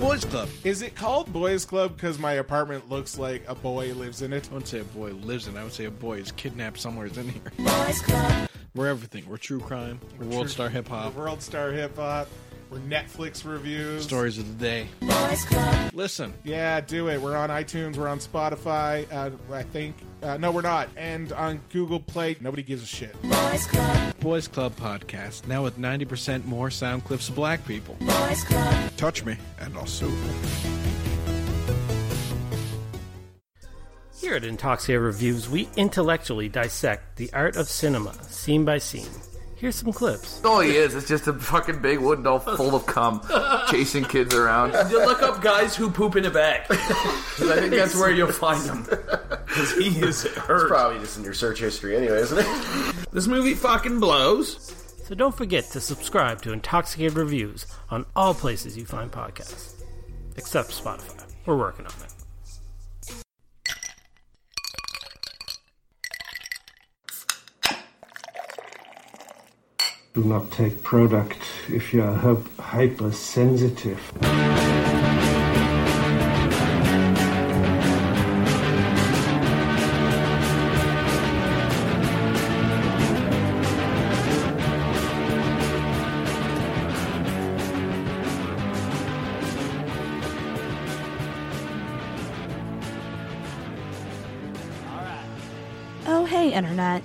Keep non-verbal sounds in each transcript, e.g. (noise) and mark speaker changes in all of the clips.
Speaker 1: Boys Club.
Speaker 2: Is it called Boys Club because my apartment looks like a boy lives in it?
Speaker 1: I wouldn't say a boy lives in. it. I would say a boy is kidnapped somewhere in here. (laughs)
Speaker 3: Boys Club.
Speaker 1: We're everything. We're true crime. We're world star hip hop.
Speaker 2: We're World Star Hip Hop. We're Netflix reviews.
Speaker 1: Stories of the day.
Speaker 3: Boys Club.
Speaker 1: Listen,
Speaker 2: Yeah, do it. We're on iTunes. We're on Spotify. Uh, I think. Uh, no, we're not. And on Google Play. Nobody gives a shit.
Speaker 3: Boys Club.
Speaker 1: Boys Club podcast now with ninety percent more sound clips of black people.
Speaker 3: Boys Club.
Speaker 1: Touch me, and I'll sue.
Speaker 4: Here at Intoxia Reviews, we intellectually dissect the art of cinema, scene by scene. Here's some clips.
Speaker 5: all he is. It's just a fucking big wooden doll full of
Speaker 6: (laughs)
Speaker 5: cum, chasing kids around. I
Speaker 7: You look up guys who poop in a bag.
Speaker 5: think
Speaker 7: That's where you'll find them. Because he is hurt.
Speaker 8: Probably just in your search history anyway, isn't it?
Speaker 7: This movie fucking blows.
Speaker 4: So don't forget to subscribe to Intoxicated Reviews on all places you find podcasts, except Spotify. We're working on it.
Speaker 9: Do not take product if you are hy- hypersensitive.
Speaker 10: Oh, hey, Internet.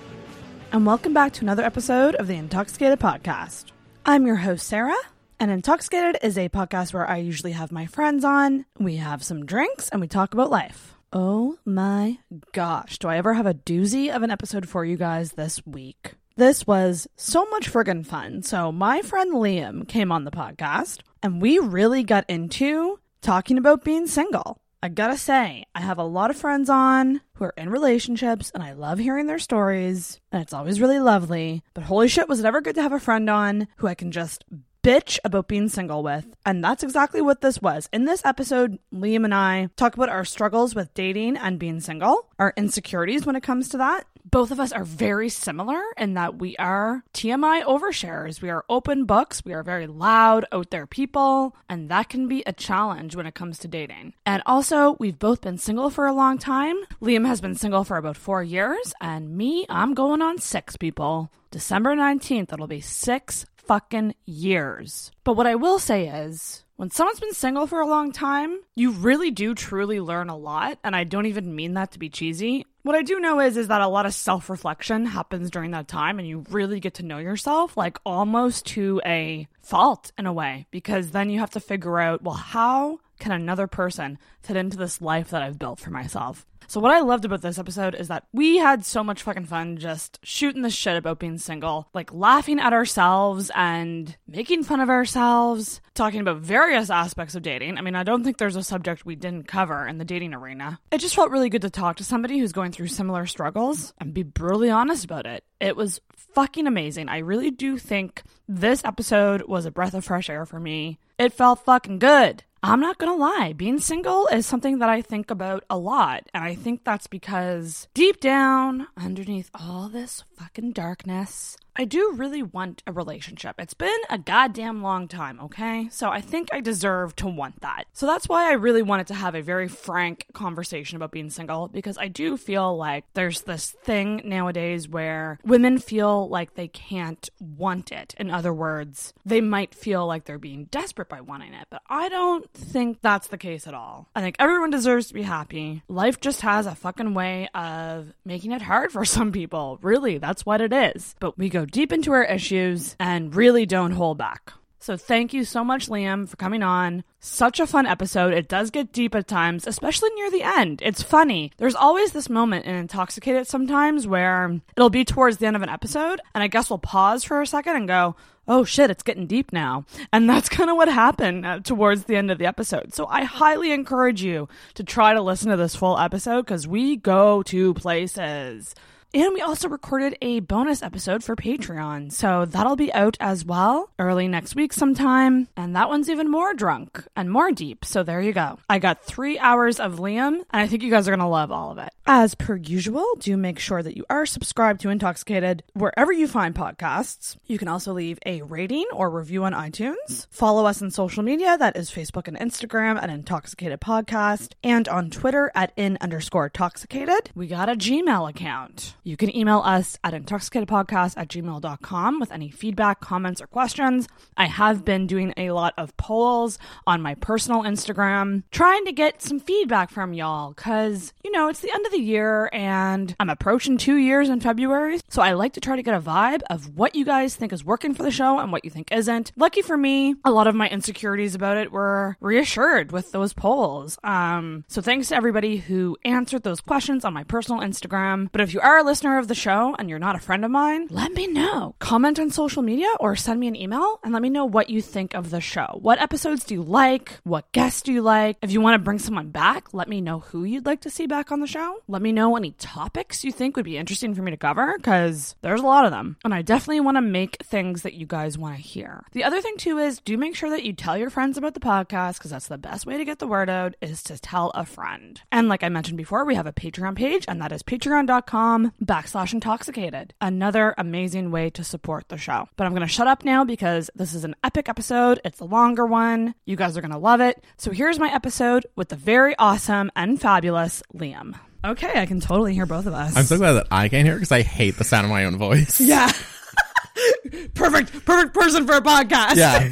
Speaker 10: And welcome back to another episode of the Intoxicated Podcast. I'm your host, Sarah. And Intoxicated is a podcast where I usually have my friends on, we have some drinks, and we talk about life. Oh my gosh, do I ever have a doozy of an episode for you guys this week? This was so much friggin' fun. So, my friend Liam came on the podcast, and we really got into talking about being single. I gotta say, I have a lot of friends on who are in relationships, and I love hearing their stories, and it's always really lovely. But holy shit, was it ever good to have a friend on who I can just bitch about being single with? And that's exactly what this was. In this episode, Liam and I talk about our struggles with dating and being single, our insecurities when it comes to that. Both of us are very similar in that we are TMI overshares. We are open books. We are very loud, out there people. And that can be a challenge when it comes to dating. And also, we've both been single for a long time. Liam has been single for about four years. And me, I'm going on six people. December 19th, it'll be six fucking years. But what I will say is, when someone's been single for a long time, you really do truly learn a lot, and I don't even mean that to be cheesy. What I do know is is that a lot of self-reflection happens during that time and you really get to know yourself like almost to a fault in a way because then you have to figure out, well, how can another person fit into this life that I've built for myself? So what I loved about this episode is that we had so much fucking fun just shooting the shit about being single, like laughing at ourselves and making fun of ourselves, talking about various aspects of dating. I mean, I don't think there's a subject we didn't cover in the dating arena. It just felt really good to talk to somebody who's going through similar struggles and be brutally honest about it. It was fucking amazing. I really do think this episode was a breath of fresh air for me. It felt fucking good. I'm not gonna lie, being single is something that I think about a lot. And I think that's because deep down, underneath all this fucking darkness, I do really want a relationship. It's been a goddamn long time, okay? So I think I deserve to want that. So that's why I really wanted to have a very frank conversation about being single because I do feel like there's this thing nowadays where women feel like they can't want it. In other words, they might feel like they're being desperate by wanting it, but I don't think that's the case at all. I think everyone deserves to be happy. Life just has a fucking way of making it hard for (laughs) some people. Really, that's what it is. But we go deep into our issues and really don't hold back. So thank you so much, Liam, for coming on. Such a fun episode. It does get deep at times, especially near the end. It's funny. There's always this moment in Intoxicated sometimes where it'll be towards the end of an episode, and I guess we'll pause for a second and go, oh shit, it's getting deep now. And that's kind of what happened uh, towards the end of the episode. So I highly encourage you to try to listen to this full episode because we go to places. And we also recorded a bonus episode for Patreon. So that'll be out as well early next week sometime. And that one's even more drunk and more deep. So there you go. I got three hours of Liam, and I think you guys are going to love all of it. As per usual, do make sure that you are subscribed to Intoxicated wherever you find podcasts. You can also leave a rating or review on iTunes. Follow us on social media. That is Facebook and Instagram at Intoxicated Podcast and on Twitter at in underscore toxicated. We got a Gmail account. You can email us at intoxicatedpodcast at gmail.com with any feedback, comments, or questions. I have been doing a lot of polls on my personal Instagram, trying to get some feedback from y'all because, you know, it's the end of the year and I'm approaching two years in February. So I like to try to get a vibe of what you guys think is working for the show and what you think isn't. Lucky for me, a lot of my insecurities about it were reassured with those polls. Um, so thanks to everybody who answered those questions on my personal Instagram. But if you are a listener of the show and you're not a friend of mine, let me know. Comment on social media or send me an email and let me know what you think of the show. What episodes do you like? What guests do you like? If you want to bring someone back, let me know who you'd like to see back on the show. Let me know any topics you think would be interesting for me to cover because there's a lot of them. And I definitely want to make things that you guys want to hear. The other thing too is do make sure that you tell your friends about the podcast because that's the best way to get the word out is to tell a friend. And like I mentioned before, we have a Patreon page and that is patreon.com backslash intoxicated. Another amazing way to support the show. But I'm going to shut up now because this is an epic episode. It's a longer one. You guys are going to love it. So here's my episode with the very awesome and fabulous Liam. Okay, I can totally hear both of us.
Speaker 6: I'm so glad that I can't hear because I hate the sound of my own voice. (laughs)
Speaker 10: Yeah. (laughs) perfect, perfect person for a podcast.
Speaker 6: Yeah.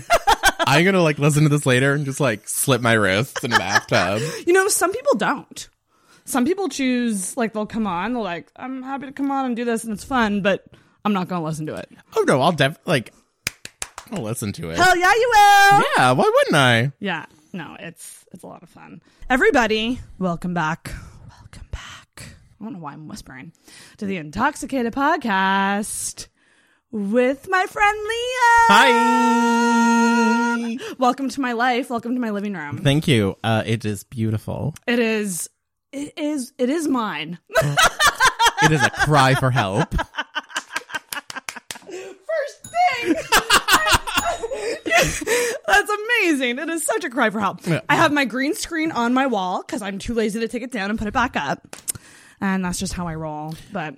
Speaker 6: I'm gonna like listen to this later and just like slip my wrists in the bathtub.
Speaker 10: (laughs) You know, some people don't. Some people choose like they'll come on, they're like, I'm happy to come on and do this and it's fun, but I'm not gonna listen to it.
Speaker 6: Oh no, I'll def like I'll listen to it.
Speaker 10: Hell yeah, you will.
Speaker 6: Yeah, why wouldn't I?
Speaker 10: Yeah. No, it's it's a lot of fun. Everybody, welcome back. Welcome back. I don't know why I'm whispering. To the Intoxicated Podcast with my friend Leah.
Speaker 6: Hi.
Speaker 10: Welcome to my life. Welcome to my living room.
Speaker 6: Thank you. Uh, it is beautiful.
Speaker 10: It is it is it is mine. (laughs)
Speaker 6: It is a cry for help.
Speaker 10: first thing. (laughs) That's amazing. It is such a cry for help. I have my green screen on my wall because I'm too lazy to take it down and put it back up. And that's just how I roll. But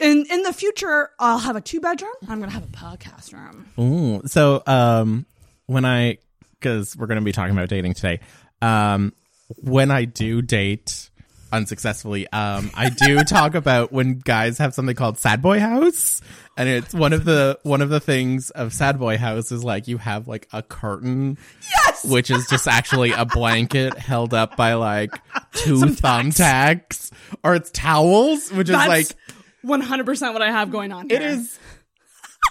Speaker 10: in in the future, I'll have a two bedroom. I'm gonna have a podcast room.
Speaker 6: Ooh. So, um, when I, because we're going to be talking about dating today, um, when I do date unsuccessfully, um,
Speaker 5: (laughs)
Speaker 6: I do talk about when guys have something called sad boy house, and it's one of the one of the things of sad boy house is like you have like a curtain, yes, which is just actually a blanket (laughs) held up by like two thumbtacks, or it's towels, which is
Speaker 10: That's
Speaker 6: like
Speaker 10: 100 percent what I have going on.
Speaker 6: it
Speaker 10: here.
Speaker 6: is.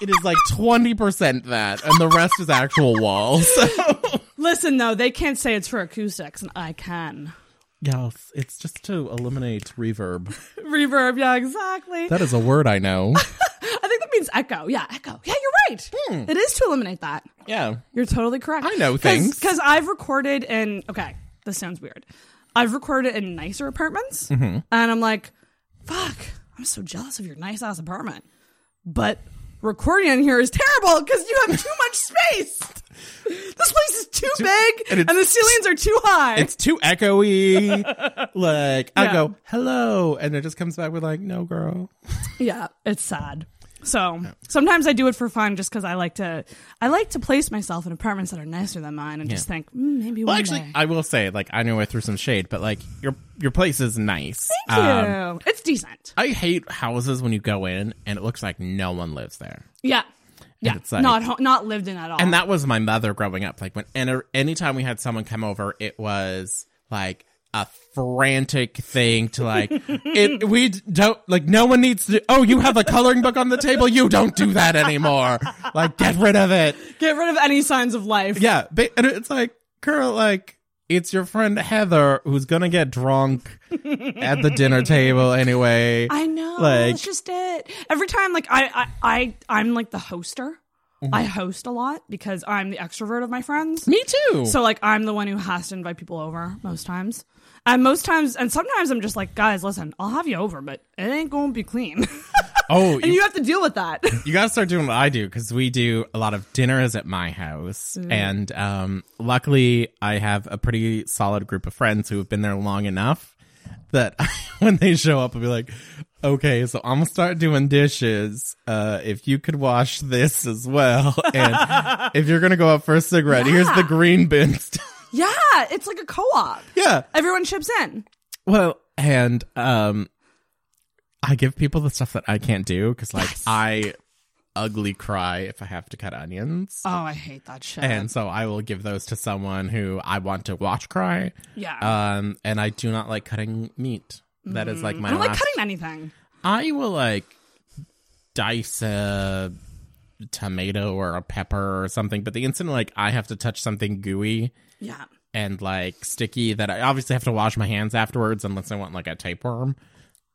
Speaker 6: It is like twenty percent that, and the rest is actual walls.
Speaker 10: Listen though, they can't say it's for acoustics, and I can
Speaker 6: Yes, it's just to eliminate reverb.
Speaker 10: (laughs) reverb. Yeah, exactly.
Speaker 6: That is a word I know.
Speaker 10: (laughs) I think that means echo. Yeah, echo. Yeah, you're right.
Speaker 6: Hmm.
Speaker 10: It is to eliminate that.
Speaker 6: yeah.
Speaker 10: You're totally correct.
Speaker 6: I know things.
Speaker 10: because I've recorded in. Okay, this sounds weird. I've recorded in nicer apartments,
Speaker 6: Mm-hmm.
Speaker 10: and I'm like, "Fuck, I'm so jealous of your nice ass apartment." But recording in here is terrible because you have too
Speaker 6: (laughs)
Speaker 10: much space. This place is too big,
Speaker 6: and
Speaker 10: and,
Speaker 6: it's-
Speaker 10: the ceilings are too high.
Speaker 6: It's too echoey. like I
Speaker 10: Yeah.
Speaker 6: go, hello, and it just comes back with like, no girl.
Speaker 10: yeah, it's sad. So sometimes I do it for fun, just because I like to. I like to place myself in apartments that are nicer than mine, and just think mm, maybe
Speaker 6: Well
Speaker 10: one
Speaker 6: actually
Speaker 10: day.
Speaker 6: I will say, like, I know I threw some shade, but like your your place is nice.
Speaker 10: Thank
Speaker 6: Um,
Speaker 10: you. it's decent.
Speaker 6: I hate houses when you go in and it looks like no one lives there.
Speaker 10: Yeah. Yeah.
Speaker 6: it's like-
Speaker 10: not ho- not lived in at all.
Speaker 6: And that was my mother growing up. Like when and uh, anytime we had someone come over, it was like a frantic thing to like it we d- don't like no one needs to oh you have a coloring book on the table you don't do that anymore like get rid of it
Speaker 10: Get rid of any signs of life.
Speaker 6: yeah but, and it's like girl like it's your friend heather who's gonna get drunk at the dinner table anyway
Speaker 10: I know.
Speaker 6: like
Speaker 10: that's just it. Every time like I I, I I'm like the hoster. I host a lot because I'm the extrovert of my friends.
Speaker 6: Mm-hmm. Me too.
Speaker 10: So like I'm the one who has to invite people over most times. And most times and sometimes I'm just like, guys, listen, I'll have you over, but it ain't gonna be clean. (laughs)
Speaker 6: oh,
Speaker 10: and
Speaker 6: you,
Speaker 10: you have to deal with that.
Speaker 6: you gotta start doing what I do because we do a lot of dinners at my house, and um, luckily I have a pretty solid group of friends who have been there long enough that (laughs) when they show up, I'll be like, okay, so I'm gonna start doing dishes. Uh, if you could wash this as well, and if you're gonna go out for a cigarette, here's the green bin. (laughs) stuff.
Speaker 10: yeah, it's like a co op.
Speaker 6: yeah.
Speaker 10: Everyone chips in.
Speaker 6: Well, and um, I give people the stuff that I can't do because, like, I ugly cry if I have to cut onions,
Speaker 10: Oh, I hate that shit.
Speaker 6: and so I will give those to someone who I want to watch cry.
Speaker 10: yeah.
Speaker 6: Um, and I do not like cutting meat. That is like my.
Speaker 10: I don't like
Speaker 6: last-
Speaker 10: cutting anything.
Speaker 6: I will like dice a tomato or a pepper or something, but the instant like I have to touch something gooey
Speaker 10: Yeah.
Speaker 6: and like sticky that I obviously have to wash my hands afterwards unless I want like a tapeworm.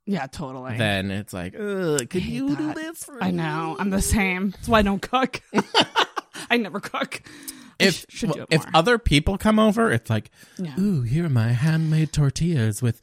Speaker 10: Yeah, totally.
Speaker 6: then it's like, Ugh, could you do this for
Speaker 10: I
Speaker 6: me?
Speaker 10: know. I'm the same. That's why I don't cook. (laughs) I never cook.
Speaker 6: If
Speaker 10: sh- should do it
Speaker 6: if
Speaker 10: more.
Speaker 6: other people come over, it's like,
Speaker 10: Yeah.
Speaker 6: ooh, here are my handmade tortillas with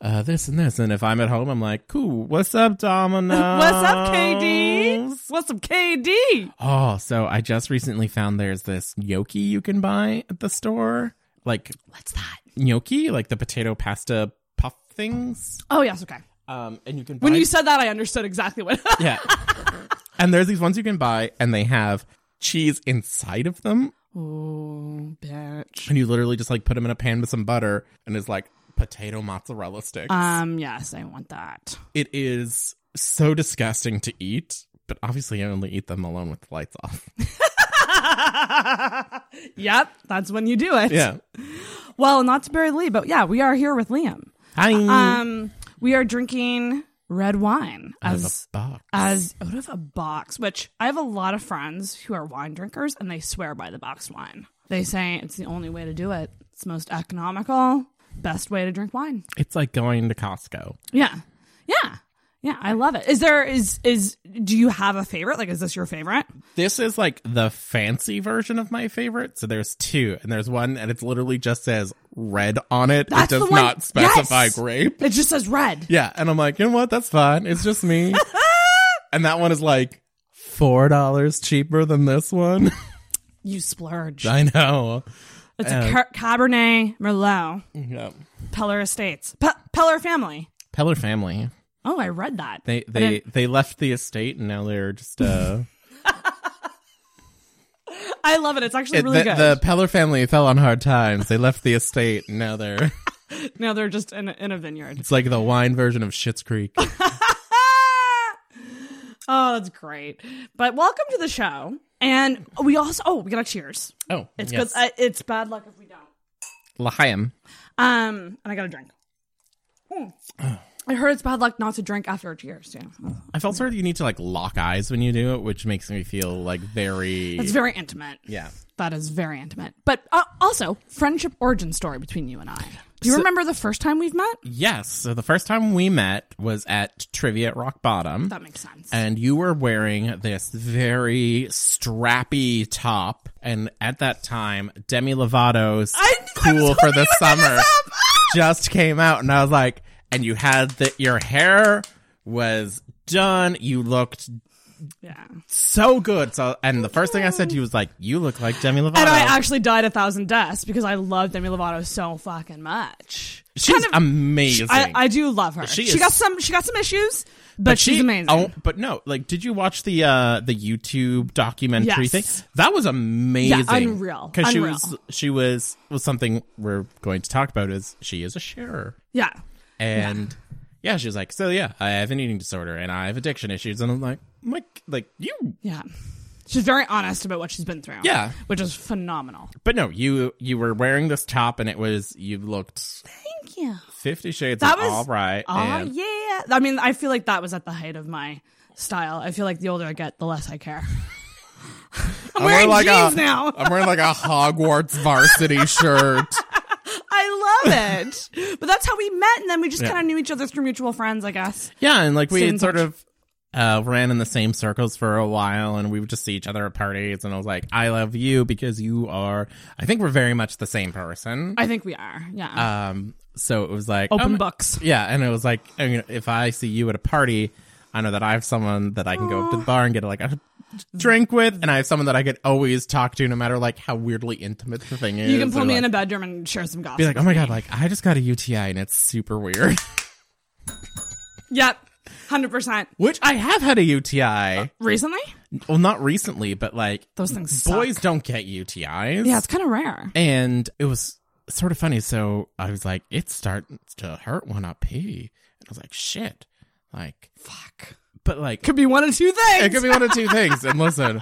Speaker 6: uh, this and this. And if I'm at home, I'm like, cool, what's up, Domino?
Speaker 10: (laughs) What's up, KD? What's up, KD?
Speaker 6: Oh, so I just recently found there's this gnocchi you can buy at the store, like
Speaker 10: What's that?
Speaker 6: gnocchi, like the potato pasta puff things.
Speaker 10: Oh yes, okay.
Speaker 6: Um, and you can buy
Speaker 10: When you said that, I understood exactly what.
Speaker 6: (laughs) yeah. and there's these ones you can buy, and they have cheese inside of them.
Speaker 10: oh, bitch.
Speaker 6: and you literally just like put them in a pan with some butter and it's like potato mozzarella sticks.
Speaker 10: Um, yes, I want that.
Speaker 6: it is so disgusting to eat, but obviously I only eat them alone with the lights off.
Speaker 10: Yep, that's when you do it.
Speaker 6: Yeah.
Speaker 10: (laughs) Well, not to bury the lead, but yeah, we are here with Liam.
Speaker 6: Hi.
Speaker 10: Um, we are drinking red wine
Speaker 6: Out of a
Speaker 10: as
Speaker 6: box.
Speaker 10: as out of a box, which I have a lot of friends who are wine drinkers and they swear by the boxed wine. They say it's the only way to do it. It's the most economical, best way to drink wine.
Speaker 6: it's like going to Costco.
Speaker 10: Yeah. Yeah. Yeah, I love it. Is there is is do you have a favorite? Like is this your favorite?
Speaker 6: This is like the fancy version of my favorite. So there's two, and there's one, and it's literally just says red on it.
Speaker 10: That's
Speaker 6: it
Speaker 10: the
Speaker 6: does
Speaker 10: one-
Speaker 6: not specify
Speaker 10: Yes!
Speaker 6: grape.
Speaker 10: It just says red.
Speaker 6: Yeah, and I'm like, you know what? That's fine. It's just
Speaker 10: (laughs)
Speaker 6: me. and that one is like four dollars cheaper than this one. (laughs)
Speaker 10: You splurge.
Speaker 6: I know.
Speaker 10: It's a Car- Cabernet Merlot,
Speaker 6: Yeah.
Speaker 10: Peller Estates, Pe- Peller family.
Speaker 6: Peller family.
Speaker 10: Oh, I read that.
Speaker 6: They
Speaker 10: But
Speaker 6: they
Speaker 10: I-
Speaker 6: they left the estate and now they're just uh
Speaker 10: (laughs) I love it. It's actually
Speaker 6: it-
Speaker 10: really
Speaker 6: the,
Speaker 10: good.
Speaker 6: the Peller family fell on hard times. They left the estate and now they're
Speaker 10: no, they're just in a, in a vineyard.
Speaker 6: it's like the wine version of Shits Creek.
Speaker 10: (laughs) Oh, that's great. But welcome to the show. And we also oh, we got a cheers.
Speaker 6: Oh,
Speaker 10: It's
Speaker 6: yes.
Speaker 10: because I it's bad luck if we don't.
Speaker 6: L'chaim.
Speaker 10: Um, and I got a drink. Hmm. I heard it's bad luck not to drink after a cheers too.
Speaker 6: I've also heard you need to like lock eyes when you do it, which makes me feel like very
Speaker 10: It's very intimate.
Speaker 6: yeah.
Speaker 10: That is very intimate. But uh, also, friendship origin story between you and I. Do you remember the first time we've met?
Speaker 6: Yes. So the first time we met was at trivia at Rock Bottom.
Speaker 10: That makes sense.
Speaker 6: and you were wearing this very strappy top. And at that time, Demi Lovato's
Speaker 10: I- I was
Speaker 6: "Cool for the Ah!
Speaker 10: hoping you would bring
Speaker 6: Summer"
Speaker 10: this up.
Speaker 6: just came out, and I was like, and you had the your hair was done. You looked
Speaker 10: yeah.
Speaker 6: so Oh, good. So, and the first thing I said to you was like, "You look like Demi Lovato."
Speaker 10: And I actually died a thousand deaths because I love Demi Lovato so fucking much.
Speaker 6: She's
Speaker 10: kind of-
Speaker 6: amazing.
Speaker 10: I, I do love her.
Speaker 6: She
Speaker 10: She,
Speaker 6: is-
Speaker 10: got some she got some issues, but, she's
Speaker 6: she-
Speaker 10: amazing.
Speaker 6: Oh, but no, like, did you watch the uh the YouTube documentary
Speaker 10: Yes.
Speaker 6: thing? That was amazing.
Speaker 10: Yeah, unreal.
Speaker 6: Because she
Speaker 10: Unreal.
Speaker 6: was she was was something we're going to talk about is she is a sharer
Speaker 10: yeah.
Speaker 6: and yeah. she was like, so yeah, I have an eating disorder and I have addiction issues, and I'm like, Mike, like you,
Speaker 10: Yeah. She's very honest about what she's been through.
Speaker 6: Yeah.
Speaker 10: Which is phenomenal.
Speaker 6: but no, you you were wearing this top and it was you looked
Speaker 10: Thank you.
Speaker 6: Fifty Shades
Speaker 10: That
Speaker 6: of
Speaker 10: was-
Speaker 6: all right,
Speaker 10: Oh
Speaker 6: and
Speaker 10: yeah. I mean, I feel like that was at the height of my style. I feel like the older I get, the less I care. (laughs) I'm wearing jeans
Speaker 5: (laughs)
Speaker 6: a,
Speaker 10: now.
Speaker 6: I'm wearing like a Hogwarts
Speaker 10: (laughs)
Speaker 6: varsity shirt.
Speaker 10: I love it. but that's how we met, and then we just
Speaker 6: Yeah.
Speaker 10: kind of knew each other through mutual friends, I guess.
Speaker 6: Yeah, and like we
Speaker 10: Stay
Speaker 6: had
Speaker 10: in
Speaker 6: sort
Speaker 10: touch.
Speaker 6: of
Speaker 5: uh, ran in the same circles for a while, and we would just see each other at parties. And I was like, I love you because you are. I think we're very much the same person.
Speaker 10: I think we are. Yeah.
Speaker 5: Um, so it was like
Speaker 10: Open
Speaker 5: um,
Speaker 10: books.
Speaker 5: Yeah, and it was like, I mean, if I see you at a party, I know that I have someone that I can go up to the bar and get like a drink with, and I have someone that I could always talk to, no matter like how weirdly intimate the thing is.
Speaker 10: You can
Speaker 5: or,
Speaker 10: put me
Speaker 5: like,
Speaker 10: in a bedroom and share some gossip.
Speaker 5: be like, oh my god, like I just got a UTI and it's super weird. (laughs)
Speaker 10: Yep. 100%.
Speaker 5: Which I have had a UTI.
Speaker 10: Recently?
Speaker 5: Well, not recently, but like
Speaker 10: Those things suck.
Speaker 5: boys don't get UTIs.
Speaker 10: Yeah, it's kind of rare.
Speaker 5: and it was sort of funny. So I was like, it's starting to hurt when I pee, and I was like, shit, like fuck. But like,
Speaker 10: Could be one of two things.
Speaker 5: it could be one of two things. And listen,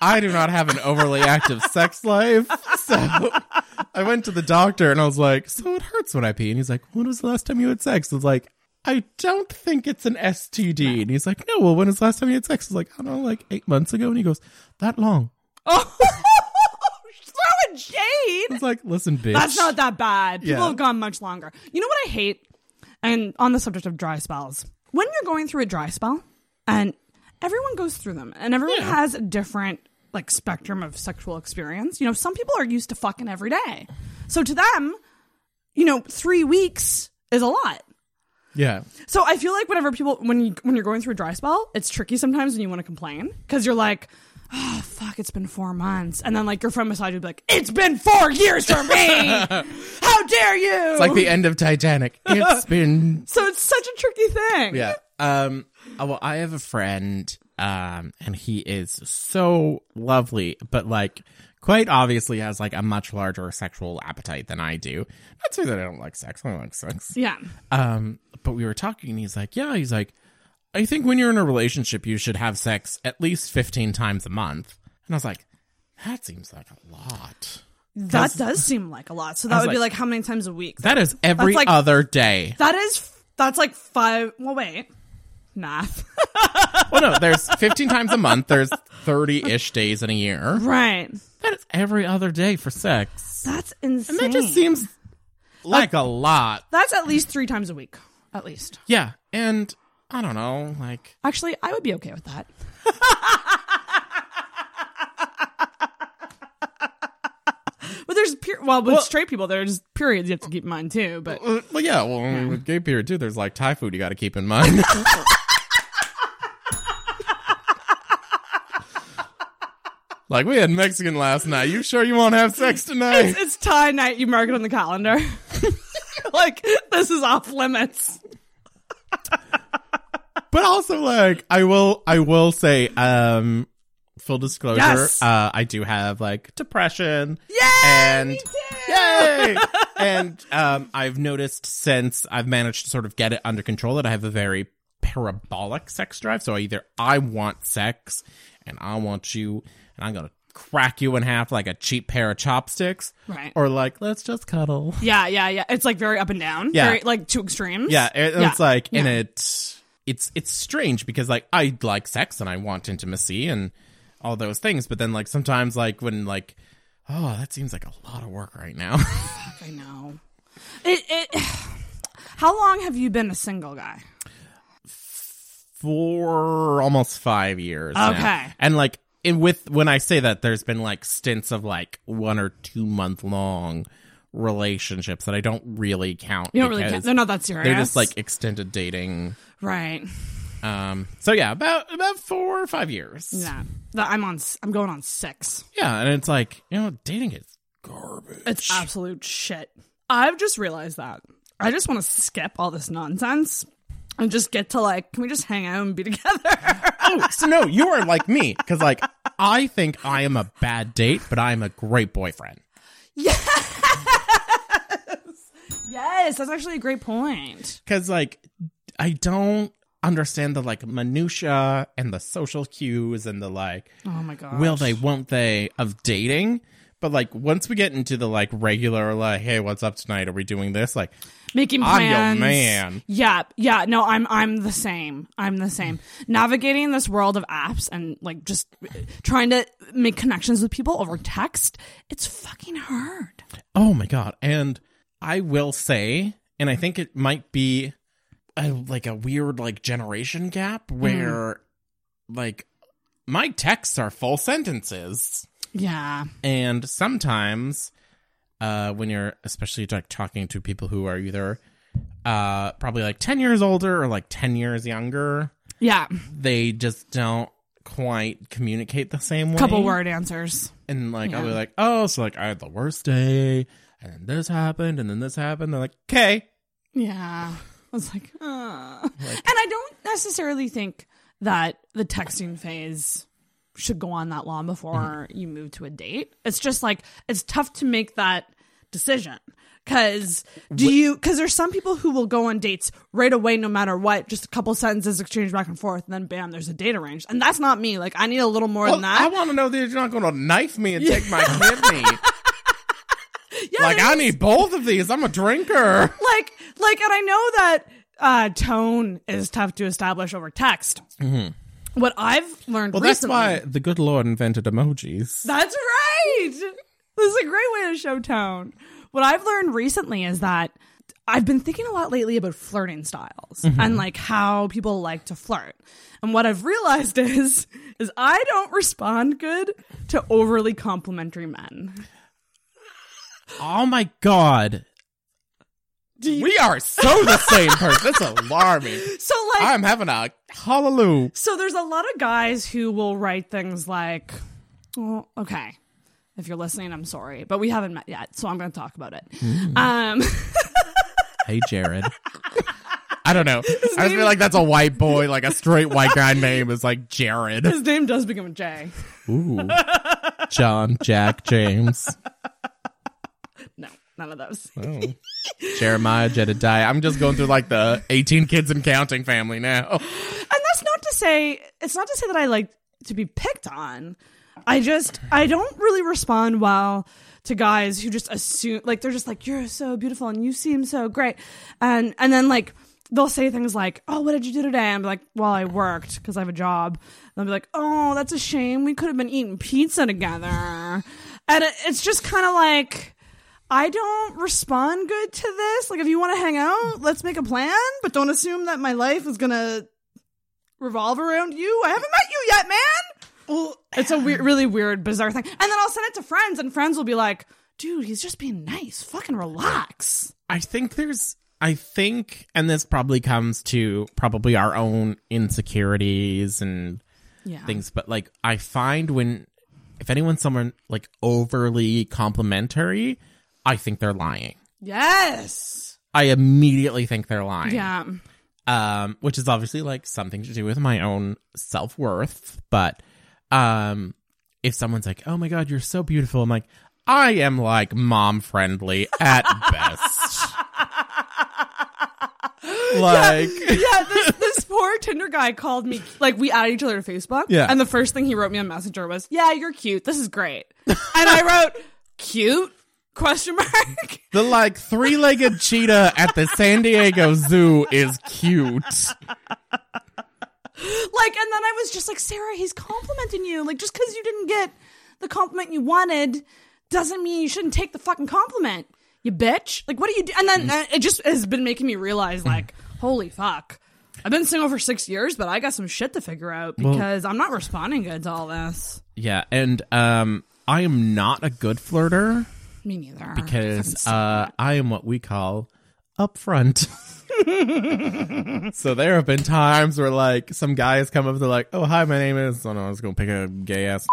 Speaker 5: I do not have an overly active sex life, so I went to the doctor and I was like, so it hurts when I pee, and he's like, when was the last time you had sex? I was like. I don't think it's an STD. And he's like, no, well, when was the last time you had sex? I was like, I don't know, like eight months ago. And he goes, that long.
Speaker 10: (laughs) Oh, (laughs) throw a jade.
Speaker 5: It's like, listen, bitch.
Speaker 10: That's not that bad. People
Speaker 5: Yeah.
Speaker 10: have gone much longer. You know what I hate? And on the subject of dry spells, when you're going through a dry spell, and everyone goes through them, and everyone
Speaker 5: Yeah.
Speaker 10: has a different like spectrum of sexual experience. You know, some people are used to fucking every day, so to them, you know, three weeks is a lot.
Speaker 5: Yeah.
Speaker 10: So I feel like whenever people when you when you're going through a dry spell, it's tricky sometimes when you want to complain because you're like, oh fuck, it's been four months, and then like your friend beside you would be like, it's been four years
Speaker 5: (laughs)
Speaker 10: for me. How dare you?
Speaker 5: It's like the end of Titanic. It's been
Speaker 10: (laughs) so it's such a tricky thing.
Speaker 5: yeah. Um. oh, Well, I have a friend. Um, and he is so lovely, but like quite obviously has like a much larger sexual appetite than I do. Not to say that I don't like sex. I like sex.
Speaker 10: yeah.
Speaker 5: Um. But we were talking, and he's like, "Yeah." He's like, "I think when you're in a relationship, you should have sex at least 15 times a month." And I was like, "That seems like a lot."
Speaker 10: That does seem like a lot. So that
Speaker 5: was
Speaker 10: would be
Speaker 5: like-
Speaker 10: like how many times a week?
Speaker 5: That is every
Speaker 10: like-
Speaker 5: other day.
Speaker 10: that is that's like five. Well, wait, math.
Speaker 5: Well, no,
Speaker 10: (laughs)
Speaker 5: there's 15 times a month. There's 30 ish days in a year.
Speaker 10: right.
Speaker 5: That is every other day for sex.
Speaker 10: That's insane.
Speaker 5: And that just seems like a lot.
Speaker 10: that's at least three times a week. At least.
Speaker 5: Yeah. And I don't know, like,
Speaker 10: Actually, I would be okay
Speaker 5: (laughs)
Speaker 10: with that. but there's per- well, with straight people, there's periods you have to keep in mind too. But
Speaker 5: uh, well, yeah, well, with gay period too, there's like Thai food you got to keep in mind.
Speaker 10: (laughs)
Speaker 5: like, we had Mexican last night. You sure you want to have sex tonight?
Speaker 10: it's, it's Thai night. You mark it on the calendar. (laughs) like this is off limits.
Speaker 5: but also like i will i will say um full disclosure
Speaker 10: Yes.
Speaker 5: uh i do have like depression
Speaker 10: Yay!
Speaker 5: and
Speaker 10: me too! (laughs)
Speaker 5: yay and um i've noticed since i've managed to sort of get it under control that i have a very parabolic sex drive so either i want sex and i want you and i'm gonna crack you in half like a cheap pair of chopsticks
Speaker 10: Right.
Speaker 5: or like let's just cuddle
Speaker 10: Yeah, yeah, yeah. It's like very up and down.
Speaker 5: Yeah.
Speaker 10: Very, like two extremes.
Speaker 5: yeah, and
Speaker 10: Yeah.
Speaker 5: it's like, and
Speaker 10: Yeah.
Speaker 5: it, it's it's strange because like I like sex and I want intimacy and all those things, but then like sometimes like when like, oh, that seems like a lot of work right now.
Speaker 10: I know. It, it. (sighs) How long have you been a single guy?
Speaker 5: For almost five years. now.
Speaker 10: Okay.
Speaker 5: and like in with when I say that, there's been like stints of like one or two month long relationships that I don't really count.
Speaker 10: You don't really.
Speaker 5: because
Speaker 10: Count. They're not that serious.
Speaker 5: They're just like extended dating.
Speaker 10: right.
Speaker 5: Um. So yeah, about about four or five years.
Speaker 10: Yeah, That- I'm on. s- I'm going on six.
Speaker 5: Yeah, and it's like, you know, dating is
Speaker 10: It's absolute shit. I've just realized that. I just want to skip all this nonsense and just get to like, can we just hang out and be (laughs) together?
Speaker 5: Oh, so no, you are like me cuz like I think I am a bad date, but I am a great boyfriend.
Speaker 10: yes, that's actually a great point.
Speaker 5: Cuz like I don't understand the like
Speaker 6: uh,
Speaker 5: minutia and the social cues and the like
Speaker 10: Oh my god.
Speaker 5: will they won't they of dating. But like once we get into the like regular like hey, what's up tonight? Are we doing this? Like
Speaker 10: making
Speaker 5: I'm
Speaker 10: plans?
Speaker 5: your man.
Speaker 10: Yeah, yeah. No, I'm. I'm the same. I'm the same. Navigating this world of apps and like just trying to make connections with people over text. It's fucking hard.
Speaker 5: Oh my god! And I will say, and I think it might be a, like a weird like generation gap where
Speaker 6: like my texts are full sentences
Speaker 10: Yeah.
Speaker 6: and sometimes uh when you're especially like talking to people who are either uh probably like 10 years older or like 10 years younger
Speaker 10: Yeah.
Speaker 6: they just don't quite communicate the same way
Speaker 10: Couple word answers.
Speaker 6: and like I'll be
Speaker 10: Yeah.
Speaker 6: like, oh, so like I had the worst day, and then this happened, and then this happened. They're like, okay,
Speaker 10: Yeah. I was like, uh. and I don't necessarily think that the texting phase should go on that long before
Speaker 6: Mm-hmm.
Speaker 10: you move to a date. It's just like it's tough to make that decision because do you because there's some people who will go on dates right away no matter what just a couple sentences exchanged back and forth and then bam there's a date arranged and that's not me like i need a little more
Speaker 6: well,
Speaker 10: than that
Speaker 6: I want to know that you're not going to knife me and take my kidney.
Speaker 10: (laughs) yeah,
Speaker 6: like
Speaker 10: there
Speaker 6: I
Speaker 10: is-
Speaker 6: need both of these. I'm a drinker.
Speaker 10: like like and i know that uh tone is tough to establish over text what i've
Speaker 6: Mm-hmm.
Speaker 10: learned
Speaker 6: Well, that's
Speaker 10: recently,
Speaker 6: why the good Lord invented emojis.
Speaker 10: that's right this is a great way to show tone what i've learned recently is that i've been thinking a lot lately about flirting styles
Speaker 6: Mm-hmm.
Speaker 10: and like how people like to flirt and what i've realized (laughs) is is i don't respond good to overly complimentary men
Speaker 6: Oh my God. We are so the same person. That's alarming.
Speaker 10: (laughs) so like
Speaker 6: I'm having a hallelujah.
Speaker 10: So there's a lot of guys who will write things like, well, okay, if you're listening, I'm sorry, but we haven't met yet, so I'm going to talk about it.
Speaker 6: Hmm.
Speaker 10: Um, (laughs)
Speaker 6: Hey, Jared. I don't know. I just feel like that's a white boy, like a straight white guy name is like Jared.
Speaker 10: his name does begin with J. (laughs)
Speaker 6: Ooh. John, Jack, James,
Speaker 10: No, none of those.
Speaker 6: Oh. Jeremiah, Jedediah. I'm just going through like the 18 kids and counting family now.
Speaker 10: And that's not to say, it's not to say that I like to be picked on. I just, I don't really respond well to guys who just assume, like, they're just like, you're so beautiful and you seem so great. And, and then like, they'll say things like, oh, what did you do today? And I'm like, well, I worked because I have a job. And I'll be like, oh, that's a shame. We could have been eating pizza together. And it, it's just kind of like, I don't respond good to this. Like, if you want to hang out, let's make a plan, but don't assume that my life is going to revolve around you. I haven't met you yet, man. Well, it's a weird, really weird, bizarre thing. And then I'll send it to friends, and friends will be like, "Dude, he's just being nice. Fucking relax."
Speaker 6: I think there's, I think, and this probably comes to probably our own insecurities and
Speaker 10: Yeah.
Speaker 6: things, but like I find when, if anyone's someone like overly complimentary, I think they're lying.
Speaker 10: Yes.
Speaker 6: I immediately think they're lying.
Speaker 10: Yeah.
Speaker 6: um, which is obviously like something to do with my own self worth. But um, if someone's like, "Oh my god, you're so beautiful," I'm like, I am like mom friendly at
Speaker 10: (laughs)
Speaker 6: best. like,
Speaker 10: (laughs) Yeah, this, this poor Tinder guy called me. Like, we added each other to Facebook.
Speaker 6: Yeah.
Speaker 10: And the first thing he wrote me on Messenger was, "Yeah, you're cute. This is great." And I wrote, "Cute?" Question mark.
Speaker 6: (laughs) the like three legged cheetah at the San Diego Zoo is cute.
Speaker 10: like and then i was just like sarah he's complimenting you like just because you didn't get the compliment you wanted doesn't mean you shouldn't take the fucking compliment you bitch like what do you do and then uh, it just has been making me realize like holy fuck i've been single for six years but i got some shit to figure out because i'm not responding good to all this
Speaker 6: Yeah, and um, I am not a good flirter.
Speaker 10: me neither
Speaker 6: because uh, I am what we call upfront. (laughs) so there have been times where like some guys come up, they're like, "Oh hi, my name is," oh no, I was gonna pick a gay ass,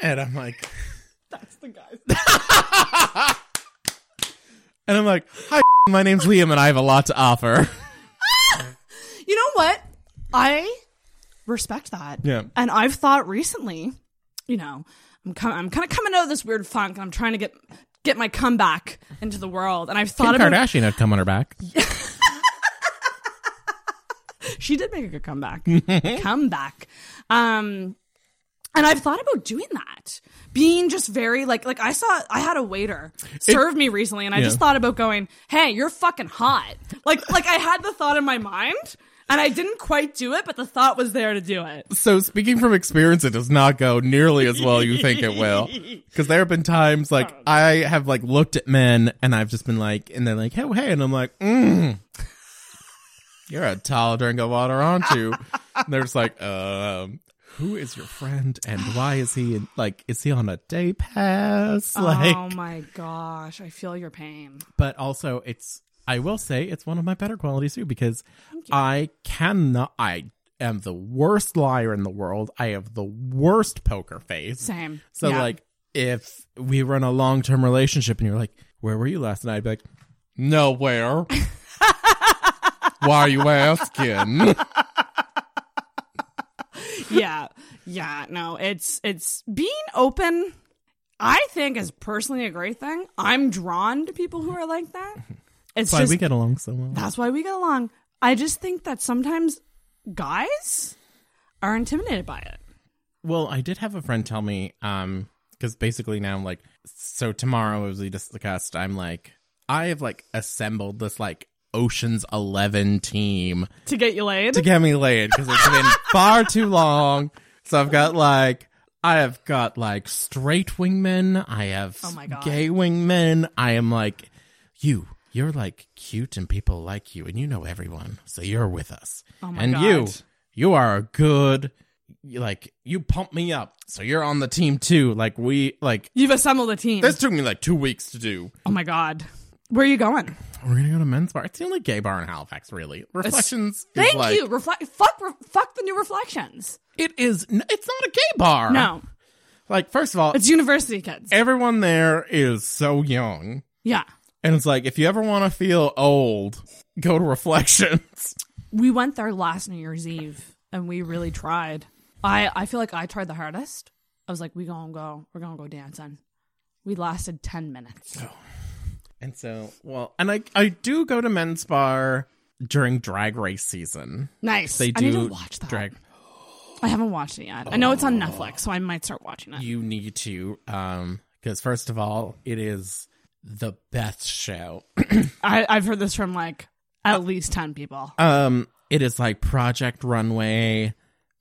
Speaker 6: and I'm like,
Speaker 10: that's
Speaker 6: (laughs)
Speaker 10: the guy
Speaker 6: and I'm like, "Hi, (laughs) my name's Liam, and I have a lot to offer."
Speaker 10: (laughs) you know what i respect that
Speaker 6: Yeah.
Speaker 10: and i've thought recently you know, I'm com- I'm kind of coming out of this weird funk, and I'm trying to get get my comeback into the world. And I've
Speaker 6: Kim
Speaker 10: thought about
Speaker 6: Kardashian had come on her back.
Speaker 10: she did make a good comeback,
Speaker 6: (laughs)
Speaker 10: comeback. Um, and I've thought about doing that, being just very like like I saw I had a waiter serve me recently, and I just
Speaker 6: Yeah.
Speaker 10: thought about going, hey, you're fucking hot. Like like I had the thought in my mind. And I didn't quite do it, but the thought was there to do it.
Speaker 6: So speaking from experience, it does not go nearly as well you think it
Speaker 10: (laughs)
Speaker 6: will. Because there have been times like
Speaker 10: Oh,
Speaker 6: I have like looked at men and I've just been like, and they're like, "Hey, hey," and I'm like, mm. (laughs) you're a tall drink of water, aren't you? and they're just like, um, who is your friend and why is he in, like, is he on a day pass? Like,
Speaker 10: oh my gosh, I feel your pain.
Speaker 6: but also it's I will say it's one of my better qualities too because I cannot I am the worst liar in the world. I have the worst poker face.
Speaker 10: Same.
Speaker 6: So
Speaker 10: Yeah.
Speaker 6: like if we were in a long term relationship and you're like, Where were you last night? I'd be like, Nowhere. Why are you asking?
Speaker 10: yeah yeah no it's it's being open i think is personally a great thing i'm drawn to people who are like
Speaker 6: (laughs)
Speaker 10: that it's
Speaker 6: Why
Speaker 10: just
Speaker 6: we get along so well.
Speaker 10: that's why we get along i just think that sometimes guys are intimidated by it
Speaker 6: Well, I did have a friend tell me, um, because basically now I'm like, so tomorrow, as we discussed, I'm like, I have like assembled this like Ocean's Eleven team
Speaker 10: to get you laid
Speaker 6: to get me laid because it's
Speaker 10: (laughs)
Speaker 6: been far too long. So I've got like, I have got like straight wingmen. I have
Speaker 10: Oh my God.
Speaker 6: gay wingmen. I am like, you, you're like cute and people like you and you know everyone. So you're with us.
Speaker 10: Oh my
Speaker 6: and
Speaker 10: God.
Speaker 6: you, you are a good, you like, you pump me up. So you're on the team too. Like, we, like,
Speaker 10: you've assembled a team
Speaker 6: this took me like two weeks to do.
Speaker 10: oh my god where are you going
Speaker 6: We're going to go to men's bar. It's the only gay bar in Halifax, really. Reflections. is
Speaker 10: thank
Speaker 6: like-
Speaker 10: you reflect fuck re- fuck the new reflections
Speaker 6: It is. n- It's not a gay bar.
Speaker 10: no
Speaker 6: Like, first of all,
Speaker 10: it's university kids
Speaker 6: everyone there is so young.
Speaker 10: yeah
Speaker 6: And it's like, if you ever want to feel old, go to Reflections.
Speaker 10: we went there last New Year's Eve and we really tried. I I feel like I tried the hardest. I was like, we gonna go, we're gonna go dancing. We lasted ten minutes.
Speaker 6: Oh. And so, well, and I I do go to men's bar during drag race (laughs) season.
Speaker 10: Nice.
Speaker 6: They
Speaker 10: I
Speaker 6: do
Speaker 10: need to watch that.
Speaker 6: drag. Oh.
Speaker 10: I haven't watched it yet. I know it's on Netflix, so I might start watching it.
Speaker 6: You need to, um, because first of all, it is the best show.
Speaker 10: I, I've heard this from like at least ten people.
Speaker 6: Um, it is like Project Runway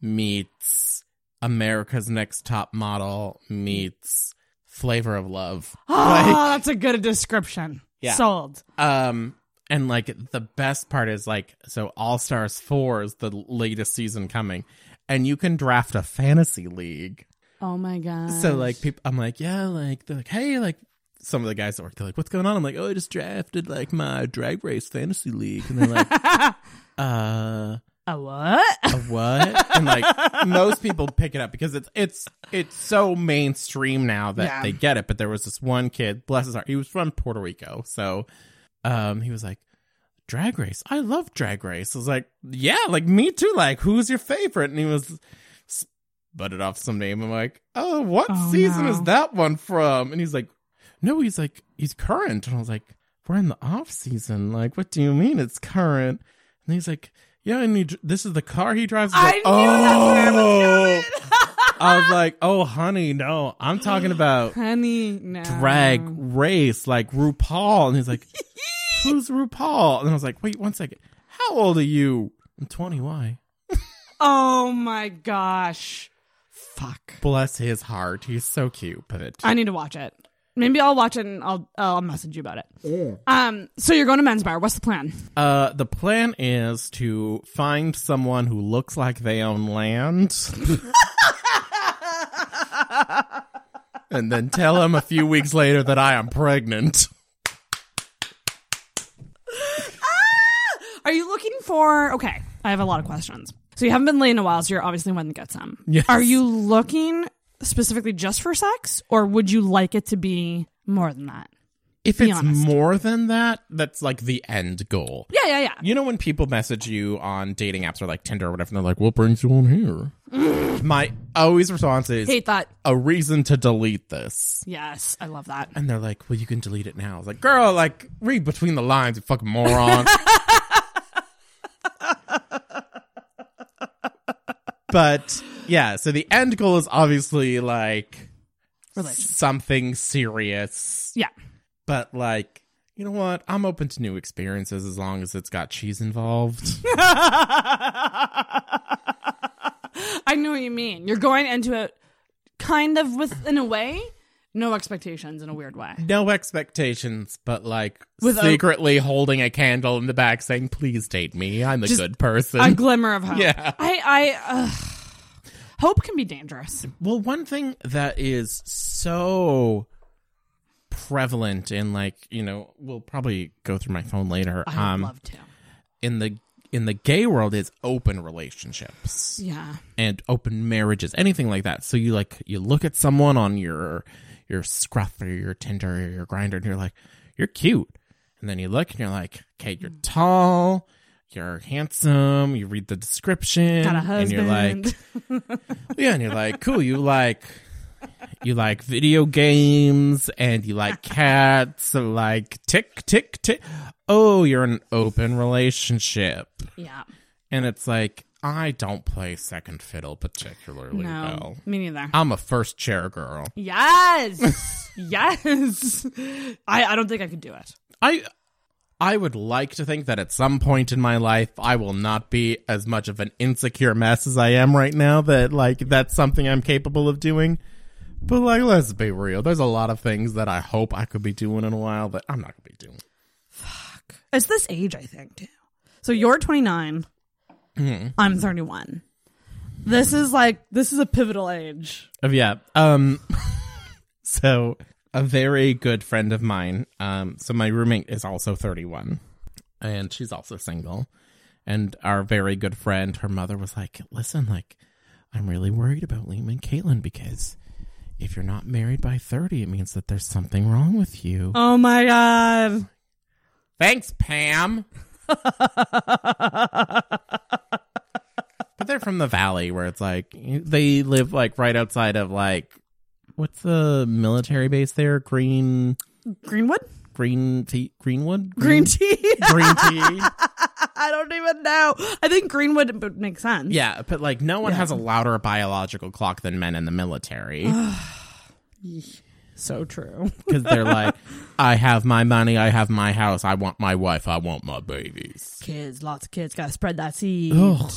Speaker 6: meets America's Next Top Model meets Flavor of Love.
Speaker 10: oh, that's a good description.
Speaker 6: Yeah.
Speaker 10: Sold.
Speaker 6: Um, and like the best part is like so All Stars Four is the latest season coming, and you can draft a fantasy league.
Speaker 10: Oh my god.
Speaker 6: So like people, I'm like, yeah, like they're like, hey, like some of the guys at work, they're like, what's going on? I'm like, oh, I just drafted like my drag race fantasy league, and they're like, uh,
Speaker 10: a what?
Speaker 6: a what? and like most people pick it up because it's it's it's so mainstream now that
Speaker 10: Yeah.
Speaker 6: they get it. But there was this one kid, bless his heart, he was from Puerto Rico, so um he was like, Drag Race, I love Drag Race. I was like, yeah, like me too. Like, who's your favorite? And he was butted off some name. I'm like, oh, what
Speaker 10: Oh,
Speaker 6: season
Speaker 10: no.
Speaker 6: is that one from? And he's like, no, he's like, he's current. And I was like, we're in the off season. Like, what do you mean it's current? And he's like, yeah, and he, dr- this is the car he drives.
Speaker 10: I
Speaker 6: like,
Speaker 10: knew that's
Speaker 6: oh. I was like, oh, honey, no, I'm talking about
Speaker 10: (gasps) Honey, no.
Speaker 6: drag race like RuPaul. And he's like, who's RuPaul? And I was like, wait one second. How old are you? I'm 20. Why?
Speaker 10: Oh my gosh. Fuck.
Speaker 6: Bless his heart. He's so cute, but
Speaker 10: I need to watch it. Maybe I'll watch it and I'll I'll message you about it. Um. So you're going to Men's Bar. What's the plan?
Speaker 6: Uh, the plan is to find someone who looks like they own land. and then tell him a few weeks later that I am pregnant.
Speaker 10: Are you looking for? Okay, I have a lot of questions. So you haven't been laid in a while, so you're obviously one that gets some.
Speaker 6: Yes.
Speaker 10: Are you looking specifically just for sex, or would you like it to be more than that?
Speaker 6: If
Speaker 10: Be
Speaker 6: it's
Speaker 10: honest.
Speaker 6: more than that, that's like the end goal.
Speaker 10: Yeah, yeah, yeah.
Speaker 6: You know when people message you on dating apps or like Tinder or whatever, and they're like, "What brings you on here?" My always response is
Speaker 10: Hate that.
Speaker 6: a reason to delete this.
Speaker 10: Yes, I love that.
Speaker 6: And they're like, well, you can delete it now. I was like, girl, like, read between the lines, you fucking
Speaker 10: (laughs)
Speaker 6: moron. but yeah, so the end goal is obviously like
Speaker 10: Relationship.
Speaker 6: something serious.
Speaker 10: Yeah.
Speaker 6: But like, you know what? I'm open to new experiences as long as it's got cheese
Speaker 10: (laughs)
Speaker 6: involved.
Speaker 10: I know what you mean. You're going into it kind of with in a way no expectations in a weird way.
Speaker 6: No expectations, but like
Speaker 10: With a-
Speaker 6: secretly holding a candle in the back saying, please date me. I'm a
Speaker 10: Just
Speaker 6: good person.
Speaker 10: A glimmer of hope.
Speaker 6: Yeah.
Speaker 10: I, I, ugh. hope can be dangerous.
Speaker 6: Well, one thing that is so prevalent in like, you know, we'll probably go through my phone later.
Speaker 10: I would love to.
Speaker 6: in the in the gay world is open relationships
Speaker 10: Yeah.
Speaker 6: and open marriages, anything like that. So you like you look at someone on your your scruff or your Tinder or your grinder and you're like, You're cute. And then you look and you're like, Okay, you're tall, you're handsome, you read the description
Speaker 10: Got a
Speaker 6: and
Speaker 10: husband.
Speaker 6: you're like yeah, and you're like, cool. You like, you like video games, and you like cats. and Like tick, tick, tick. Oh, you're in an open relationship,
Speaker 10: yeah.
Speaker 6: and it's like I don't play second fiddle particularly
Speaker 10: No.
Speaker 6: well.
Speaker 10: Me neither.
Speaker 6: I'm a first chair girl. (laughs)
Speaker 10: yes. yes. I, I don't think I could do it.
Speaker 6: I. I would like to think that at some point in my life, I will not be as much of an insecure mess as I am right now. That like that's something I'm capable of doing. But like, let's be real. There's a lot of things that I hope I could be doing in a while that I'm not gonna be doing.
Speaker 10: It's this age, I think, too. So you're 29. I'm 31. This is like this is a pivotal age.
Speaker 6: Oh, yeah. Um. so a very good friend of mine. Um. So my roommate is also 31, and she's also single. And our very good friend, her mother was like, "Listen, like, I'm really worried about Liam and Caitlin because if you're not married by 30, it means that there's something wrong with you."
Speaker 10: Oh my god.
Speaker 6: Thanks, Pam. but they're from the valley where it's like they live like right outside of like what's the military base there? Green
Speaker 10: Greenwood?
Speaker 6: Green tea, Greenwood?
Speaker 10: Green tea?
Speaker 6: Green tea.
Speaker 10: (laughs) I don't even know. I think Greenwood would make sense.
Speaker 6: Yeah, but like no one has a louder biological clock than men in the
Speaker 10: (sighs)
Speaker 6: military.
Speaker 10: So true.
Speaker 6: Because they're like, I have my money, I have my house, I want my wife, I want my babies.
Speaker 10: Kids, lots of kids. Gotta spread that seed.
Speaker 6: Ugh.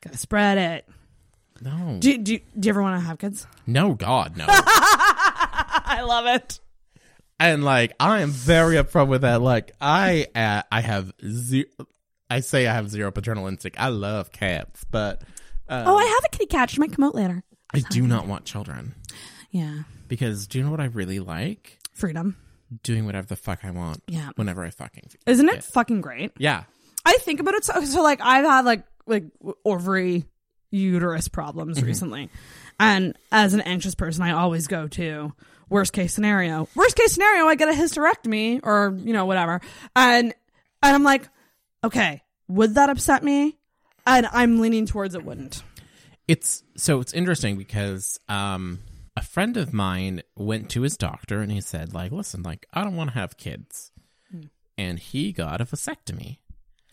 Speaker 10: Gotta spread it.
Speaker 6: No.
Speaker 10: Do, do, do you ever want to have kids?
Speaker 6: No, God, no.
Speaker 10: (laughs) I love it.
Speaker 6: and like I am very upfront with that. Like I, uh, I have zero. I say I have zero paternal instinct. I love cats, but um,
Speaker 10: oh, I have a kitty cat. She might come out later.
Speaker 6: I do not want children
Speaker 10: Yeah.
Speaker 6: because do you know what I really like?
Speaker 10: Freedom.
Speaker 6: Doing whatever the fuck I want.
Speaker 10: Yeah.
Speaker 6: Whenever I fucking. feel-
Speaker 10: Isn't it fucking great?
Speaker 6: Yeah.
Speaker 10: I think about it. So, so like I've had like like ovary uterus problems
Speaker 6: Mm-hmm.
Speaker 10: recently, and as an anxious person, I always go to worst case scenario. Worst case scenario, I get a hysterectomy or you know whatever, and and I'm like, okay, would that upset me? And I'm leaning towards it wouldn't.
Speaker 6: It's so it's interesting because um a friend of mine went to his doctor and he said like listen like uh," I don't want to have kids, and he got a vasectomy.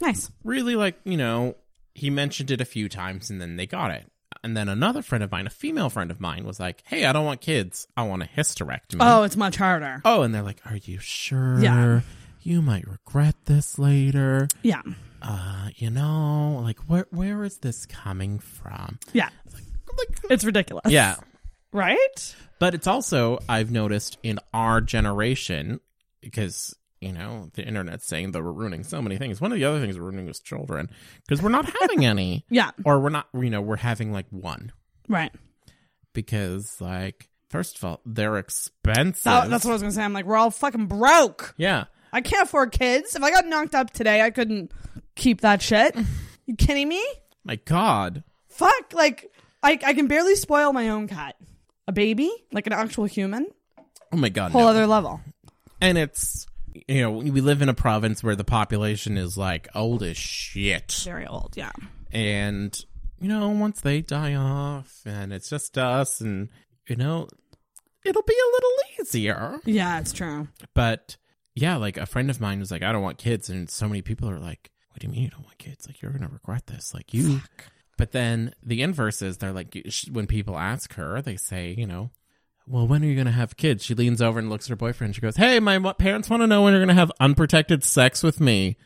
Speaker 10: Nice.
Speaker 6: really like you know he mentioned it a few times and then they got it and then another friend of mine a female friend of mine was like hey i don't want kids i want a hysterectomy
Speaker 10: Oh, it's much harder.
Speaker 6: oh and they're like are you sure
Speaker 10: Yeah.
Speaker 6: you might regret this later
Speaker 10: Yeah,
Speaker 6: uh you know like where where is this coming from
Speaker 10: yeah.
Speaker 6: like
Speaker 10: It's ridiculous.
Speaker 6: yeah
Speaker 10: Right.
Speaker 6: but it's also i've noticed in our generation because you know the internet's saying that we're ruining so many things one of the other things we're ruining is children because we're not having any
Speaker 10: Yeah.
Speaker 6: or we're not you know we're having like one
Speaker 10: Right.
Speaker 6: because like first of all they're expensive
Speaker 10: That, that's what I was gonna say. I'm like, we're all fucking broke.
Speaker 6: yeah
Speaker 10: I can't afford kids. If I got knocked up today, I couldn't keep
Speaker 6: (laughs)
Speaker 10: that shit. You kidding me?
Speaker 6: my god
Speaker 10: Fuck, like I I can barely spoil my own cat. A baby, like an actual human,
Speaker 6: oh my god
Speaker 10: whole
Speaker 6: no.
Speaker 10: other level.
Speaker 6: and it's you know we live in a province where the population is like old as shit
Speaker 10: Very old, yeah.
Speaker 6: and you know once they die off and it's just us and you know it'll be a little easier
Speaker 10: Yeah, it's true.
Speaker 6: but yeah like a friend of mine was like i don't want kids and so many people are like what do you mean you don't want kids like you're gonna regret this like you but then the inverse is they're like sh- when people ask her they say you know well when are you gonna have kids she leans over and looks at her boyfriend she goes hey my wa- parents want to know when you're gonna have unprotected sex with me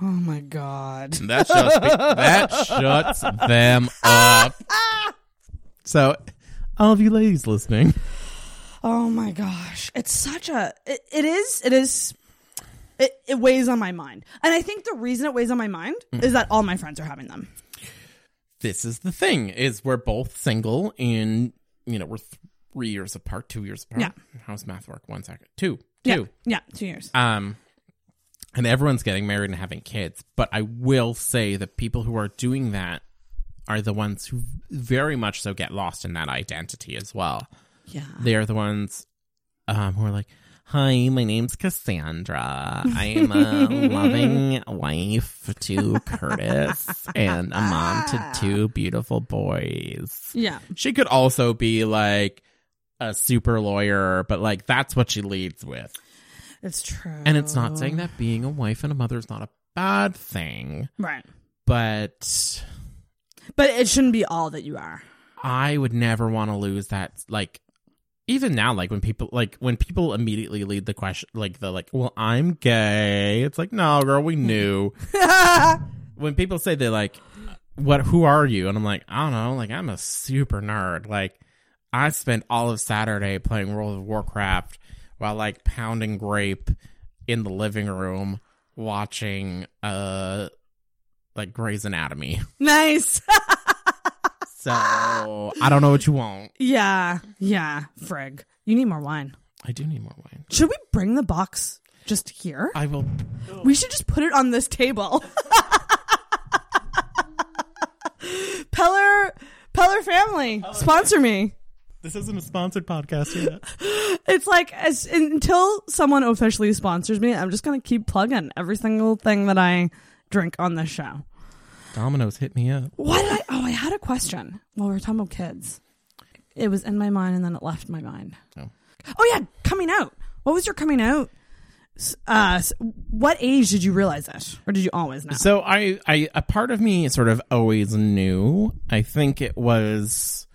Speaker 10: Oh my god.
Speaker 6: that shuts pe-
Speaker 10: (laughs)
Speaker 6: that shuts them up. So, all of you ladies listening, (laughs)
Speaker 10: Oh my gosh, it's such a it, it is it is it, it weighs on my mind, and I think the reason it weighs on my mind
Speaker 6: Mm.
Speaker 10: is that all my friends are having them.
Speaker 6: this is the thing is we're both single in you know we're three years apart two years apart
Speaker 10: Yeah.
Speaker 6: how's math work one second two
Speaker 10: Yeah,
Speaker 6: two
Speaker 10: yeah, two years.
Speaker 6: um and everyone's getting married and having kids but i will say that people who are doing that are the ones who very much so get lost in that identity as well
Speaker 10: yeah,
Speaker 6: they are the ones um, who are like, Hi, my name's Cassandra. I am a loving wife to Curtis and a mom to two beautiful boys.
Speaker 10: Ah. yeah,
Speaker 6: She could also be like a super lawyer, but like that's what she leads with.
Speaker 10: it's true.
Speaker 6: And it's not saying that being a wife and a mother is not a bad thing,
Speaker 10: right,
Speaker 6: but
Speaker 10: but it shouldn't be all that you are.
Speaker 6: I would never want to lose that. Like, even now, like when people like when people immediately lead the question, like the like, well, I'm gay. It's like, no, girl, we knew. when people say they like, what? Who are you? And I'm like, I don't know. Like, I'm a super nerd. Like, I spent all of Saturday playing World of Warcraft while like pounding grape in the living room watching uh like Grey's Anatomy.
Speaker 10: Nice. (laughs)
Speaker 6: So I don't know what you want.
Speaker 10: yeah, yeah. Frig, you need more wine.
Speaker 6: I do need more wine.
Speaker 10: Should we bring the box just here?
Speaker 6: I will.
Speaker 10: We should just put it on this table. (laughs) Peller Peller family, sponsor me.
Speaker 6: This isn't a sponsored podcast yet.
Speaker 10: It's like as until someone officially sponsors me, I'm just gonna keep plugging every single thing that I drink on this show.
Speaker 6: (laughs) Domino's hit me up.
Speaker 10: Why did I? Oh, I had a question while we were talking about kids. It was in my mind and then it left my mind.
Speaker 6: Oh.
Speaker 10: Oh yeah, coming out. What was your coming out? S- Uh, s- what age did you realize it, or did you always know?
Speaker 6: So I, I, a part of me sort of always knew. I think it was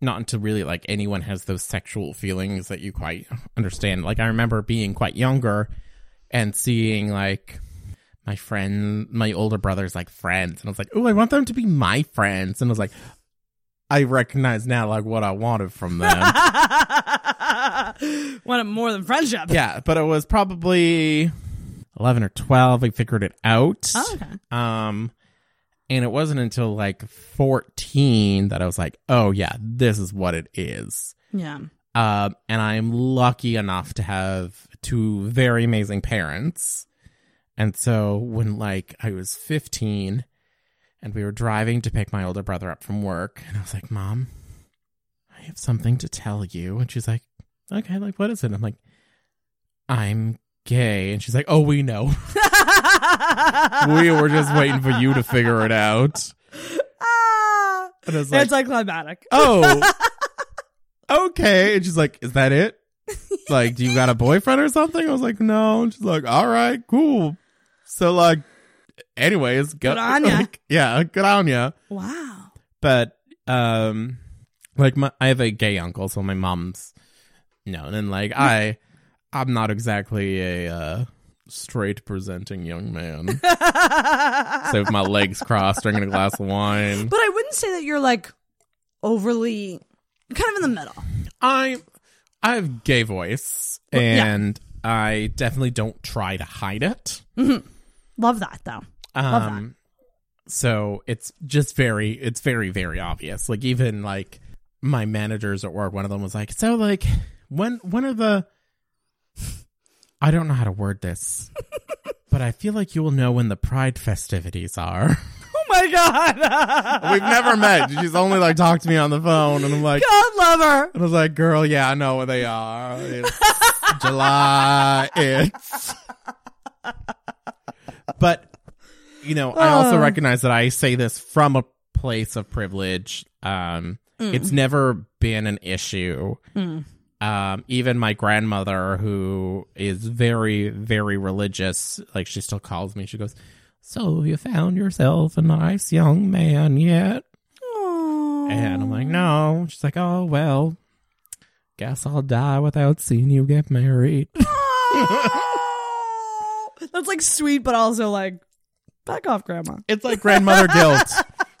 Speaker 6: not until really like anyone has those sexual feelings that you quite understand. Like I remember being quite younger and seeing like my friend, my older brother's like friends, and I was like, oh, I want them to be my friends, and I was like. I recognize now, like what I wanted from them.
Speaker 10: (laughs) Wanted more than friendship.
Speaker 6: um, yeah, but it was probably eleven or twelve. I figured it out.
Speaker 10: Oh, okay.
Speaker 6: Um, and it wasn't until like fourteen that I was like, "Oh yeah, this is what it is."
Speaker 10: Yeah.
Speaker 6: Um, and I'm lucky enough to have two very amazing parents. And so when like I was 15 and we were driving to pick my older brother up from work, and I was like, "Mom, I have something to tell you." And she's like, "Okay, like what is it?" I'm like, "I'm gay." And she's like, "Oh, we know. we were just waiting for you to figure it out."
Speaker 10: Ah,
Speaker 6: And I was like,
Speaker 10: it's like climatic. (laughs)
Speaker 6: oh okay and she's like is that it like do you got a boyfriend or something i was like no and she's like all right cool so like anyways go,
Speaker 10: Good on ya.
Speaker 6: (laughs) like, yeah good on ya
Speaker 10: Wow.
Speaker 6: but um like my i have a gay uncle so my mom's known and like i i'm not exactly a uh straight presenting young man so if my legs crossed drinking a glass of wine
Speaker 10: But I wouldn't say that you're like overly kind of in the middle.
Speaker 6: I I have gay voice
Speaker 10: yeah.
Speaker 6: and I definitely don't try to hide it.
Speaker 10: Love that though. that.
Speaker 6: Um so it's just very it's very very obvious. Like even like my managers at work one of them was like, "So like when when are the (laughs) I don't know how to word
Speaker 10: (laughs)
Speaker 6: this, but I feel like you will know when the pride festivities are.
Speaker 10: Oh my god.
Speaker 6: (laughs) We've never met. She's only like talked to me on the phone, and I'm like,
Speaker 10: God love her.
Speaker 6: and I was like, girl, yeah, I know where they are. It's July. It's. But, you know, I
Speaker 10: Uh.
Speaker 6: also recognize that I say this from a place of privilege. Um,
Speaker 10: Mm.
Speaker 6: It's never been an issue. Um, even my grandmother, who is very, very religious, like she still calls me. She goes, So have you found yourself a nice young man yet? And I'm like, no. She's like, oh, well, guess I'll die without seeing you get
Speaker 10: (laughs)
Speaker 6: married.
Speaker 10: That's like sweet, but also like back off, grandma.
Speaker 6: It's like grandmother guilt.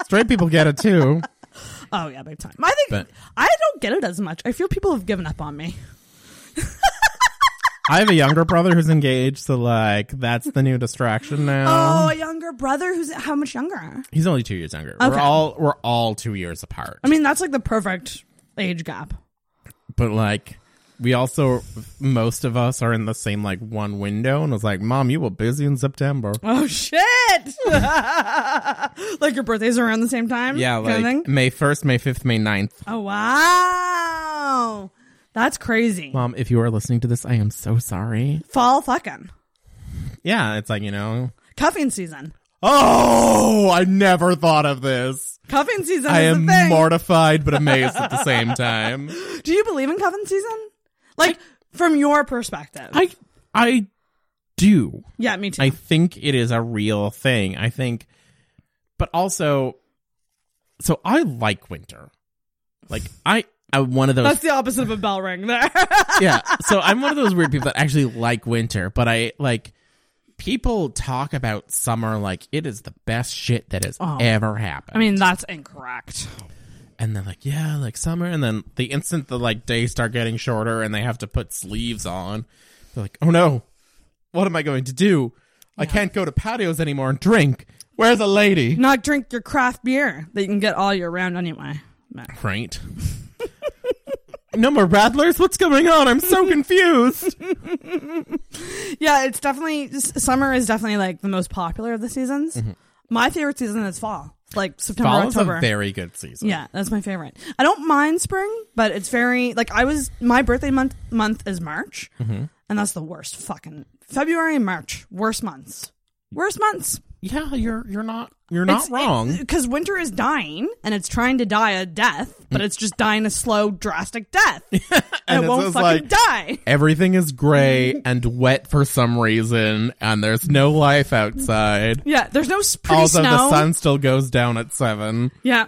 Speaker 6: Straight people get it too.
Speaker 10: Oh yeah, big time. I think
Speaker 6: But-
Speaker 10: I don't get it as much. I feel people have given up on me.
Speaker 6: (laughs) I have a younger brother who's engaged, so like that's the new distraction now.
Speaker 10: Oh, a younger brother who's how much younger?
Speaker 6: He's only two years younger.
Speaker 10: Okay.
Speaker 6: We're all we're all two years apart.
Speaker 10: I mean, that's like the perfect age gap.
Speaker 6: but like we also most of us are in the same like one window and was like, Mom, you were busy in September.
Speaker 10: Oh shit! (laughs) like your birthdays are around the same time.
Speaker 6: Yeah,
Speaker 10: kind
Speaker 6: like
Speaker 10: of thing?
Speaker 6: May first, May fifth, May 9th.
Speaker 10: Oh wow, that's crazy.
Speaker 6: Mom, Um, if you are listening to this, I am so sorry.
Speaker 10: Fall fucking
Speaker 6: Yeah, it's like, you know
Speaker 10: cuffing season.
Speaker 6: Oh I never thought of this.
Speaker 10: Cuffing season.
Speaker 6: I
Speaker 10: is
Speaker 6: am
Speaker 10: the thing.
Speaker 6: mortified but amazed at the same time.
Speaker 10: Do you believe in cuffing season? Like from your perspective?
Speaker 6: I (laughs) I do.
Speaker 10: yeah, me too.
Speaker 6: I think it is a real thing. I think, but also, so I like winter. Like I, I'm one of those.
Speaker 10: that's the opposite of a bell ring. There. (laughs)
Speaker 6: yeah. So I'm one of those weird people that actually like winter, but I like people talk about summer like it is the best shit that has ever happened.
Speaker 10: I mean, that's incorrect.
Speaker 6: and they're like, yeah, like summer, and then the instant the like days start getting shorter and they have to put sleeves on, they're like, oh no, what am I going to do? I can't go to patios anymore and drink. Where's the lady?
Speaker 10: Not drink your craft beer that you can get all year round anyway. No.
Speaker 6: Right. (laughs) no more rattlers. What's going on? I'm so confused.
Speaker 10: (laughs) Yeah, it's definitely s- summer is definitely like the most popular of the seasons. My favorite season is fall, like September,
Speaker 6: Mm-hmm. Fall is
Speaker 10: October.
Speaker 6: a very good season.
Speaker 10: yeah, that's my favorite. I don't mind spring, but it's very like I was my birthday month month is March,
Speaker 6: Mm-hmm.
Speaker 10: and that's the worst fucking February and March worst months. Worst months.
Speaker 6: yeah. You're you're not you're not wrong.
Speaker 10: because winter is dying and it's trying to die a death, but it's just dying a slow,
Speaker 6: (laughs)
Speaker 10: drastic death, and, it
Speaker 6: it's
Speaker 10: won't
Speaker 6: just like-
Speaker 10: fucking die.
Speaker 6: Everything is gray and wet for some reason, and there's no life outside.
Speaker 10: Yeah, there's no s- pretty
Speaker 6: also,
Speaker 10: snow.
Speaker 6: the sun still goes down at seven.
Speaker 10: Yeah.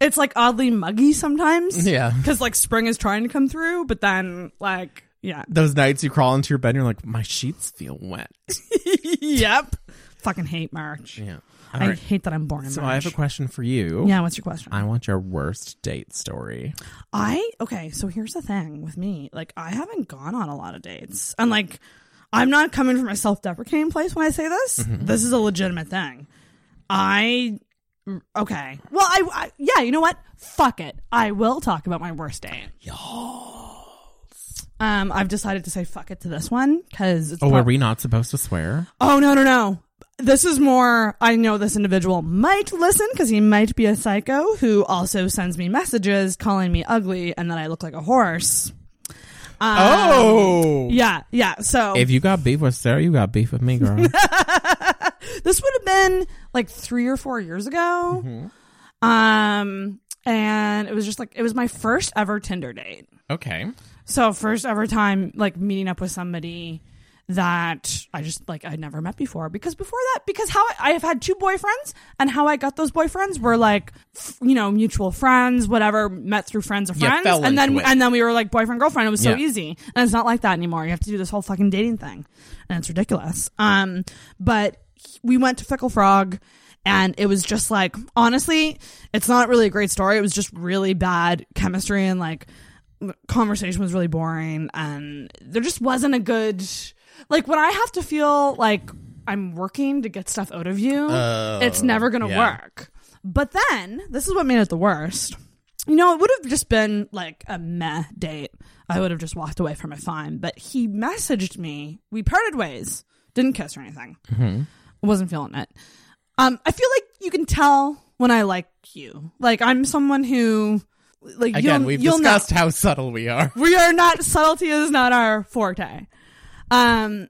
Speaker 10: It's like oddly muggy sometimes.
Speaker 6: Yeah.
Speaker 10: Because like spring is trying to come through, but then like, yeah.
Speaker 6: Those nights you crawl into your bed and you're like, my sheets feel wet.
Speaker 10: (laughs) yep. Fucking hate March.
Speaker 6: Yeah. All
Speaker 10: I
Speaker 6: right.
Speaker 10: hate that I'm born in
Speaker 6: So I
Speaker 10: March.
Speaker 6: have a question for you.
Speaker 10: Yeah, what's your question?
Speaker 6: I want your worst date story.
Speaker 10: I okay, so here's the thing with me. Like I haven't gone on a lot of dates. And like I'm not coming from a self-deprecating place when I say this.
Speaker 6: Mm-hmm.
Speaker 10: This is a legitimate thing. I okay. Well, I, I yeah, you know what? Fuck it. I will talk about my worst date. Um, I've decided to say fuck it to this one because it's
Speaker 6: Oh,
Speaker 10: prob-
Speaker 6: are we not supposed to swear?
Speaker 10: Oh no, no, no. This is more. I know this individual might listen because he might be a psycho who also sends me messages calling me ugly and that I look like a horse. Um,
Speaker 6: Oh.
Speaker 10: yeah, yeah. So
Speaker 6: If you got beef with Sarah, you got beef with me,
Speaker 10: (laughs)
Speaker 6: girl.
Speaker 10: this would have been like three or four years ago. Um, and it was just like it was my first ever Tinder date.
Speaker 6: okay.
Speaker 10: So first ever time like meeting up with somebody that I just like I'd never met before because before that because how I, I've had two boyfriends and how I got those boyfriends were like f- you know mutual friends whatever met through friends of
Speaker 6: You
Speaker 10: friends
Speaker 6: fell
Speaker 10: and then
Speaker 6: into it.
Speaker 10: and then we were like boyfriend girlfriend it was so
Speaker 6: Yeah.
Speaker 10: easy and it's not like that anymore you have to do this whole fucking dating thing and it's ridiculous um but he- we went to Fickle Frog and it was just like honestly it's not really a great story it was just really bad chemistry and like conversation was really boring and there just wasn't a good like when i have to feel like i'm working to get stuff out of you it's never gonna
Speaker 6: Oh, yeah.
Speaker 10: work but then this is what made it the worst you know it would have just been like a meh date i would have just walked away from it fine but he messaged me we parted ways didn't kiss or anything
Speaker 6: Mm-hmm.
Speaker 10: wasn't feeling it um i feel like you can tell when i like you like i'm someone who like
Speaker 6: Again,
Speaker 10: you'll,
Speaker 6: we've
Speaker 10: you'll know
Speaker 6: discussed how subtle we are.
Speaker 10: we are not subtlety is not our forte. Um,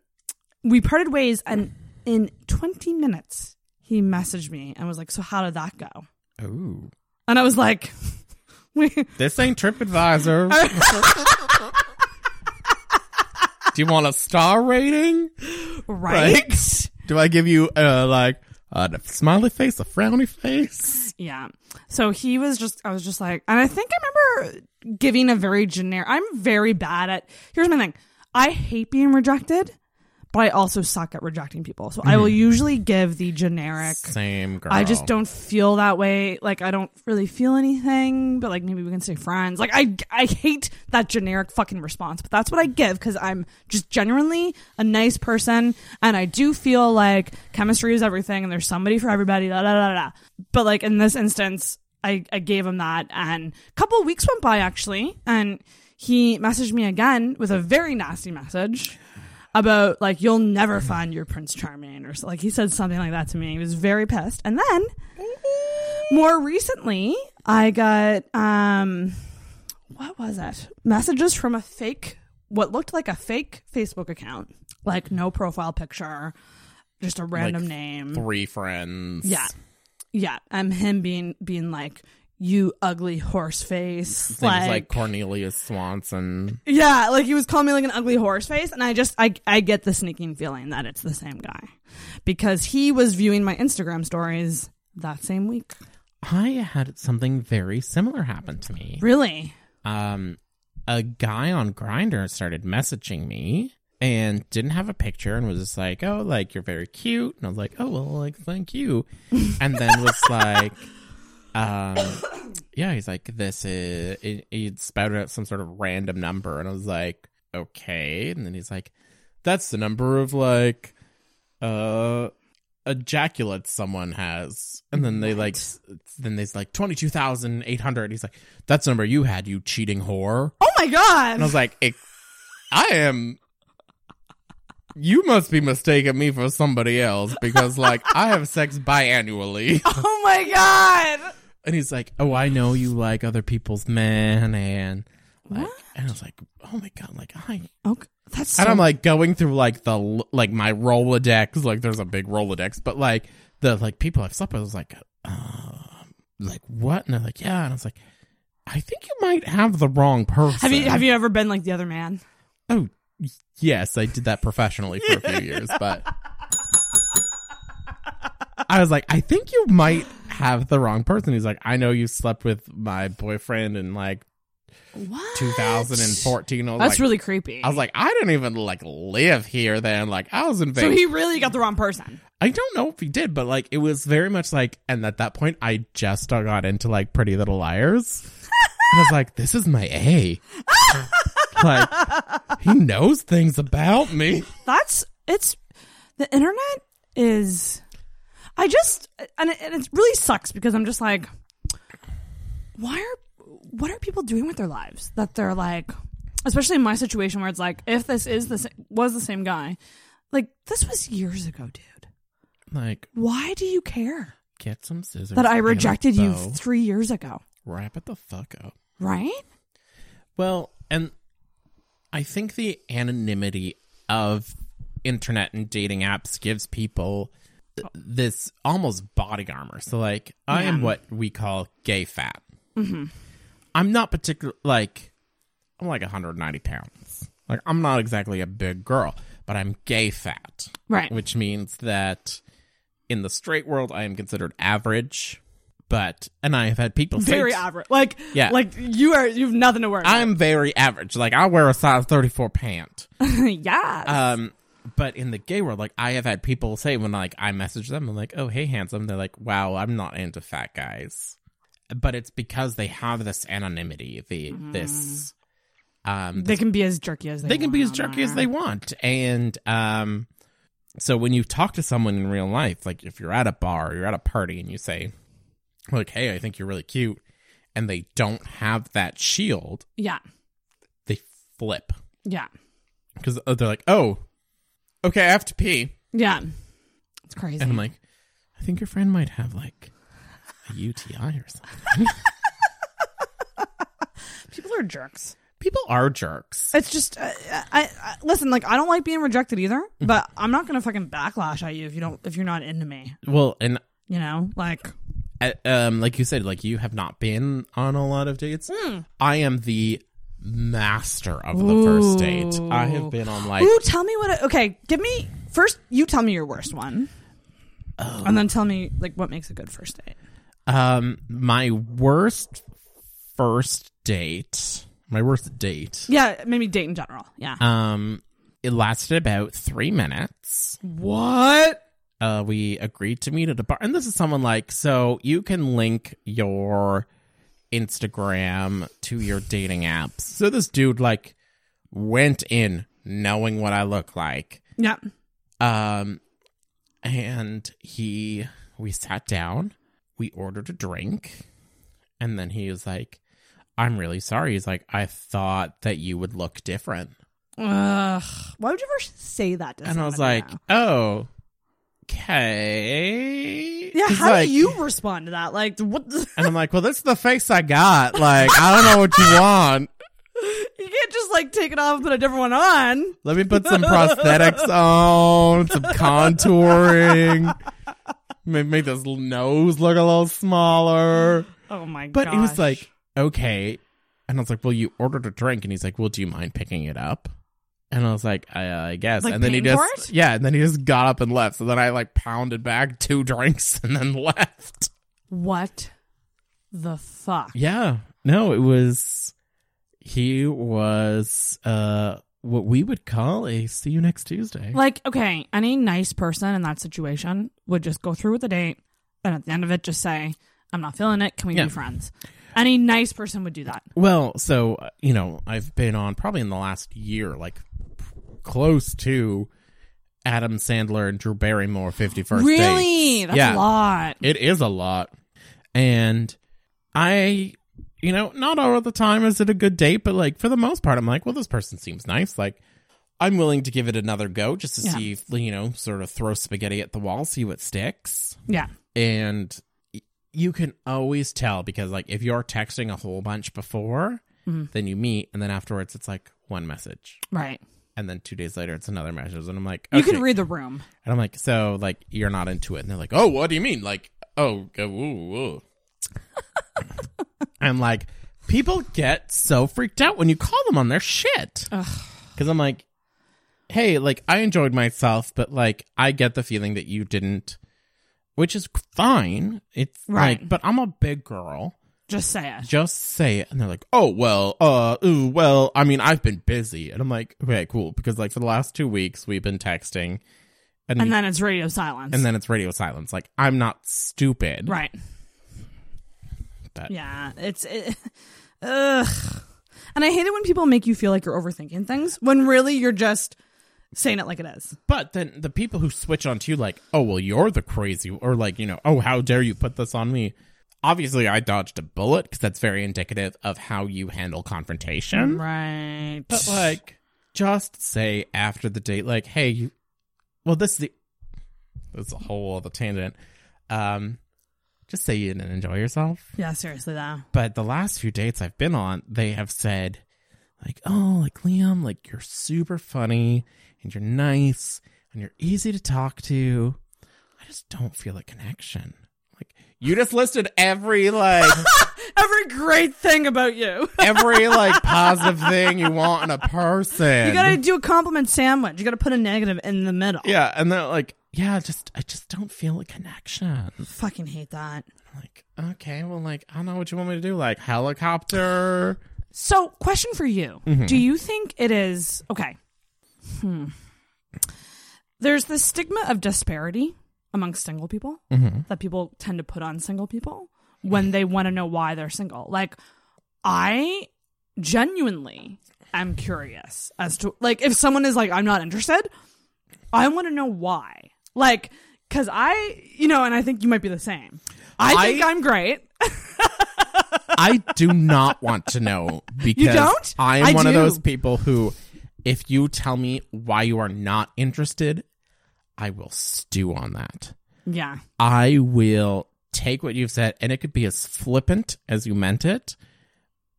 Speaker 10: we parted ways, and in 20 minutes, he messaged me and was like, "So how did that go?"
Speaker 6: Ooh.
Speaker 10: And I was like, (laughs) "We."
Speaker 6: This ain't
Speaker 10: (laughs)
Speaker 6: TripAdvisor. Do you want a star rating?
Speaker 10: Right?
Speaker 6: Do I give you uh like a smiley face, a frowny face?
Speaker 10: Yeah. So he was just, I was just like, and I think I remember giving a very generic, I'm very bad at, here's my thing. I hate being rejected, but I also suck at rejecting people. So I will usually give the generic.
Speaker 6: Same girl.
Speaker 10: I
Speaker 1: Oh.
Speaker 10: just don't feel that way. Like I don't really feel anything, but like maybe we can stay friends. Like I I hate that generic fucking response, but that's what I give cuz I'm just genuinely a nice person and I do feel like chemistry is everything and there's somebody for everybody. Da, da, da, da. But like in this instance, I I gave him that and a couple weeks went by actually and he messaged me again with a very nasty message about like you'll never find your prince charming or so, like he said something like that to me he was very pissed and then more recently i got um what was it messages from a fake what looked like a fake facebook account like no profile picture just a random name
Speaker 6: three friends.
Speaker 10: yeah yeah um him being being like you ugly horse face
Speaker 6: Things like, Cornelius Swanson.
Speaker 10: yeah, like he was calling me like an ugly horse face, and I just I I get the sneaking feeling that it's the same guy because he was viewing my Instagram stories that same week.
Speaker 6: I had something very similar happen to me.
Speaker 10: Really?
Speaker 6: um, a guy on Grinder started messaging me and didn't have a picture and was just like, "Oh, like you're very cute," and I was like, "Oh, well, like thank you," and then was like, um, "Yeah," he's like, "This is," it, he'd spouted out some sort of random number, and I was like, "Okay," and then he's like, "That's the number of like, uh." ejaculate someone has and then they like s- then there's like 22,800 he's like that's the number you had you cheating whore
Speaker 10: Oh my god!
Speaker 6: and I was like "Ex- I am you must be mistaking me for somebody else because like I have sex biannually
Speaker 10: (laughs) oh my god!
Speaker 6: and he's like oh I know you like other people's men and like and I was like oh my god like I
Speaker 10: Okay, that's so,
Speaker 6: and I'm like going through like the l- like my Rolodex, like there's a big Rolodex, but like the like people I've slept with I was like, um, like what? And they're like, yeah, and I was like, I think you might have the wrong person.
Speaker 10: have you have you ever been like the other man?
Speaker 6: Oh, yes, I did that professionally for
Speaker 10: (laughs)
Speaker 6: a few years, but I was like, I think you might have the wrong person. He's like, I know you slept with my boyfriend in like
Speaker 10: What?
Speaker 6: 2014. I was
Speaker 10: That's
Speaker 6: like-
Speaker 10: really creepy.
Speaker 6: I was like, I didn't even like live here then. Like I was in
Speaker 10: so
Speaker 6: Vegas.
Speaker 10: he really got the wrong person.
Speaker 6: I don't know if he did, but like it was very much like and at that point I just got into like Pretty Little Liars. and I was like, this is my A. like he knows things about me.
Speaker 10: That's it's the internet is. I just and it, and it really sucks because I'm just like, why are what are people doing with their lives that they're like, especially in my situation where it's like, if this is this was the same guy, like this was years ago, dude.
Speaker 6: Like,
Speaker 10: Why do you care
Speaker 6: get some scissors.
Speaker 10: that I
Speaker 6: and a
Speaker 10: rejected you
Speaker 6: bow.
Speaker 10: three years ago?
Speaker 6: Wrap it the fuck up.
Speaker 10: Right?
Speaker 6: Well, and I think the anonymity of internet and dating apps gives people th- this almost body armor. So, like, I am what we call gay fat. Mm-hmm. I'm not particular like I'm like 190 pounds. Like, I'm not exactly a big girl, but I'm gay fat,
Speaker 10: Right.
Speaker 6: which means that in the straight world, I am considered average. But and I have had people say
Speaker 10: Very
Speaker 6: t-
Speaker 10: average. Like
Speaker 6: Yeah.
Speaker 10: Like you are. You have nothing to worry. about.
Speaker 6: I'm very average. Like I wear a size 34 pant.
Speaker 10: (laughs) yeah.
Speaker 6: Um, but in the gay world, like I have had people say when like I message them, I'm like, oh hey handsome, they're like, wow, I'm not into fat guys. But it's because they have this anonymity, the this um,
Speaker 10: they can be as jerky as they.
Speaker 6: they can be as
Speaker 10: want on
Speaker 6: jerky as
Speaker 10: there.
Speaker 6: they want and um so when you talk to someone in real life like if you're at a bar or you're at a party and you say like hey i think you're really cute and they don't have that shield
Speaker 10: Yeah.
Speaker 6: they flip
Speaker 10: Yeah.
Speaker 6: because they're like oh okay i have to pee
Speaker 10: Yeah. It's crazy.
Speaker 6: and i'm like i think your friend might have like a uti or something
Speaker 10: People are jerks.
Speaker 6: people are jerks
Speaker 10: It's just, uh, I, I listen. Like, I don't like being rejected either, but I'm not gonna fucking backlash at you if you don't, if you're not into me.
Speaker 6: well and
Speaker 10: You know, like,
Speaker 6: uh, um, like you said, like you have not been on a lot of dates. I am the master of the first date. I have been on like
Speaker 10: ooh, tell me what. I, okay, give me first. You tell me your worst one,
Speaker 6: Oh.
Speaker 10: and then tell me like what makes a good first date.
Speaker 6: um my worst first date. My worst date.
Speaker 10: Yeah, maybe date in general. Yeah,
Speaker 6: Um It lasted about three minutes.
Speaker 1: What?
Speaker 6: Uh, we agreed to meet at a bar, and this is someone like so you can link your Instagram to your dating apps. So this dude like went in knowing what I look like.
Speaker 10: Yeah.
Speaker 6: Um, and he, we sat down, we ordered a drink, and then he was like, I'm really sorry. He's like, I thought that you would look different.
Speaker 10: Ugh. Why would you ever say that to
Speaker 6: and I was
Speaker 10: someone,
Speaker 6: like,
Speaker 10: you know?
Speaker 6: oh, okay.
Speaker 10: yeah,
Speaker 6: He's
Speaker 10: how
Speaker 6: like-
Speaker 10: do you respond to that? Like, what? The-
Speaker 6: And I'm like, well, that's the face I
Speaker 10: (laughs)
Speaker 6: got. Like, I don't know what you want.
Speaker 10: you can't just like take it off and put a different one on.
Speaker 6: Let me put some prosthetics on, some contouring, make, make this little nose look a little smaller.
Speaker 10: Oh my god.
Speaker 6: But he was like, okay. And I was like, well, you ordered a drink. And he's like, well, do you mind picking it up? And I was like, I, I guess.
Speaker 10: Like
Speaker 6: and then he
Speaker 10: paying
Speaker 6: just,
Speaker 10: for it?
Speaker 6: yeah. And then he just got up and left. So then I like pounded back two (laughs) drinks and then left.
Speaker 10: what the fuck?
Speaker 6: Yeah. No, it was, he was, uh, what we would call a see you next Tuesday.
Speaker 10: Like, okay, any nice person in that situation would just go through with the date and at the end of it just say, I'm not feeling it. Can we
Speaker 6: Yeah.
Speaker 10: be friends? Any nice person would do that.
Speaker 6: Well, so uh, you know, I've been on probably in the last year, like p- close to Adam Sandler and Drew Barrymore fifty first.
Speaker 10: really? That's
Speaker 6: yeah,
Speaker 10: a lot.
Speaker 6: it is a lot, and I, you know, not all of the time is it a good date, but like for the most part, I'm like, well, this person seems nice, like. I'm willing to give it another go just to
Speaker 10: Yeah.
Speaker 6: see if, you know, sort of throw spaghetti at the wall, see what sticks
Speaker 10: Yeah.
Speaker 6: and y- you can always tell because like if you're texting a whole bunch before then you meet and then afterwards it's like one message
Speaker 10: Right.
Speaker 6: and then two days later it's another message and i'm like
Speaker 10: You
Speaker 6: okay.
Speaker 10: can read the room.
Speaker 6: and i'm like so like you're not into it and they're like oh what do you mean like oh uh, ooh, ooh. i'm like people get so freaked out when you call them on their shit because i'm like hey like i enjoyed myself but like i get the feeling that you didn't which is fine it's
Speaker 10: Right.
Speaker 6: like but i'm a big girl
Speaker 10: Just say it.
Speaker 6: just say it and they're like oh well uh ooh, well i mean i've been busy and i'm like okay cool because like for the last two weeks we've been texting and,
Speaker 10: And then it's radio silence.
Speaker 6: and then it's radio silence like i'm not stupid
Speaker 10: right.
Speaker 6: That-
Speaker 10: Yeah. It's, it, (laughs) ugh. And I hate it when people make you feel like you're overthinking things when really you're just saying it like it is.
Speaker 6: but then the people who switch on to you like oh well you're the crazy or like you know oh how dare you put this on me obviously i dodged a bullet because that's very indicative of how you handle confrontation
Speaker 10: Right.
Speaker 6: But like, just say after the date, like, hey, you. Well, this is the. That's a whole other tangent. Um, just say you didn't enjoy yourself.
Speaker 10: yeah, seriously though.
Speaker 6: But the last few dates I've been on, they have said, like, oh, like Liam, like you're super funny and you're nice and you're easy to talk to. I just don't feel a connection. Like you just listed every like
Speaker 10: Every great thing about you. (laughs)
Speaker 6: every like positive thing you want in a person.
Speaker 10: You gotta do a compliment sandwich. You gotta put a negative in the middle.
Speaker 6: Yeah, and they're like, yeah, just I just don't feel a connection.
Speaker 10: Fucking hate that.
Speaker 6: I'm like, okay, well, like I don't know what you want me to do, like helicopter. Mm-hmm.
Speaker 10: So, question for you. Do you think it is okay? Hmm. There's this stigma of disparity amongst single people
Speaker 6: Mm-hmm.
Speaker 10: that people tend to put on single people when they want to know why they're single. Like, I genuinely am curious as to like if someone is like, I'm not interested, I want to know why. Like, cause I, you know, and I think you might be the same. I think
Speaker 6: I-
Speaker 10: I'm great. (laughs)
Speaker 6: I do not want to know because
Speaker 10: don't?
Speaker 6: I am
Speaker 10: I
Speaker 6: one of
Speaker 10: do.
Speaker 6: those people who, if you tell me why you are not interested, I will stew on that.
Speaker 10: Yeah.
Speaker 6: I will take what you've said, and it could be as flippant as you meant it,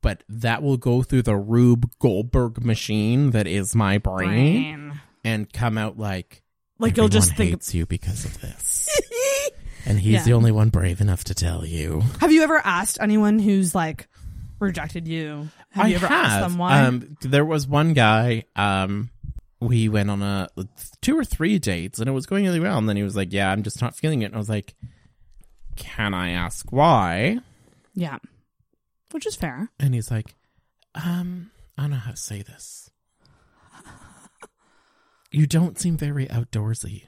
Speaker 6: but that will go through the Rube Goldberg machine that is my brain.
Speaker 10: Brain.
Speaker 6: and come out like
Speaker 10: Like you'll just
Speaker 6: "Everyone
Speaker 10: think
Speaker 6: hates you because of this,
Speaker 10: (laughs)
Speaker 6: and he's the only one brave enough to tell you.
Speaker 10: Have you ever asked anyone who's like rejected you? Have you ever asked them why?
Speaker 6: Um, there was one guy. Um, we went on a two or three dates, and it was going really well. And then he was like, "Yeah, I'm just not feeling it." And I was like, "Can I ask why?"
Speaker 10: yeah, which is fair.
Speaker 6: And he's like, "Um, I don't know how to say this." you don't seem very outdoorsy.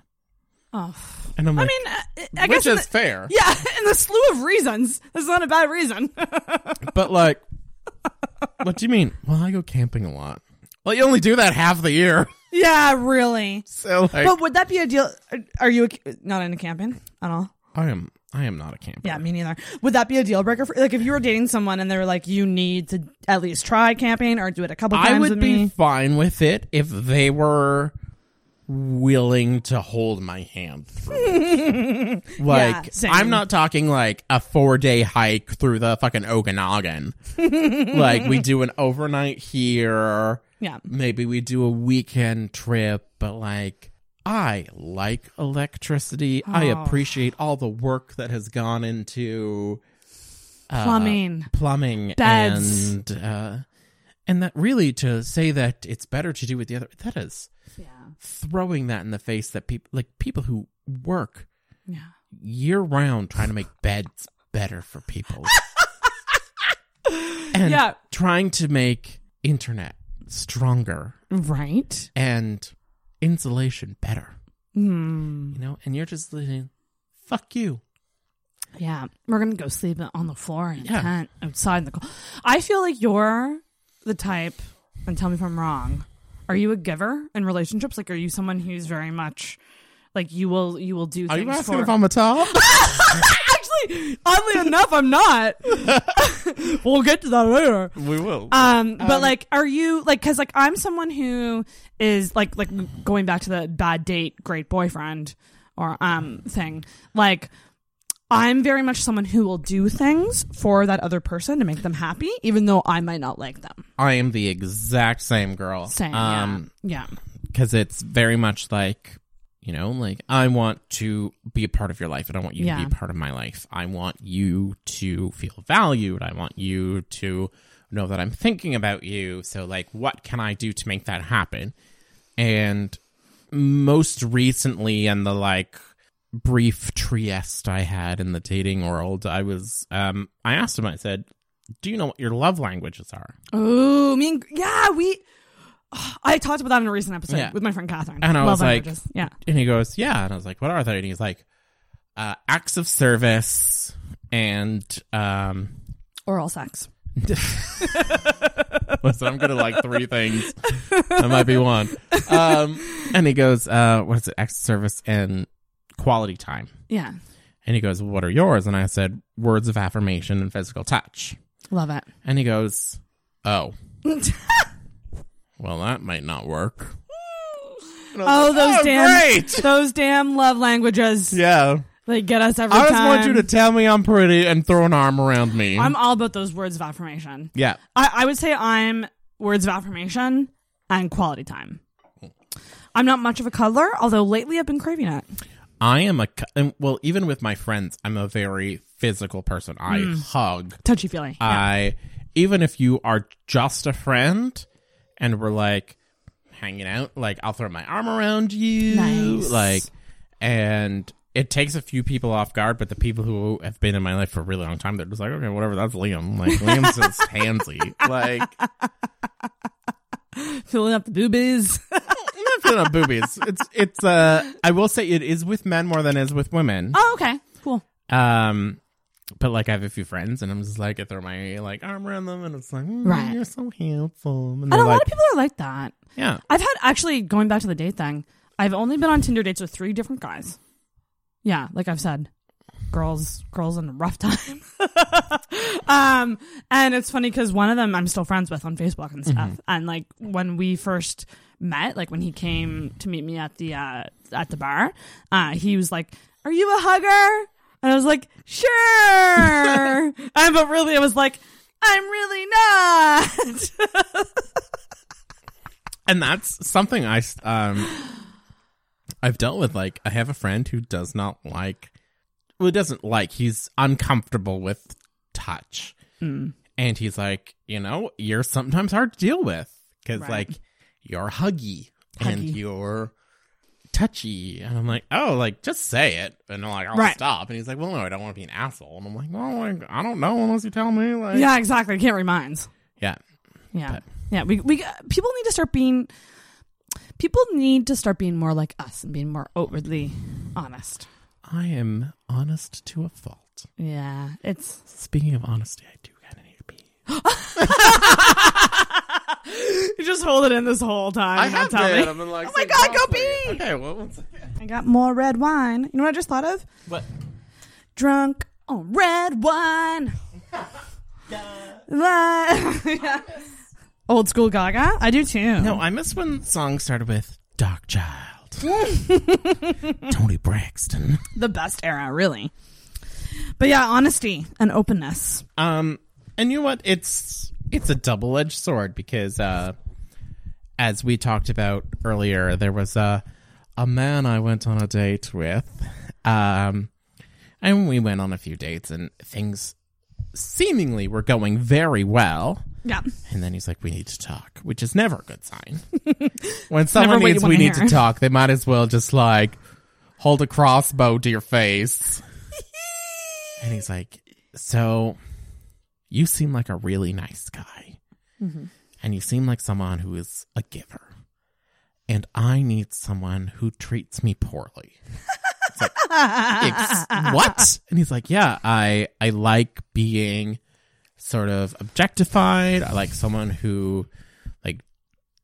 Speaker 10: Oh,
Speaker 6: And I'm
Speaker 10: I
Speaker 6: like,
Speaker 10: mean, I, I
Speaker 6: which
Speaker 10: guess in
Speaker 6: is
Speaker 10: the-
Speaker 6: fair,
Speaker 10: Yeah, (laughs) in the slew of reasons, that's not a bad reason. (laughs)
Speaker 6: but like, what do you mean? Well, I go camping a lot. Well, you only do that half the year,
Speaker 10: yeah, really.
Speaker 6: so like,
Speaker 10: But would that be a deal? Are you a, not into camping at all?
Speaker 6: I am, I am not a camper.
Speaker 10: Yeah, me neither. Would that be a deal breaker? For, like, if you were dating someone and they were like, "You need to at least try camping or do it a couple times
Speaker 6: I would
Speaker 10: with
Speaker 6: be
Speaker 10: me."
Speaker 6: fine with it if they were willing to hold my hand. through
Speaker 10: (laughs)
Speaker 6: it. like
Speaker 10: same.
Speaker 6: I'm not talking like a 4-day hike through the fucking
Speaker 10: (laughs)
Speaker 6: Okanagan. like we do an overnight here.
Speaker 10: Yeah.
Speaker 6: Maybe we do a weekend trip, but like I like electricity. I
Speaker 10: Oh.
Speaker 6: appreciate all the work that has gone into uh,
Speaker 10: Plumbing.
Speaker 6: plumbing
Speaker 10: Beds.
Speaker 6: and uh, and that really to say that it's better to do with the other that is throwing that in the face that people like people who work year round trying to make beds better for people and
Speaker 10: Yeah.
Speaker 6: trying to make internet stronger
Speaker 10: right?
Speaker 6: and insulation better
Speaker 10: Hmm.
Speaker 6: you know and you're just listening fuck you
Speaker 10: Yeah, we're gonna go sleep on the floor in a
Speaker 6: Yeah.
Speaker 10: tent outside in the cold. I feel like you're the type, and tell me if I'm wrong. Are you a giver in relationships? Like, are you someone who's very much like you will you will do
Speaker 6: are
Speaker 10: things
Speaker 6: you asking
Speaker 10: for?
Speaker 6: if i'm a top
Speaker 10: Actually, oddly enough,
Speaker 6: (laughs)
Speaker 10: I'm not. we'll get to that later.
Speaker 6: we will
Speaker 10: Um, but like, are you like, cause like I'm someone who is like, like going back to the bad date, great boyfriend or, um, thing. Like, I'm very much someone who will do things for that other person to make them happy, even though I might not like them.
Speaker 6: I am the exact same girl.
Speaker 10: Same. yeah. yeah.
Speaker 6: because it's very much like, you know, like I want to be a part of your life. I don't want you
Speaker 10: Yeah.
Speaker 6: to be a part of my life. I want you to feel valued. I want you to know that I'm thinking about you. So, like, what can I do to make that happen? And most recently, in the like brief Trieste I had in the dating world, I was, um, I asked him, I said, do you know what your love languages are?
Speaker 10: Oh, me and, yeah, we, (sighs) I talked about that in a recent episode
Speaker 6: Yeah.
Speaker 10: with my friend Catherine.
Speaker 6: And I
Speaker 10: Love
Speaker 6: was like,
Speaker 10: languages. yeah.
Speaker 6: And he goes, yeah. And I was like, what are they? And he's like, uh, acts of service and, um,
Speaker 10: Oral sex.
Speaker 6: (laughs) listen, I'm going to like three things. That might be one. Um, and he goes, uh, what is it? Acts of service and quality time.
Speaker 10: Yeah.
Speaker 6: And he goes, what are yours? And I said, words of affirmation and physical touch.
Speaker 10: Love it.
Speaker 6: And he goes,
Speaker 10: (laughs)
Speaker 6: oh, well, that might not work.
Speaker 10: Oh, those
Speaker 6: "Oh,
Speaker 10: damn,
Speaker 6: great."
Speaker 10: those damn love languages.
Speaker 6: Yeah.
Speaker 10: They get us every
Speaker 6: I just
Speaker 10: time.
Speaker 6: want you to tell me I'm pretty and throw an arm around me.
Speaker 10: I'm all about those words of affirmation.
Speaker 6: yeah.
Speaker 10: I, I would say I'm words of affirmation and quality time. I'm not much of a cuddler, although lately I've been craving it.
Speaker 6: I am a cu- and, well, even with my friends, I'm a very physical person. I hug.
Speaker 10: Touchy feely.
Speaker 6: I even if you are just a friend and we're like hanging out, like I'll throw my arm around you,
Speaker 10: Nice.
Speaker 6: like, and it takes a few people off guard, but the people who have been in my life for a really long time, they're just like, okay, whatever, that's Liam. (laughs) Like Liam's just handsy, like
Speaker 10: Filling up
Speaker 6: (laughs)
Speaker 10: the boobies.
Speaker 6: not filling up boobies. It's it's uh, I will say it is with men more than it is with women.
Speaker 10: oh, okay. Cool.
Speaker 6: Um, but like I have a few friends, and I'm just like I throw my like arm around them, and it's like, "Mm,
Speaker 10: Right.
Speaker 6: you're so handsome. And
Speaker 10: I
Speaker 6: they're
Speaker 10: know a lot
Speaker 6: like,
Speaker 10: of people are like that.
Speaker 6: yeah,
Speaker 10: I've had actually going back to the date thing, I've only been on Tinder dates with three different guys. Yeah, like I've said. Girls girls in a rough (laughs) time. um and it's funny because one of them I'm still friends with on Facebook and stuff.
Speaker 6: Mm-hmm.
Speaker 10: And like when we first met, like when he came to meet me at the uh at the bar, uh he was like, Are you a hugger? And I was like,
Speaker 6: (laughs)
Speaker 10: Sure And but really I was like, I'm really not
Speaker 6: and that's something I s- um, I've dealt with. Like I have a friend who does not like, well, he doesn't like. He's uncomfortable with touch, and he's like, you know, you're sometimes hard to deal with because
Speaker 10: Right.
Speaker 6: like you're huggy, and
Speaker 10: Huggy.
Speaker 6: you're touchy and i'm like oh like just say it and i'm like i'll
Speaker 10: Right.
Speaker 6: stop and he's like well no i don't want to be an asshole and i'm like well like i don't know unless you tell me like
Speaker 10: Yeah, exactly. Can't remind.
Speaker 6: yeah
Speaker 10: Yeah, yeah. We we people need to start being. People need to start being more like us and being more outwardly honest.
Speaker 6: I am honest to a fault.
Speaker 10: Yeah, it's
Speaker 6: Speaking of honesty, I do kind of need to pee.
Speaker 10: (laughs) you just hold it in this whole time.
Speaker 6: I
Speaker 10: and
Speaker 6: have
Speaker 10: not tell me.
Speaker 6: been. I've been like,
Speaker 10: oh my god, go pee!
Speaker 6: Okay, well, one second.
Speaker 10: I got more red wine. You know what I just thought of?
Speaker 6: What?
Speaker 10: Drunk on red wine. La- (laughs) Yeah. Old school Gaga. I do too.
Speaker 6: No, I miss when the song started with Dark
Speaker 10: (laughs)
Speaker 6: Child. Tony Braxton.
Speaker 10: the best era, really. But yeah, honesty and openness.
Speaker 6: Um, and you know what? It's it's a double edged sword because, uh, as we talked about earlier, there was a a man I went on a date with, um, and we went on a few dates, and things seemingly were going very well.
Speaker 10: Yeah.
Speaker 6: And then he's like, "We need to talk," which is never a good sign.
Speaker 10: (laughs)
Speaker 6: when someone
Speaker 10: what you
Speaker 6: needs,
Speaker 10: wanna
Speaker 6: we need
Speaker 10: hear.
Speaker 6: to talk. They might as well just like hold a crossbow to your
Speaker 10: (laughs)
Speaker 6: face. and he's like, "So, you seem like a really nice guy,
Speaker 10: Mm-hmm.
Speaker 6: and you seem like someone who is a giver, and I need someone who treats me poorly." It's like,
Speaker 10: (laughs)
Speaker 6: "Ex- what? And he's like, "Yeah, I I like being." sort of objectified. I like someone who like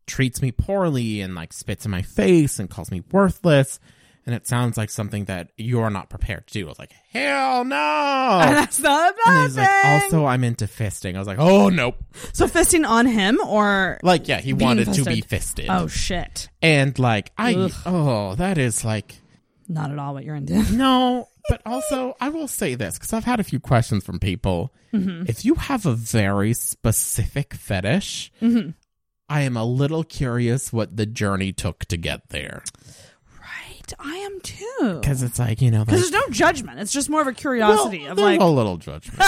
Speaker 6: treats me poorly and like spits in my face and calls me worthless. And it sounds like something that you're not prepared to do. I was like, hell
Speaker 10: And
Speaker 6: no.
Speaker 10: that's not a
Speaker 6: And
Speaker 10: bad
Speaker 6: he's like,
Speaker 10: thing.
Speaker 6: also, I'm into fisting. I was like, oh, nope.
Speaker 10: so fisting on him or
Speaker 6: Like, yeah, he
Speaker 10: Being
Speaker 6: wanted to
Speaker 10: fisted.
Speaker 6: be fisted.
Speaker 10: oh shit,
Speaker 6: And like, I,
Speaker 10: Ugh.
Speaker 6: oh, that is like,
Speaker 10: not at all what you're into. (laughs)
Speaker 6: No, but also I will say this because I've had a few questions from people.
Speaker 10: Mm-hmm.
Speaker 6: If you have a very specific fetish,
Speaker 10: Mm-hmm.
Speaker 6: I am a little curious what the journey took to get there.
Speaker 10: right, I am too.
Speaker 6: Because it's like you know, like,
Speaker 10: Because there's no judgment. It's just more of a
Speaker 6: well,
Speaker 10: curiosity of
Speaker 6: there's
Speaker 10: like,
Speaker 6: a little judgment,
Speaker 10: (laughs)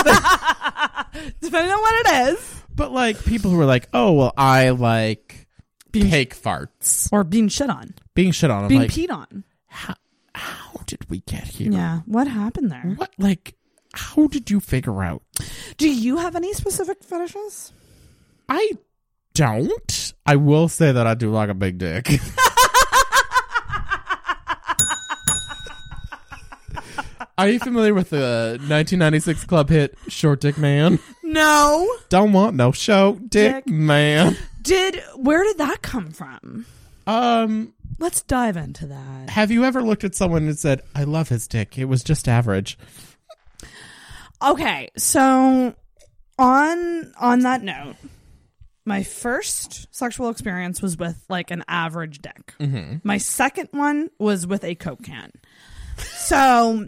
Speaker 10: depending on what it is,
Speaker 6: but like people who are like, oh well, I like cake farts,
Speaker 10: or being shit on,
Speaker 6: being shit on. I'm
Speaker 10: being
Speaker 6: like,
Speaker 10: peed on.
Speaker 6: how did we get here?
Speaker 10: Yeah, what happened there?
Speaker 6: What like? How did you figure out?
Speaker 10: Do you have any specific fetishes?
Speaker 6: I don't. I will say that I do like a big dick. Are you familiar with the 1996 club hit "Short Dick Man"?
Speaker 10: No.
Speaker 6: Don't want no short dick,
Speaker 10: Dick.
Speaker 6: man.
Speaker 10: Did where did that come from?
Speaker 6: Um,
Speaker 10: Let's dive into that.
Speaker 6: have you ever looked at someone and said, "I love his dick. It was just average"?
Speaker 10: Okay, so on on that note, my first sexual experience was with like an average dick.
Speaker 6: Mm-hmm.
Speaker 10: My second one was with a coke can. So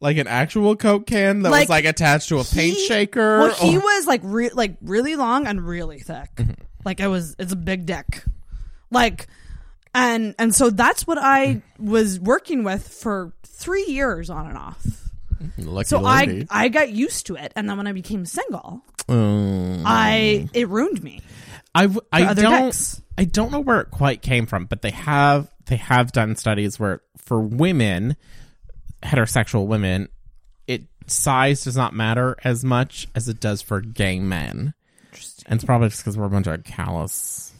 Speaker 6: Like an actual coke can that
Speaker 10: Like,
Speaker 6: was like attached to a paint
Speaker 10: he-
Speaker 6: shaker.
Speaker 10: Well, he
Speaker 6: or- Mm-hmm.
Speaker 10: was like re- like really long and really thick. Like it was, it's a big dick. Like, and and so that's what I was working with for three years on and off.
Speaker 6: Mm-hmm. Lucky
Speaker 10: So I
Speaker 6: lady.
Speaker 10: I got used to it, and then when I became single,
Speaker 6: Mm.
Speaker 10: I it ruined me.
Speaker 6: I, w- I
Speaker 10: other
Speaker 6: don't
Speaker 10: decks.
Speaker 6: I don't know where it quite came from, but they have they have done studies where for women, heterosexual women, it size does not matter as much as it does for gay men. Interesting. And it's probably just because we're a bunch of callous,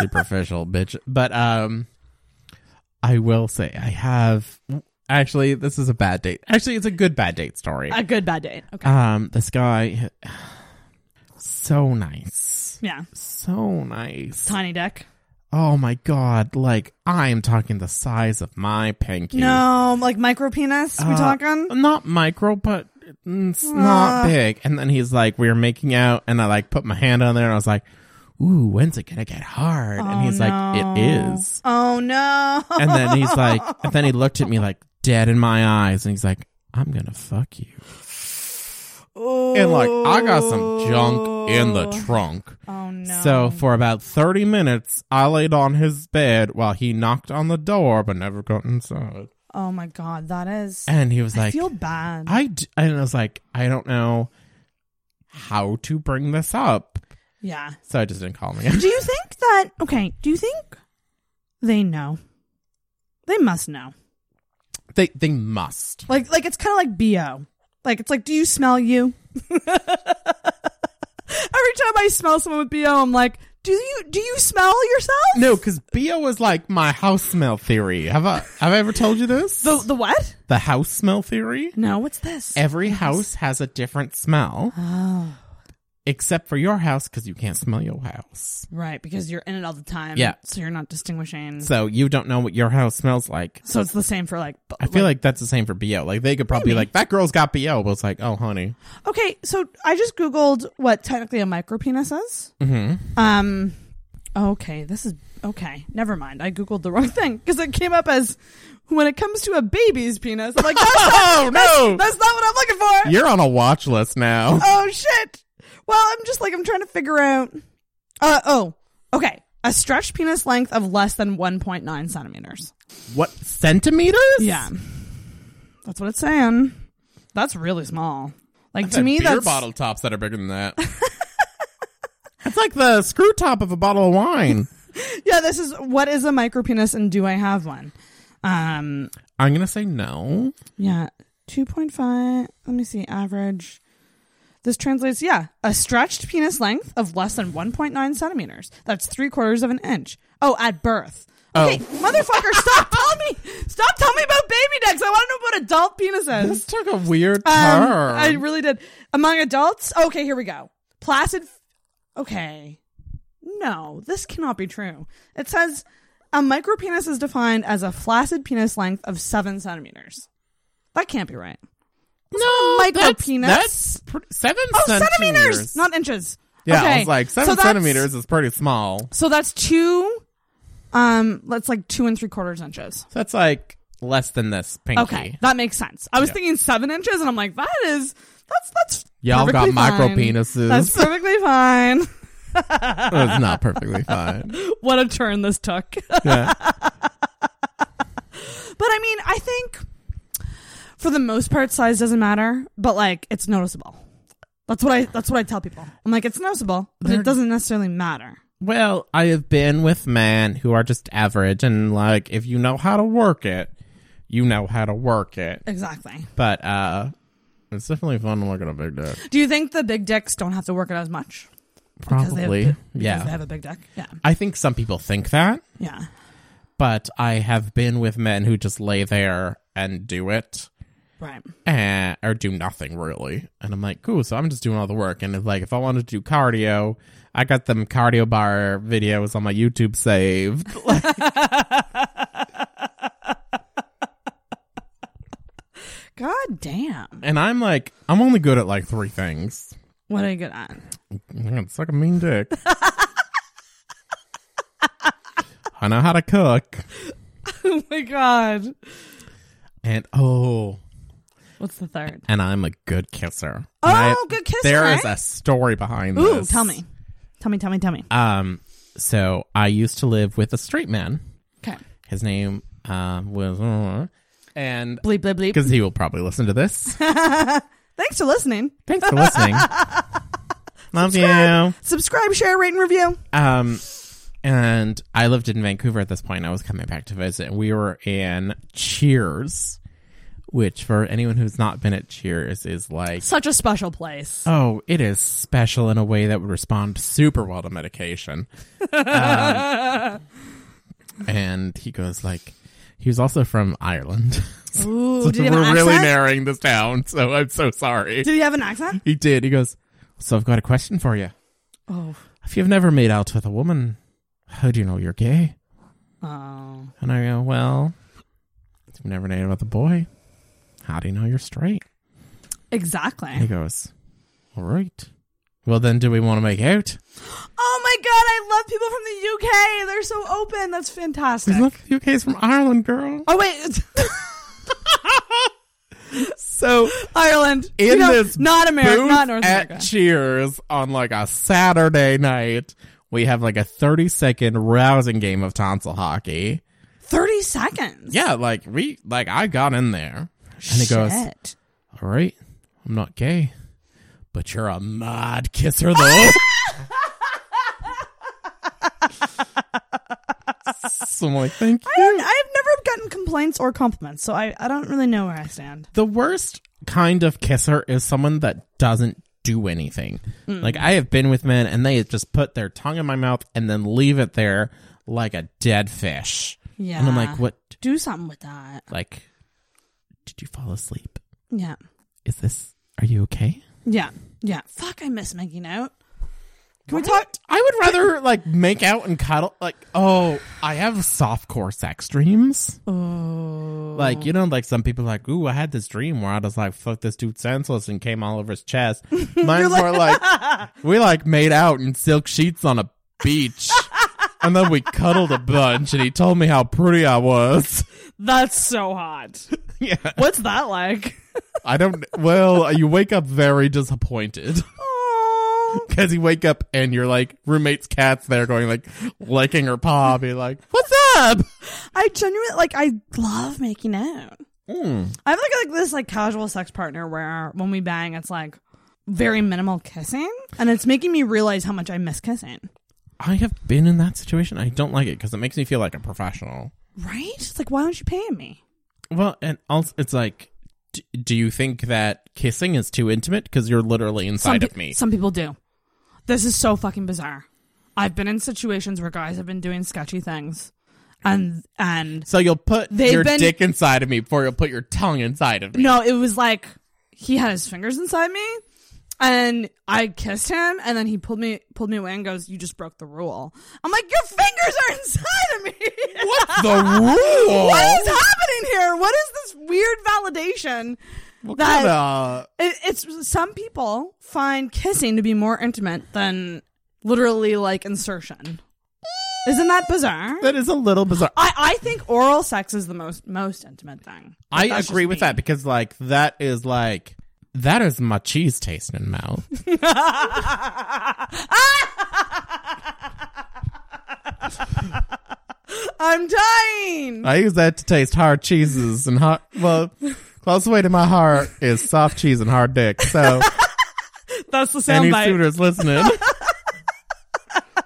Speaker 6: superficial bitch. But um, I will say I have actually this is a bad date. Actually, it's a good bad date story.
Speaker 10: A good bad date. Okay.
Speaker 6: um, this guy, (sighs) so nice,
Speaker 10: yeah.
Speaker 6: so Oh, nice.
Speaker 10: Tiny dick.
Speaker 6: Oh my god, like I'm talking the size of my pinky.
Speaker 10: No, like micro penis. we
Speaker 6: Uh,
Speaker 10: talking?
Speaker 6: Not micro, but mm, it's
Speaker 10: Uh.
Speaker 6: not big. And then he's like, we were making out, and I like put my hand on there, and I was like, ooh, when's it gonna get hard? and he's like, it is.
Speaker 10: Oh no.
Speaker 6: And then he's like, and then he looked at me like dead in my eyes, and he's like, I'm gonna fuck you. And like, I got some junk in the trunk.
Speaker 10: Oh no.
Speaker 6: So for about 30 minutes, I laid on his bed while he knocked on the door but never got inside.
Speaker 10: Oh my god, that is.
Speaker 6: And he was
Speaker 10: I
Speaker 6: like,
Speaker 10: feel bad.
Speaker 6: I, d- and I was like, I don't know how to bring this up.
Speaker 10: yeah.
Speaker 6: So I just didn't call him again.
Speaker 10: Do you think that okay, do you think they know? They must know.
Speaker 6: they, they must.
Speaker 10: Like like it's kinda like BO. Like it's like, do (laughs) you smell you? Every time I smell someone with BO, I'm like, Do you do you smell yourself?
Speaker 6: No, because Bia was like my house smell theory. Have I have I ever told you this?
Speaker 10: The the what?
Speaker 6: The house smell theory.
Speaker 10: No, what's this? Oh.
Speaker 6: Every house has a different smell. Except for your house because you can't smell your house.
Speaker 10: right, because you're in it all the time.
Speaker 6: Yeah.
Speaker 10: So you're not distinguishing. So,
Speaker 6: So you don't know what your house smells like.
Speaker 10: it's the same for like. bu-
Speaker 6: I feel like that's the same for BO. Like they could probably be like, that girl's got BO, but it's like, oh honey.
Speaker 10: Okay, so I just googled what technically a micropenis is. Mm-hmm. Um, okay, this is okay. Never mind, I googled the wrong (laughs) thing because it came up as when it comes to a baby's penis. I'm like, that's not,
Speaker 6: (laughs) Oh, no!
Speaker 10: that's, that's not what I'm looking for.
Speaker 6: You're on a watch list now.
Speaker 10: (laughs) oh shit. Well, I'm just like I'm trying to figure out. Uh oh. Okay, a stretched penis length of less than 1.9 centimeters.
Speaker 6: What centimeters?
Speaker 10: Yeah, that's what it's saying. That's really small. Like
Speaker 6: I've
Speaker 10: to me,
Speaker 6: had beer
Speaker 10: that's
Speaker 6: bottle tops that are bigger than
Speaker 10: (laughs)
Speaker 6: that. It's like the screw top of a bottle of wine.
Speaker 10: (laughs) yeah, this is what is a micropenis and do I have one? Um,
Speaker 6: I'm gonna say no.
Speaker 10: yeah, 2.5. Let me see, average. This translates, yeah, a stretched penis length of less than 1.9 centimeters. That's three quarters of an inch. Oh, at birth.
Speaker 6: Oh.
Speaker 10: Okay, motherfucker, stop (laughs) telling me, stop telling me about baby necks. I want to know about adult penises.
Speaker 6: This took a weird
Speaker 10: Um,
Speaker 6: turn.
Speaker 10: I really did. Among adults, okay, here we go. Placid. Okay, no, this cannot be true. It says a micropenis is defined as a flaccid penis length of seven centimeters. That can't be right.
Speaker 6: no,
Speaker 10: micro
Speaker 6: that's-
Speaker 10: penis.
Speaker 6: That's pr- seven
Speaker 10: Oh,
Speaker 6: centimeters.
Speaker 10: centimeters, not inches.
Speaker 6: yeah,
Speaker 10: okay.
Speaker 6: I was like seven
Speaker 10: so that's-
Speaker 6: centimeters is pretty small.
Speaker 10: So that's two. Um, that's like two and three quarters inches.
Speaker 6: So that's like less than this pinky.
Speaker 10: Okay, that makes sense. I was
Speaker 6: Yeah.
Speaker 10: thinking seven inches, and I'm like, that is that's that's
Speaker 6: Y'all got
Speaker 10: perfectly fine.
Speaker 6: micropenises.
Speaker 10: That's perfectly
Speaker 6: (laughs)
Speaker 10: fine.
Speaker 6: it's not perfectly fine.
Speaker 10: (laughs) what a turn this took.
Speaker 6: Yeah.
Speaker 10: (laughs) But I mean, I think for the most part, size doesn't matter, but like it's noticeable. That's what I. That's what I tell people. I'm like, it's noticeable, but it doesn't necessarily matter.
Speaker 6: Well, I have been with men who are just average, and like if you know how to work it, you know how to work it.
Speaker 10: Exactly.
Speaker 6: But uh, it's definitely fun to look at a big dick.
Speaker 10: Do you think the big dicks don't have to work it as much? Because they have
Speaker 6: Probably,
Speaker 10: bi- because
Speaker 6: yeah.
Speaker 10: They have a big dick. Yeah.
Speaker 6: I think some people think that,
Speaker 10: Yeah.
Speaker 6: but I have been with men who just lay there and do it.
Speaker 10: Right.
Speaker 6: eh, or do nothing really. And I'm like, cool. So I'm just doing all the work. And if, like, if I wanted to do cardio, I got them cardio bar videos on my YouTube saved.
Speaker 10: God damn.
Speaker 6: and I'm like, I'm only good at like three things.
Speaker 10: What are you good at?
Speaker 6: I'm gonna suck a mean dick. I know how to cook.
Speaker 10: (laughs) oh my god.
Speaker 6: And oh,
Speaker 10: What's the third?
Speaker 6: and I'm a good kisser.
Speaker 10: Oh,
Speaker 6: And I-
Speaker 10: good kisser,
Speaker 6: There
Speaker 10: eh?
Speaker 6: is a story behind
Speaker 10: Ooh,
Speaker 6: this.
Speaker 10: tell me. Tell me. Tell me. Tell me.
Speaker 6: Um, so I used to live with a straight man.
Speaker 10: Okay.
Speaker 6: His name um, was, and
Speaker 10: Bleep bleep bleep.
Speaker 6: because he will probably listen to this.
Speaker 10: (laughs) Thanks for listening.
Speaker 6: Thanks for
Speaker 10: (laughs)
Speaker 6: listening. Love you.
Speaker 10: Subscribe, share, rate, and review.
Speaker 6: Um, and I lived in Vancouver at this point. I was coming back to visit, and we were in Cheers, which for anyone who's not been at Cheers is like,
Speaker 10: Such a special place.
Speaker 6: oh, it is special in a way that would respond super well to medication.
Speaker 10: (laughs)
Speaker 6: Um, and he goes like, he was also from Ireland. (laughs)
Speaker 10: Ooh,
Speaker 6: So
Speaker 10: did he have
Speaker 6: we're
Speaker 10: an
Speaker 6: really
Speaker 10: accent?
Speaker 6: narrowing this down. So I'm so sorry.
Speaker 10: Did he have an accent?
Speaker 6: He did. He goes, So I've got a question for you.
Speaker 10: Oh.
Speaker 6: If you've never made out with a woman, how do you know you're gay?
Speaker 10: Oh.
Speaker 6: And I go, Well, if you've never made out with a boy, how do you know you're straight? He
Speaker 10: Exactly.
Speaker 6: goes, All right. Well, then, do we want to make out?
Speaker 10: Oh my god, I love people from the UK. They're so open. That's fantastic.
Speaker 6: He's not the UK's from Ireland, girl.
Speaker 10: oh wait, (laughs) it's
Speaker 6: So
Speaker 10: Ireland.
Speaker 6: in
Speaker 10: You know,
Speaker 6: this
Speaker 10: not America,
Speaker 6: booth
Speaker 10: not North
Speaker 6: at
Speaker 10: America.
Speaker 6: Cheers on like a Saturday night, we have like a thirty second rousing game of tonsil hockey.
Speaker 10: Thirty seconds.
Speaker 6: Yeah, like we like I got in there. And he
Speaker 10: Shit.
Speaker 6: goes, All right, I'm not gay, but you're a mad kisser
Speaker 10: (laughs)
Speaker 6: though. (laughs) so I'm like, thank
Speaker 10: I
Speaker 6: you.
Speaker 10: don't- I've never gotten complaints or compliments, so I, I don't really know where I stand.
Speaker 6: The worst kind of kisser is someone that doesn't do anything.
Speaker 10: Mm.
Speaker 6: Like I have been with men and they just put their tongue in my mouth and then leave it there like a dead fish.
Speaker 10: Yeah.
Speaker 6: And I'm like, what?
Speaker 10: Do something with that.
Speaker 6: Like, did you fall asleep?
Speaker 10: Yeah.
Speaker 6: Is this? Are you okay?
Speaker 10: Yeah. Yeah. Fuck, I miss making out. Can we talk?
Speaker 6: I would rather like make out and cuddle. Like, oh, I have softcore sex dreams.
Speaker 10: Oh.
Speaker 6: Like, you know, like some people are like, ooh, I had this dream where I was like, fuck this dude senseless and came all over his
Speaker 10: (laughs)
Speaker 6: chest. Mine's more like, we like made out in silk sheets on a beach. and then we cuddled a bunch and he told me how pretty I was.
Speaker 10: That's so hot.
Speaker 6: (laughs) yeah.
Speaker 10: What's that like?
Speaker 6: (laughs) I don't, well, you wake up very disappointed. (laughs)
Speaker 10: Oh.
Speaker 6: Because you wake up and your like roommate's cat's there going like licking her paw, be like, "What's up?"
Speaker 10: I genuinely like. I love making out.
Speaker 6: Mm.
Speaker 10: I have like like this like casual sex partner where when we bang, it's like very minimal kissing, and it's making me realize how much I miss kissing.
Speaker 6: I have been in that situation. I don't like it because it makes me feel like a professional.
Speaker 10: Right? It's like, why aren't you paying me?
Speaker 6: Well, and also it's like, d- do you think that kissing is too intimate? Because you're literally
Speaker 10: Some
Speaker 6: inside
Speaker 10: pe-
Speaker 6: of me.
Speaker 10: Some people do. This is so fucking bizarre. I've been in situations where guys have been doing sketchy things, and and
Speaker 6: so you'll put
Speaker 10: They've
Speaker 6: your
Speaker 10: been-
Speaker 6: dick inside of me before you'll put your tongue inside of me.
Speaker 10: no, it was like he had his fingers inside me, and I kissed him, and then he pulled me pulled me away and goes, "You just broke the rule." I'm like, "Your fingers are (laughs) inside of me."
Speaker 6: What's the rule?
Speaker 10: What is happening here? What is this weird validation?
Speaker 6: What
Speaker 10: that-
Speaker 6: kind of-
Speaker 10: It, it's some people find kissing to be more intimate than literally like insertion. Isn't that bizarre?
Speaker 6: that is a little bizarre.
Speaker 10: I, I think oral sex is the most most intimate thing. But
Speaker 6: I
Speaker 10: that's
Speaker 6: agree
Speaker 10: just
Speaker 6: with
Speaker 10: me.
Speaker 6: that because like that is like that is my cheese taste in mouth.
Speaker 10: (laughs)
Speaker 6: (laughs)
Speaker 10: I'm dying.
Speaker 6: I use that to taste hard cheeses and hard. Well, close way to my heart is soft cheese and hard dick. So
Speaker 10: That's the
Speaker 6: any
Speaker 10: soundbite.
Speaker 6: suitors
Speaker 10: (laughs)
Speaker 6: listening,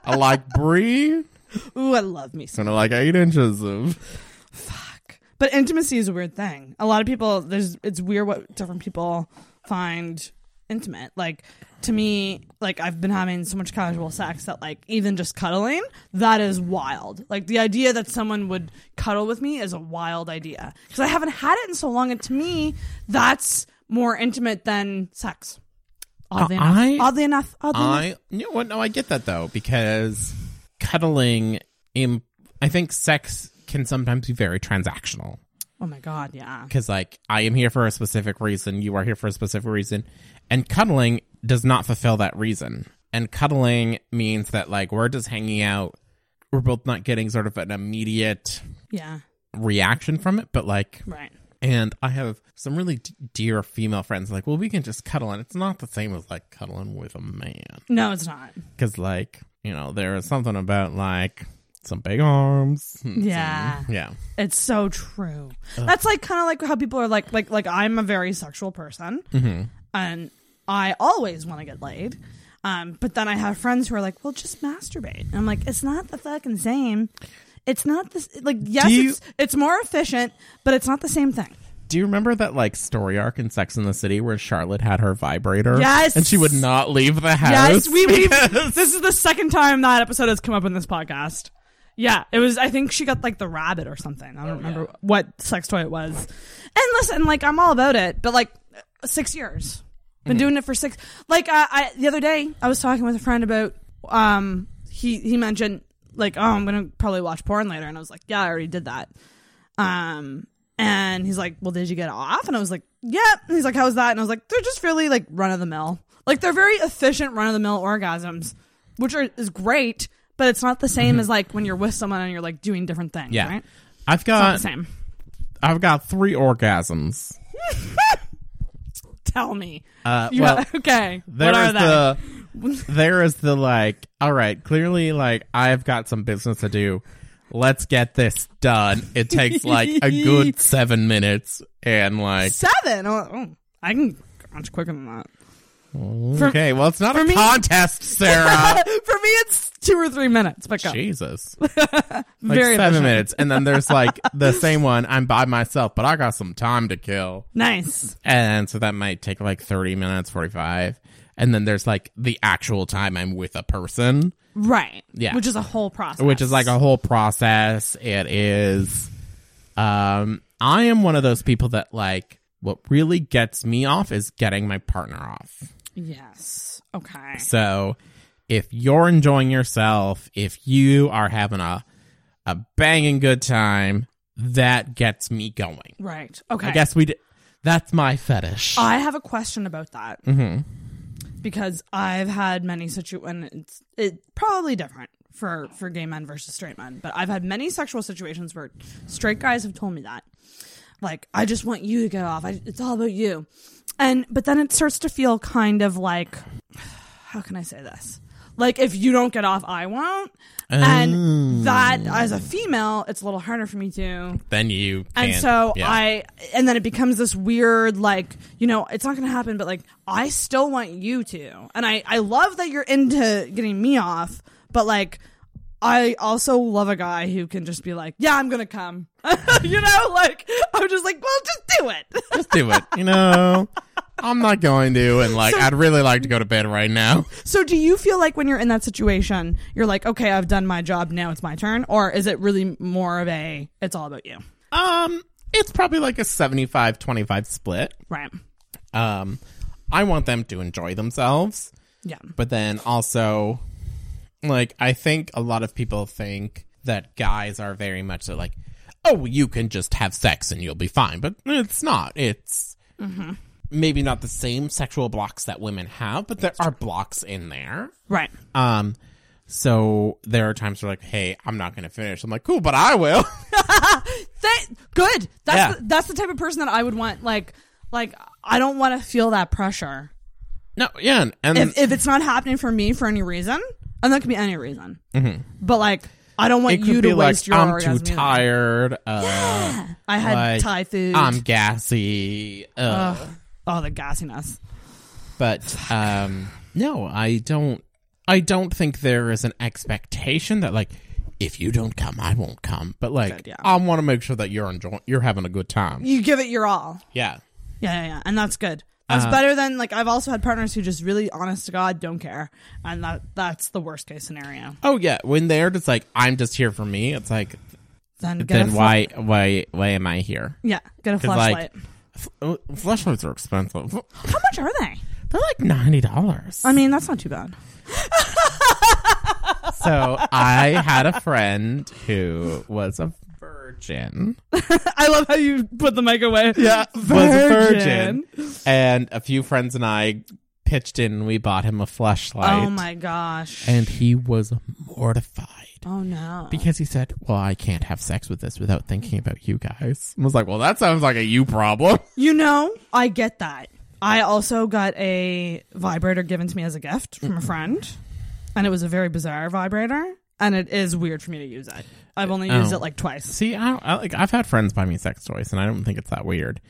Speaker 6: I like brie
Speaker 10: Ooh, I love me some.
Speaker 6: and I like eight inches of.
Speaker 10: But intimacy is a weird thing. A lot of people, there's it's weird what different people find intimate. Like to me, like I've been having so much casual sex that like even just cuddling, that is wild. Like the idea that someone would cuddle with me is a wild idea because I haven't had it in so long, and to me, that's more intimate than sex. Oddly
Speaker 6: Uh,
Speaker 10: enough,
Speaker 6: I-
Speaker 10: oddly enough, oddly enough.
Speaker 6: I you know what? No, I get that though because cuddling. Im- I think sex can sometimes be very transactional.
Speaker 10: Oh my god, yeah.
Speaker 6: because like I am here for a specific reason, you are here for a specific reason, and cuddling does not fulfill that reason. And cuddling means that like we're just hanging out, we're both not getting sort of an immediate
Speaker 10: Yeah.
Speaker 6: reaction from it, but like,
Speaker 10: Right.
Speaker 6: and I have some really d- dear female friends like, well, we can just cuddle, and it's not the same as like cuddling with a man
Speaker 10: No, it's not.
Speaker 6: because like you know there is something about like some big arms, (laughs) and
Speaker 10: Yeah.
Speaker 6: some- yeah.
Speaker 10: It's so true. That's like kind of like how people are like like like I'm a very sexual person,
Speaker 6: Mm-hmm.
Speaker 10: and I always want to get laid. Um, but then I have friends who are like, "Well, just masturbate." And I'm like, "It's not the fucking same. It's not this. Like, yes,
Speaker 6: Do you-
Speaker 10: it's it's more efficient, but it's not the same thing."
Speaker 6: Do you remember that like story arc in Sex in the City where Charlotte had her vibrator?
Speaker 10: Yes.
Speaker 6: and she would not leave the house. (laughs)
Speaker 10: Yes, we. we
Speaker 6: because-
Speaker 10: this is the second time that episode has come up in this podcast. Yeah, it was. I think she got like the rabbit or something. I don't remember what sex toy it was. And listen, like I'm all about it, but like six years, been doing it for six. Like I, I, the other day, I was talking with a friend about. Um, he he mentioned like, oh, I'm gonna probably watch porn later, and I was like, yeah, I already did that. Um, and he's like, "Well, did you get off?" And I was like, "Yep." And he's like, "How was that?" And I was like, "They're just really like run of the mill. Like they're very efficient run of the mill orgasms, which are is great, but it's not the same as like when you're with someone and you're like doing different things.
Speaker 6: yeah. Uh,
Speaker 10: right? It's
Speaker 6: I've
Speaker 10: not the
Speaker 6: got
Speaker 10: same.
Speaker 6: I've got three orgasms.
Speaker 10: (laughs) Tell me.
Speaker 6: Uh,
Speaker 10: You
Speaker 6: well,
Speaker 10: got- (laughs) okay.
Speaker 6: there
Speaker 10: What are
Speaker 6: is the
Speaker 10: they?
Speaker 6: there is the like. All right, clearly like I've got some business to do. Let's get this done. It takes
Speaker 10: (laughs)
Speaker 6: like a good seven minutes, and like
Speaker 10: seven? Oh, oh, I can much quicker than that.
Speaker 6: Mm, okay, well, it's not a
Speaker 10: me-
Speaker 6: contest, Sarah.
Speaker 10: (laughs) For me, it's two or three minutes. But go. (laughs)
Speaker 6: Jesus. Like
Speaker 10: Very
Speaker 6: seven
Speaker 10: efficient.
Speaker 6: minutes. And then there's like the same one, I'm by myself, but I got some time to kill.
Speaker 10: Nice.
Speaker 6: And so that might take like 30 minutes, 45. And then there's like the actual time I'm with a person,
Speaker 10: Right.
Speaker 6: Yeah.
Speaker 10: Which is a whole process.
Speaker 6: which is like a whole process. It is, um, I am one of those people that like, what really gets me off is getting my partner off.
Speaker 10: Yes. Okay.
Speaker 6: So if you're enjoying yourself, if you are having a a banging good time, that gets me going.
Speaker 10: Right. Okay.
Speaker 6: I guess we d- that's my fetish.
Speaker 10: I have a question about that. Mm-hmm. Because I've had many situations, it's it, probably different for, for gay men versus straight men, but I've had many sexual situations where straight guys have told me that. Like, I just want you to get off. I, it's all about you. And, but then it starts to feel kind of like, (sighs) how can I say this? Like, if you don't get off, I won't. And that,
Speaker 6: Oh.
Speaker 10: as a female, it's a little harder for me to
Speaker 6: then you
Speaker 10: and
Speaker 6: can't-
Speaker 10: so
Speaker 6: yeah.
Speaker 10: I, and then it becomes this weird, like, you know, it's not going to happen, but like, I still want you to. And I, I love that you're into getting me off, but like, I also love a guy who can just be like, yeah, I'm going to come. (laughs) you know, like, I'm just like, well, just do it.
Speaker 6: just do it. You know, I'm not going to, and like I'd really like to go to bed right now.
Speaker 10: so do you feel like when you're in that situation, you're like, okay, I've done my job. Now it's my turn. Or is it really more of a, it's all about you?
Speaker 6: Um, it's probably like a 75-25 split.
Speaker 10: Right.
Speaker 6: Um, I want them to enjoy themselves.
Speaker 10: Yeah.
Speaker 6: but then also like i think a lot of people think that guys are very much so like oh you can just have sex and you'll be fine but it's not it's maybe not the same sexual blocks that women have but there are blocks in there
Speaker 10: Right.
Speaker 6: um so there are times where like hey i'm not gonna finish i'm like cool but i will (laughs)
Speaker 10: That good. That's
Speaker 6: Yeah.
Speaker 10: the, that's the type of person that I would want. Like like I don't want to feel that pressure.
Speaker 6: no yeah and, and
Speaker 10: If if it's not happening for me for any reason, and that could be any reason. But like I don't want
Speaker 6: Mm-hmm. it could
Speaker 10: you
Speaker 6: be
Speaker 10: to
Speaker 6: like
Speaker 10: waste your
Speaker 6: i'm
Speaker 10: orgasm.
Speaker 6: too
Speaker 10: either.
Speaker 6: tired uh
Speaker 10: I had
Speaker 6: like,
Speaker 10: Thai food.
Speaker 6: i'm gassy uh,
Speaker 10: oh, the gassiness.
Speaker 6: but um no i don't i don't think there is an expectation that like if you don't come i won't come but like
Speaker 10: Good, yeah.
Speaker 6: i want to make sure that you're enjoying you're having a good time
Speaker 10: You give it your all.
Speaker 6: yeah Uh-huh.
Speaker 10: Yeah, yeah, yeah. and that's good. That's better than like I've also had partners who just really, honest to God, don't care, and that that's the worst case scenario.
Speaker 6: oh yeah when they're just like i'm just here for me it's like
Speaker 10: Then get a
Speaker 6: then
Speaker 10: fl-
Speaker 6: why why why am i here
Speaker 10: Yeah, get a
Speaker 6: 'Cause,
Speaker 10: flashlight.
Speaker 6: like f- oh, flashlights are expensive
Speaker 10: How much are they?
Speaker 6: they're like $90
Speaker 10: I mean, that's not too bad.
Speaker 6: so i had a friend who was a virgin
Speaker 10: (laughs) I love how you put the mic away. Yeah, (laughs)
Speaker 6: was a virgin. And a few friends and I pitched in and we bought him a flashlight.
Speaker 10: Oh my gosh.
Speaker 6: And he was mortified
Speaker 10: oh no.
Speaker 6: because he said, Well, I can't have sex with this without thinking about you guys. I was like, Well, that sounds like a you problem.
Speaker 10: you know, I get that. I also got a vibrator given to me as a gift from a friend, and it was a very bizarre vibrator, and it is weird for me to use it. I've only used
Speaker 6: Oh.
Speaker 10: it like twice.
Speaker 6: See, I, I like I've had friends buy me sex toys and I don't think it's that weird.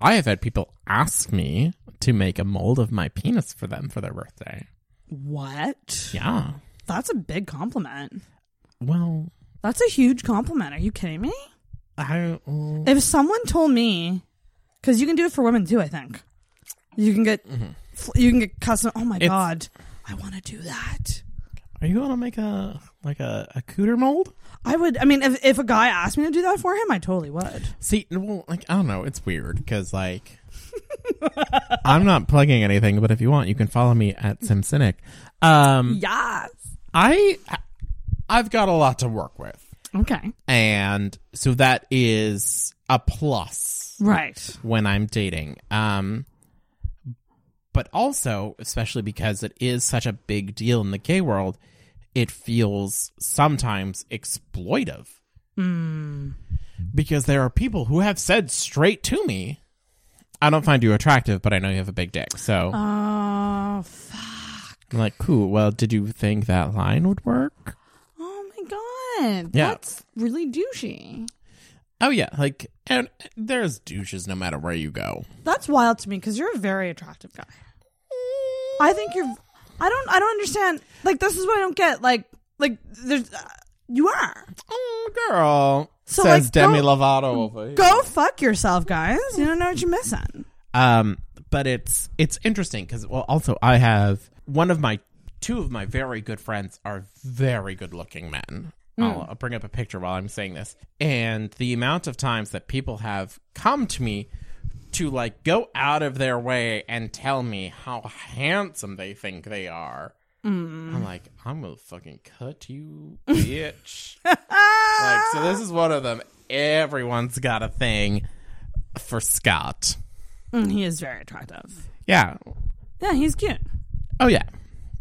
Speaker 6: I have had people ask me to make a mold of my penis for them for their birthday.
Speaker 10: What?
Speaker 6: Yeah.
Speaker 10: That's a big compliment.
Speaker 6: Well,
Speaker 10: That's a huge compliment. Are you kidding me?
Speaker 6: I uh,
Speaker 10: If someone told me, because you can do it for women too, I think you can get fl- you can get custom. Oh my
Speaker 6: Mm-hmm. It's-
Speaker 10: god, I want to do that.
Speaker 6: are you gonna make a like a, a cooter mold?
Speaker 10: I would. I mean, if, if a guy asked me to do that for him, I totally would.
Speaker 6: See, well, like I don't know, it's weird because like (laughs) I'm not plugging anything, but if you want, you can follow me at SimCynic. Um,
Speaker 10: Yes.
Speaker 6: I I've got a lot to work with,
Speaker 10: Okay.
Speaker 6: and so that is a plus
Speaker 10: Right.
Speaker 6: when I'm dating. Um, but also, especially because it is such a big deal in the gay world, it feels sometimes exploitive. Because there are people who have said straight to me, I don't find you attractive, but I know you have a big dick. So
Speaker 10: Oh. Fuck.
Speaker 6: I'm like, cool. Well, did you think that line would work?
Speaker 10: Oh my god.
Speaker 6: Yeah.
Speaker 10: That's really douchey.
Speaker 6: Oh, yeah. Like, and there's douches no matter where you go.
Speaker 10: That's wild to me because you're a very attractive guy. I think you're. I don't. I don't understand. Like this is what I don't get. Like Like there's uh, you are.
Speaker 6: Oh, girl.
Speaker 10: So,
Speaker 6: says
Speaker 10: like,
Speaker 6: Demi
Speaker 10: go-
Speaker 6: Lovato over here.
Speaker 10: Go fuck yourself, guys. You don't know what you're missing.
Speaker 6: Um, but it's it's interesting because well, also I have one of my two of my very good friends are very good looking men. I'll, I'll bring up a picture while I'm saying this, and the amount of times that people have come to me to like go out of their way and tell me how handsome they think they are. I'm like, I'm gonna fucking cut you, bitch. like, so this is one of them. Everyone's got a thing for Scott.
Speaker 10: Mm, he is very attractive.
Speaker 6: Yeah,
Speaker 10: Yeah, he's cute.
Speaker 6: Oh yeah,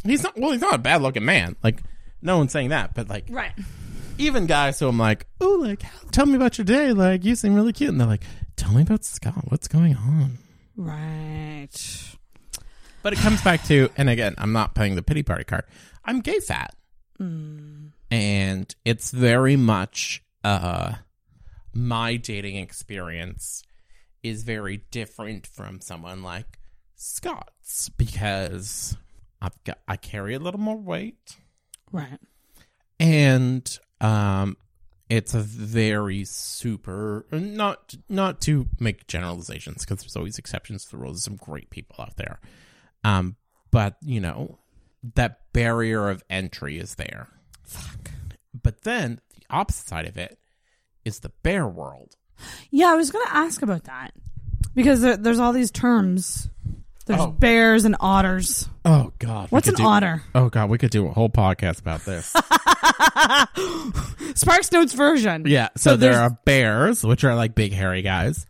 Speaker 6: he's not. Well, he's not a bad looking man. Like no one's saying that, but like
Speaker 10: Right.
Speaker 6: even guys who I'm like, oh, like tell me about your day. Like you seem really cute, and they're like, tell me about Scott. What's going on?
Speaker 10: Right.
Speaker 6: But it comes back to, and again, I'm not playing the pity party card. I'm gay fat, and it's very much uh my dating experience is very different from someone like Scott's because I've got I carry a little more weight.
Speaker 10: Right.
Speaker 6: and um it's a very super not not to make generalizations because there's always exceptions to the rules some great people out there um but you know that barrier of entry is there fuck but then the opposite side of it is the bear world
Speaker 10: Yeah, I was gonna ask about that because there, there's all these terms. There's
Speaker 6: Oh.
Speaker 10: bears and otters.
Speaker 6: oh god we
Speaker 10: What's
Speaker 6: could
Speaker 10: an otter?
Speaker 6: oh god we could do a whole podcast about this
Speaker 10: (laughs) Sparks Notes version.
Speaker 6: Yeah, so, there
Speaker 10: there's-
Speaker 6: are bears, which are like big hairy guys,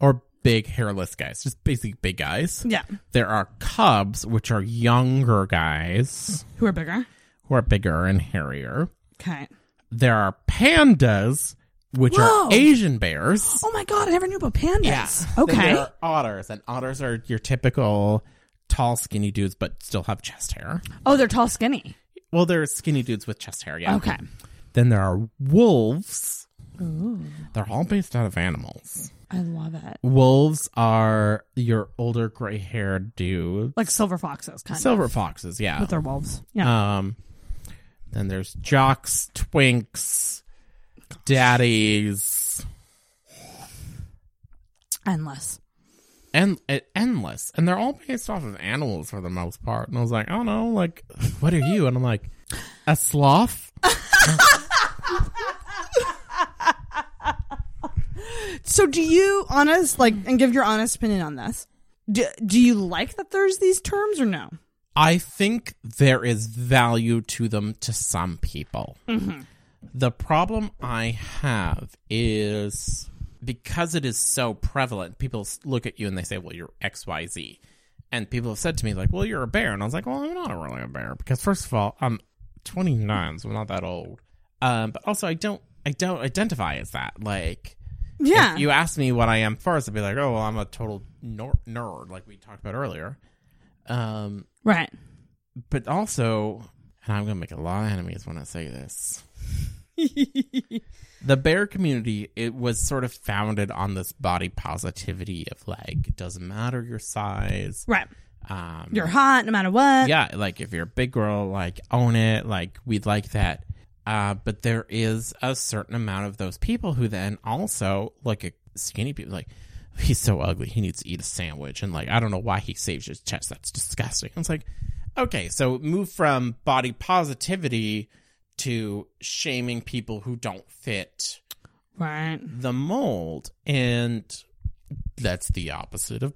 Speaker 6: or big hairless guys, just basically big guys.
Speaker 10: Yeah.
Speaker 6: There are cubs, which are younger guys
Speaker 10: Who are bigger?
Speaker 6: who are bigger and hairier.
Speaker 10: Okay.
Speaker 6: There are pandas, which
Speaker 10: Whoa.
Speaker 6: are Asian bears.
Speaker 10: Oh my god, I never knew about pandas.
Speaker 6: Then
Speaker 10: Okay.
Speaker 6: there are otters, and otters are your typical tall, skinny dudes, but still have chest hair.
Speaker 10: oh, they're tall, skinny.
Speaker 6: Well, they're skinny dudes with chest hair, yeah.
Speaker 10: Okay.
Speaker 6: Then there are wolves. They're all based out of animals.
Speaker 10: I love it.
Speaker 6: Wolves are your older gray haired dudes.
Speaker 10: Like silver foxes, kind of.
Speaker 6: Silver foxes, yeah.
Speaker 10: But they're wolves. Yeah.
Speaker 6: Um then there's jocks, twinks, daddies,
Speaker 10: Endless.
Speaker 6: and uh, endless. And they're all based off of animals for the most part. And I was like, oh no, like what are you? And I'm like, a sloth?
Speaker 10: So, do you honest like and give your honest opinion on this? Do, do you like that there's these terms or no?
Speaker 6: I think there is value to them to some people. The problem I have is because it is so prevalent, people s- look at you and they say, well, you're XYZ. And people have said to me, like, well, you're a bear. And I was like, well, I'm not really a bear because, first of all, I'm 29, so I'm not that old. Um, but also, I don't. I don't identify as that. Like,
Speaker 10: Yeah.
Speaker 6: if you ask me what I am first, I'd be like, "Oh, well, I'm a total nor- nerd," like we talked about earlier. Um,
Speaker 10: right.
Speaker 6: but also, and I'm going to make a lot of enemies when I say
Speaker 10: (laughs)
Speaker 6: this. the bear community, it was sort of founded on this body positivity of like, it doesn't matter your size.
Speaker 10: Right.
Speaker 6: Um,
Speaker 10: You're hot no matter what.
Speaker 6: yeah, like if you're a big girl, like own it. Like we'd like that. Uh, but there is a certain amount of those people who then also look at skinny people like, he's so ugly. He needs to eat a sandwich. And like, I don't know why he saves his chest. That's disgusting. It's like, okay, so move from body positivity to shaming people who don't fit
Speaker 10: Right.
Speaker 6: the mold. And that's the opposite of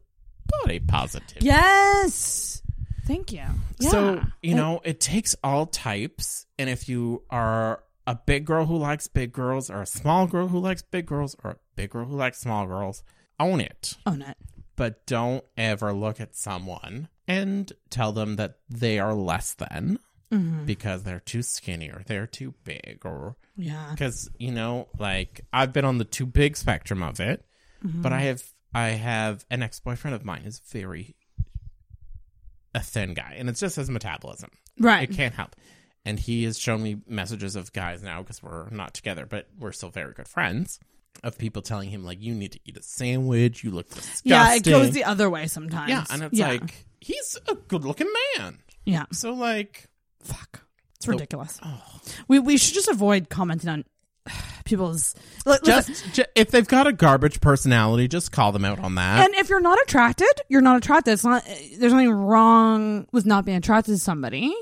Speaker 6: body positivity.
Speaker 10: Yes. Thank you. Yeah.
Speaker 6: So, you know, it takes all types. And if you are a big girl who likes big girls, or a small girl who likes big girls, or a big girl who likes small girls, own it.
Speaker 10: own it.
Speaker 6: But don't ever look at someone and tell them that they are less than
Speaker 10: Mm-hmm.
Speaker 6: because they're too skinny or they're too big or
Speaker 10: Yeah.
Speaker 6: because you know like i've been on the too big spectrum of it but i have i have an ex-boyfriend of mine who's very a thin guy and it's just his metabolism
Speaker 10: Right.
Speaker 6: it can't help and he has shown me messages of guys now because we're not together but we're still very good friends of people telling him like you need to eat a sandwich you look disgusting
Speaker 10: Yeah, it goes the other way sometimes.
Speaker 6: yeah and it's like Oh. he's a good looking man
Speaker 10: yeah,
Speaker 6: so like
Speaker 10: fuck. It's ridiculous. We we should just avoid commenting on (sighs) people's. li- listen,
Speaker 6: Just ju- if they've got a garbage personality, just call them out on that.
Speaker 10: and if you're not attracted, you're not attracted. It's not. There's nothing wrong with not being attracted to somebody,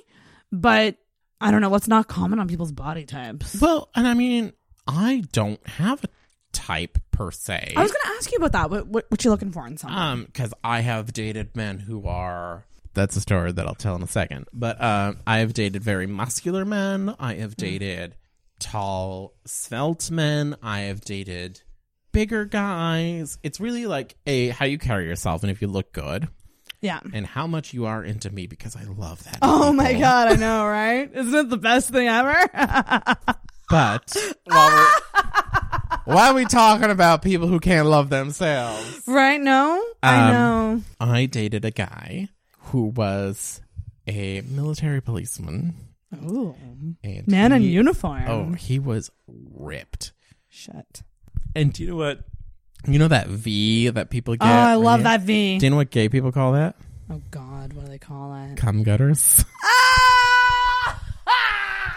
Speaker 10: but I don't know. Let's not comment on people's body types.
Speaker 6: well, and I mean, I don't have a type per se.
Speaker 10: I was going to ask you about that. What what, what you looking for in someone?
Speaker 6: Um, because I have dated men who are. That's a story that I'll tell in a second. But um, I have dated very muscular men. I have dated tall, svelte men. I have dated bigger guys. It's really like a how you carry yourself and if you look good
Speaker 10: yeah.
Speaker 6: and how much you are into me because I love that.
Speaker 10: Oh my
Speaker 6: people.
Speaker 10: god, I know, right? (laughs) Isn't it the best thing ever? (laughs)
Speaker 6: But while we're, (laughs) why are we talking about people who can't love themselves?
Speaker 10: right? No, I
Speaker 6: Um,
Speaker 10: know.
Speaker 6: I dated a guy who was a military policeman.
Speaker 10: Ooh,
Speaker 6: And
Speaker 10: man in
Speaker 6: he-
Speaker 10: uniform.
Speaker 6: Oh, he was ripped.
Speaker 10: shit.
Speaker 6: And do you know what? You know that V that people get?
Speaker 10: oh, I
Speaker 6: when
Speaker 10: love
Speaker 6: you-
Speaker 10: that V.
Speaker 6: Do you know what gay people call that?
Speaker 10: oh God, what do they call it?
Speaker 6: Cum gutters. (laughs)
Speaker 10: Ah!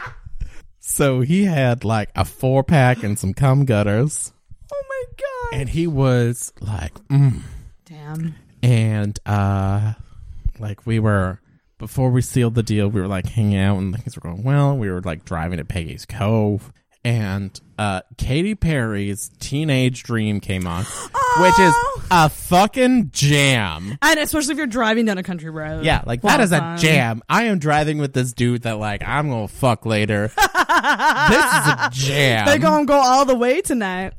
Speaker 6: so he had like a four pack and some cum gutters.
Speaker 10: Oh my God!
Speaker 6: And he was like, mm,
Speaker 10: Damn.
Speaker 6: and uh like we were before we sealed the deal we were like hanging out and things were going well we were like driving to peggy's cove and uh katy perry's teenage dream came on which is
Speaker 10: Oh.
Speaker 6: a fucking jam
Speaker 10: And especially if you're driving down a country road.
Speaker 6: yeah like
Speaker 10: Well
Speaker 6: that is a
Speaker 10: done.
Speaker 6: jam i am driving with this dude that like i'm gonna fuck
Speaker 10: (laughs)
Speaker 6: later this is a jam
Speaker 10: They're gonna go all the way tonight.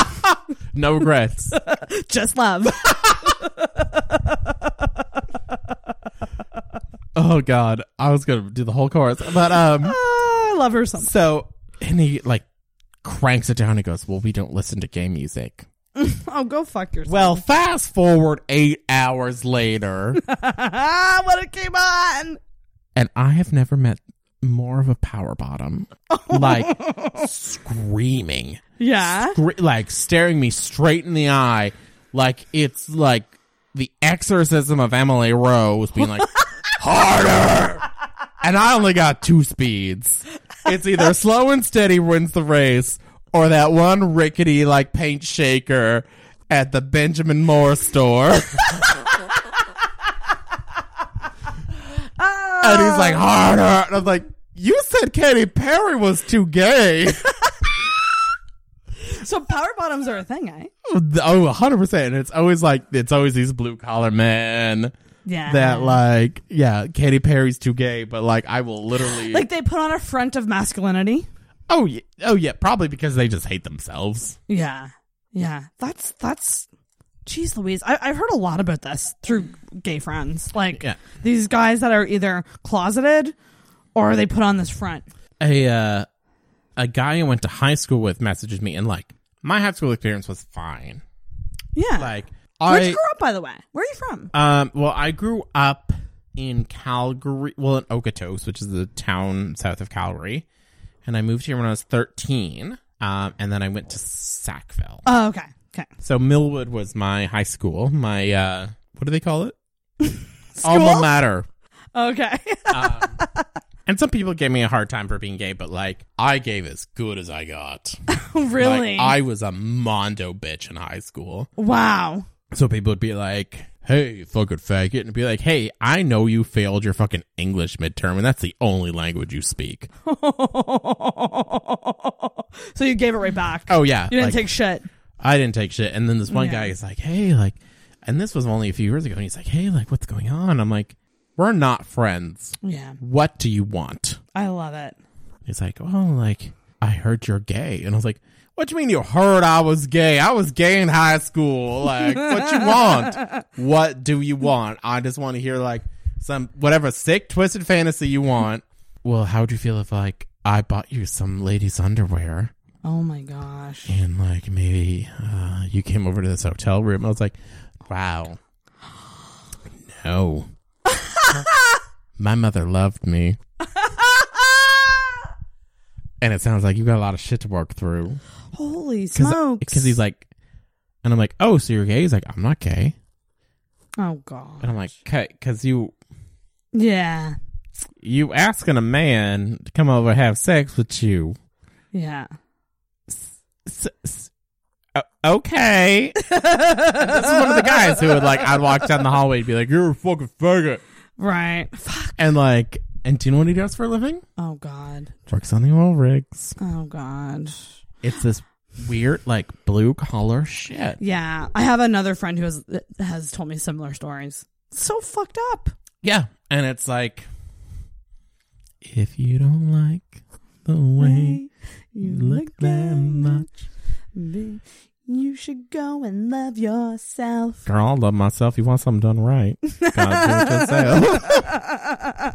Speaker 10: (laughs)
Speaker 6: no regrets (laughs)
Speaker 10: Just love. Ah,
Speaker 6: oh god i was gonna do the whole chorus but um
Speaker 10: I love her so much.
Speaker 6: So, and he like cranks it down and goes, Well, we don't listen to gay music.
Speaker 10: Oh, go fuck yourself.
Speaker 6: Well, fast forward eight hours later,
Speaker 10: ah, what it came on.
Speaker 6: and I have never met more of a power bottom. Like screaming,
Speaker 10: Yeah.
Speaker 6: Gr- like staring me straight in the eye. Like it's like the exorcism of Emily Rose being like, Harder! And I only got two speeds. It's either slow and steady wins the race, or that one rickety like paint shaker at the Benjamin Moore store. and he's like harder. And I'm like, you said Katy Perry was too gay.
Speaker 10: So power bottoms are a thing, eh?
Speaker 6: oh, 100 percent. It's always like it's always these blue collar men
Speaker 10: Yeah.
Speaker 6: that like yeah, Katy Perry's too gay, but like I will literally
Speaker 10: (laughs) like they put on a front of masculinity.
Speaker 6: Oh yeah, oh yeah, probably because they just hate themselves.
Speaker 10: Yeah. Yeah. That's that's Jeez Louise. I, I've heard a lot about this through gay friends. Like
Speaker 6: Yeah.
Speaker 10: these guys that are either closeted or they put on this front.
Speaker 6: A uh, a guy I went to high school with messages me and like my high school experience was fine.
Speaker 10: Yeah.
Speaker 6: Like
Speaker 10: Where'd
Speaker 6: I
Speaker 10: you grow up by the way? Where are you from?
Speaker 6: um well I grew up in Calgary, well in Okotos, which is the town south of Calgary, and I moved here when I was 13. Um, and then I went to Sackville.
Speaker 10: Oh, okay. Okay.
Speaker 6: So Millwood was my high school, my uh what do they call
Speaker 10: (laughs)
Speaker 6: it? Alma mater.
Speaker 10: Okay. (laughs)
Speaker 6: And some people gave me a hard time for being gay, but like I gave as good as I got.
Speaker 10: really?
Speaker 6: Like, I was a mondo bitch in high school.
Speaker 10: wow. (laughs)
Speaker 6: So people would be like, "Hey, you fucking faggot," and be like, "Hey, I know you failed your fucking English midterm, and that's the only language you speak."
Speaker 10: so you gave it right back.
Speaker 6: Oh yeah,
Speaker 10: You didn't
Speaker 6: like,
Speaker 10: take shit.
Speaker 6: I didn't take shit. And then this one
Speaker 10: Yeah.
Speaker 6: guy is like, hey, like, and this was only a few years ago. And he's like, hey, like, what's going on? I'm like, we're not friends.
Speaker 10: Yeah.
Speaker 6: What do you want?
Speaker 10: I love it.
Speaker 6: He's like, oh, like, I heard you're gay. And I was like, what do you mean you heard I was gay? I was gay in high school. Like, what you want? What do you want? I just want to hear, like, some, whatever sick, twisted fantasy you want. Well, how would you feel if, like, I bought you some lady's underwear?
Speaker 10: Oh
Speaker 6: (laughs)
Speaker 10: my gosh.
Speaker 6: and like maybe uh, you came over to this hotel room. I was like, wow, no, my mother loved me, and it sounds like you got a lot of shit to work through
Speaker 10: Holy smokes.
Speaker 6: because he's like, and I'm like, oh, so you're gay? He's like, I'm not gay,
Speaker 10: Oh god.
Speaker 6: and I'm like, okay, because you
Speaker 10: Yeah.
Speaker 6: you asking a man to come over and have sex with you.
Speaker 10: Yeah.
Speaker 6: S- s- o- okay. this is one of the guys who would like, I'd walk down the hallway and be like, you're a fucking faggot.
Speaker 10: Right. Fuck.
Speaker 6: And like, and do you know what he does for a living?
Speaker 10: Oh God.
Speaker 6: Works on the oil rigs.
Speaker 10: Oh God.
Speaker 6: It's this weird, like, blue collar shit.
Speaker 10: Yeah. I have another friend who has has told me similar stories. So fucked up.
Speaker 6: Yeah. And it's like, if you don't like the way
Speaker 10: You
Speaker 6: you look that much,
Speaker 10: me. You should go and love
Speaker 6: (laughs)
Speaker 10: yourself.
Speaker 6: girl, I love myself. You want something done right. Gotta do it
Speaker 10: (laughs)
Speaker 6: yourself.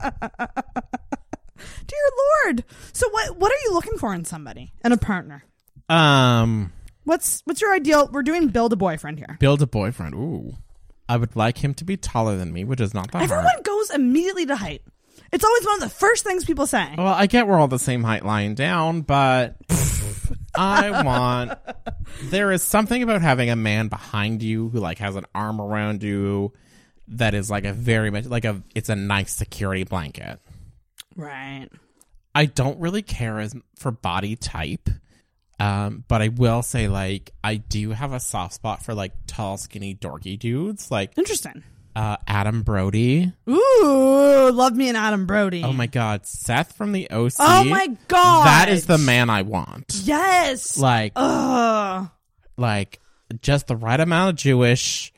Speaker 10: Dear Lord. So what what are you looking for in somebody? And a partner?
Speaker 6: um,
Speaker 10: What's what's your ideal? We're doing build a boyfriend here.
Speaker 6: build a boyfriend. Ooh. I would like him to be taller than me, which is not that hard.
Speaker 10: Everyone goes immediately to height. It's always one of the first things people say.
Speaker 6: Well, I get we're all the same height lying down, but I want. There is something about having a man behind you who like has an arm around you that is like a very much like a it's a nice security blanket.
Speaker 10: Right.
Speaker 6: I don't really care as for body type. Um, but I will say like I do have a soft spot for like tall, skinny, dorky dudes like
Speaker 10: Interesting.
Speaker 6: uh Adam Brody.
Speaker 10: Ooh, love me and Adam Brody.
Speaker 6: Oh my god, Seth from the OC.
Speaker 10: Oh my god.
Speaker 6: That is the man I want.
Speaker 10: Yes.
Speaker 6: Like
Speaker 10: Ugh.
Speaker 6: like just the right amount of
Speaker 10: (laughs)
Speaker 6: Jewish.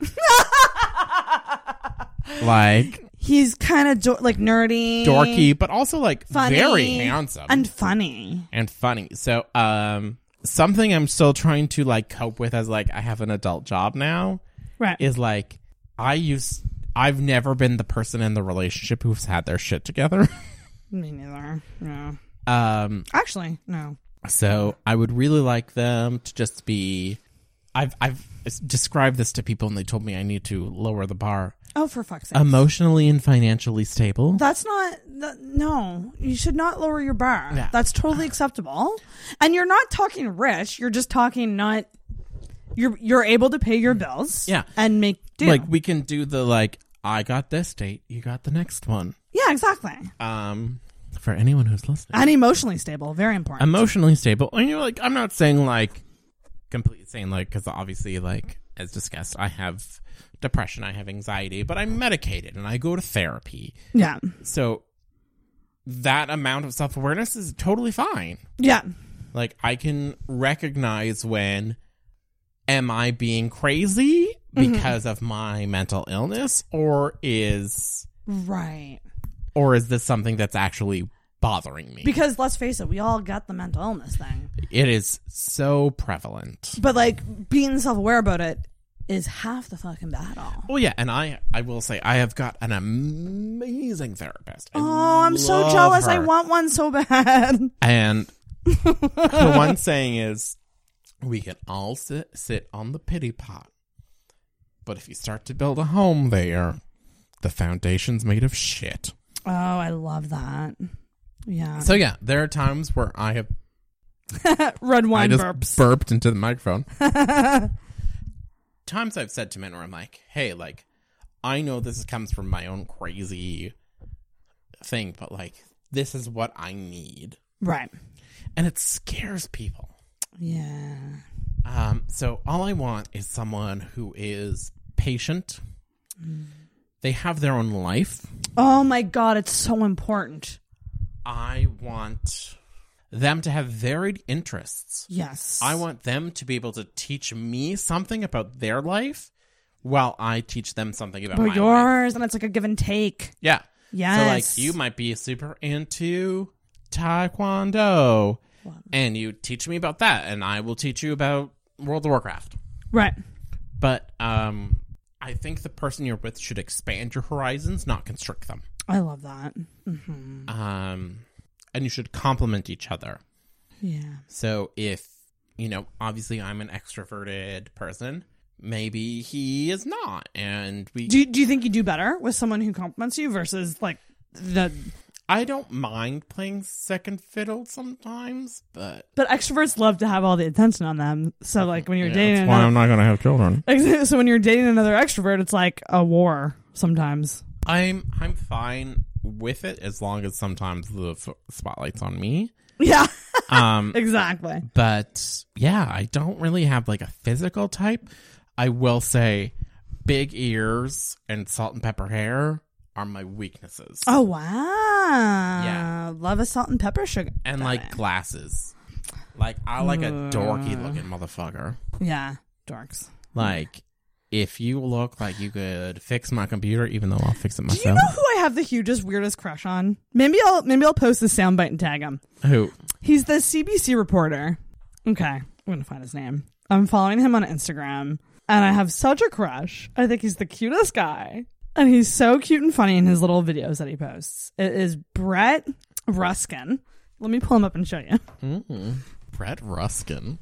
Speaker 6: like
Speaker 10: He's kind of do- like nerdy,
Speaker 6: dorky, but also like
Speaker 10: funny,
Speaker 6: very handsome
Speaker 10: and funny.
Speaker 6: and funny. So um something I'm still trying to like cope with as like I have an adult job now
Speaker 10: Right.
Speaker 6: is like I use I've never been the person in the relationship who's had their shit together. (laughs)
Speaker 10: me neither. No.
Speaker 6: um
Speaker 10: Actually, no.
Speaker 6: So I would really like them to just be. I've I've described this to people, and they told me I need to lower the bar.
Speaker 10: Oh, for fuck's
Speaker 6: Um,
Speaker 10: sake.
Speaker 6: Emotionally and financially stable.
Speaker 10: That's not that, no. You should not lower your bar.
Speaker 6: Yeah.
Speaker 10: That's totally acceptable. And you're not talking rich. You're just talking not. You're you're able to pay your bills.
Speaker 6: Yeah.
Speaker 10: and make do.
Speaker 6: Like we can do the like. I got this date. You got the next one.
Speaker 10: yeah, exactly.
Speaker 6: Um, for anyone who's listening,
Speaker 10: And emotionally stable, very important.
Speaker 6: emotionally stable. And you're like, I'm not saying like completely saying like because obviously like as discussed, I have depression, I have anxiety, but I'm medicated and I go to therapy.
Speaker 10: yeah,
Speaker 6: So that amount of self awareness is totally fine.
Speaker 10: yeah,
Speaker 6: Like I can recognize when am I being crazy because of my mental illness or is
Speaker 10: right.
Speaker 6: or is this something that's actually bothering me?
Speaker 10: Because let's face it, we all got the mental illness thing.
Speaker 6: it is so prevalent.
Speaker 10: But like being self aware about it is half the fucking battle.
Speaker 6: Well, yeah, and I I will say I have got an amazing therapist. I
Speaker 10: Oh, I'm so
Speaker 6: love
Speaker 10: jealous. I
Speaker 6: her.
Speaker 10: want one so bad.
Speaker 6: And the one saying is, we can all sit, sit on the pity pot, but if you start to build a home there, the foundation's made of shit.
Speaker 10: (laughs) Oh, I love that. Yeah.
Speaker 6: So yeah, there are times where I have
Speaker 10: Red
Speaker 6: I
Speaker 10: wine
Speaker 6: just
Speaker 10: burps.
Speaker 6: burped into the microphone. times I've said to men where I'm like, hey, like, I know this comes from my own crazy thing, but like, this is what I need,
Speaker 10: Right.
Speaker 6: and it scares people.
Speaker 10: Yeah.
Speaker 6: Um, so all I want is someone who is patient. They have their own life.
Speaker 10: Oh my god, it's so important.
Speaker 6: I want them to have varied interests.
Speaker 10: Yes.
Speaker 6: I want them to be able to teach me something about their life while I teach them something about
Speaker 10: but
Speaker 6: my life.
Speaker 10: yours and it's like a give and take.
Speaker 6: Yeah.
Speaker 10: Yes.
Speaker 6: So like you might be super into taekwondo and you teach me about that and I will teach you about World of Warcraft.
Speaker 10: Right.
Speaker 6: but um i think the person you're with should expand your horizons not constrict them
Speaker 10: I love that. Mm-hmm.
Speaker 6: um and you should complement each other
Speaker 10: Yeah.
Speaker 6: so if you know obviously i'm an extroverted person maybe he is not and we
Speaker 10: Do you, do you think you do better with someone who compliments you versus like the
Speaker 6: i don't mind playing second fiddle sometimes but
Speaker 10: but extroverts love to have all the attention on them. So like when you're dating another,
Speaker 6: not gonna have children
Speaker 10: (laughs) so when you're dating another extrovert, it's like a war sometimes.
Speaker 6: i'm i'm fine with it as long as sometimes the f- spotlight's on me.
Speaker 10: Yeah,
Speaker 6: Um,
Speaker 10: (laughs) exactly.
Speaker 6: but yeah, I don't really have like a physical type. I will say big ears and salt and pepper hair are my weaknesses.
Speaker 10: Oh wow!
Speaker 6: Yeah.
Speaker 10: love a salt and pepper sugar.
Speaker 6: and like glasses. Like I like a dorky looking motherfucker.
Speaker 10: yeah, dorks.
Speaker 6: Like if you look like you could fix my computer even though I'll fix it
Speaker 10: Do you
Speaker 6: myself.
Speaker 10: know who I have the hugest weirdest crush on? Maybe I'll maybe I'll post this soundbite and tag him.
Speaker 6: Who?
Speaker 10: He's the CBC reporter. Okay, I'm gonna find his name. I'm following him on Instagram, and I have such a crush. I think he's the cutest guy, and he's so cute and funny in his little videos that he posts. It is Brett Ruskin. Let me pull him up and show you.
Speaker 6: Brett Ruskin.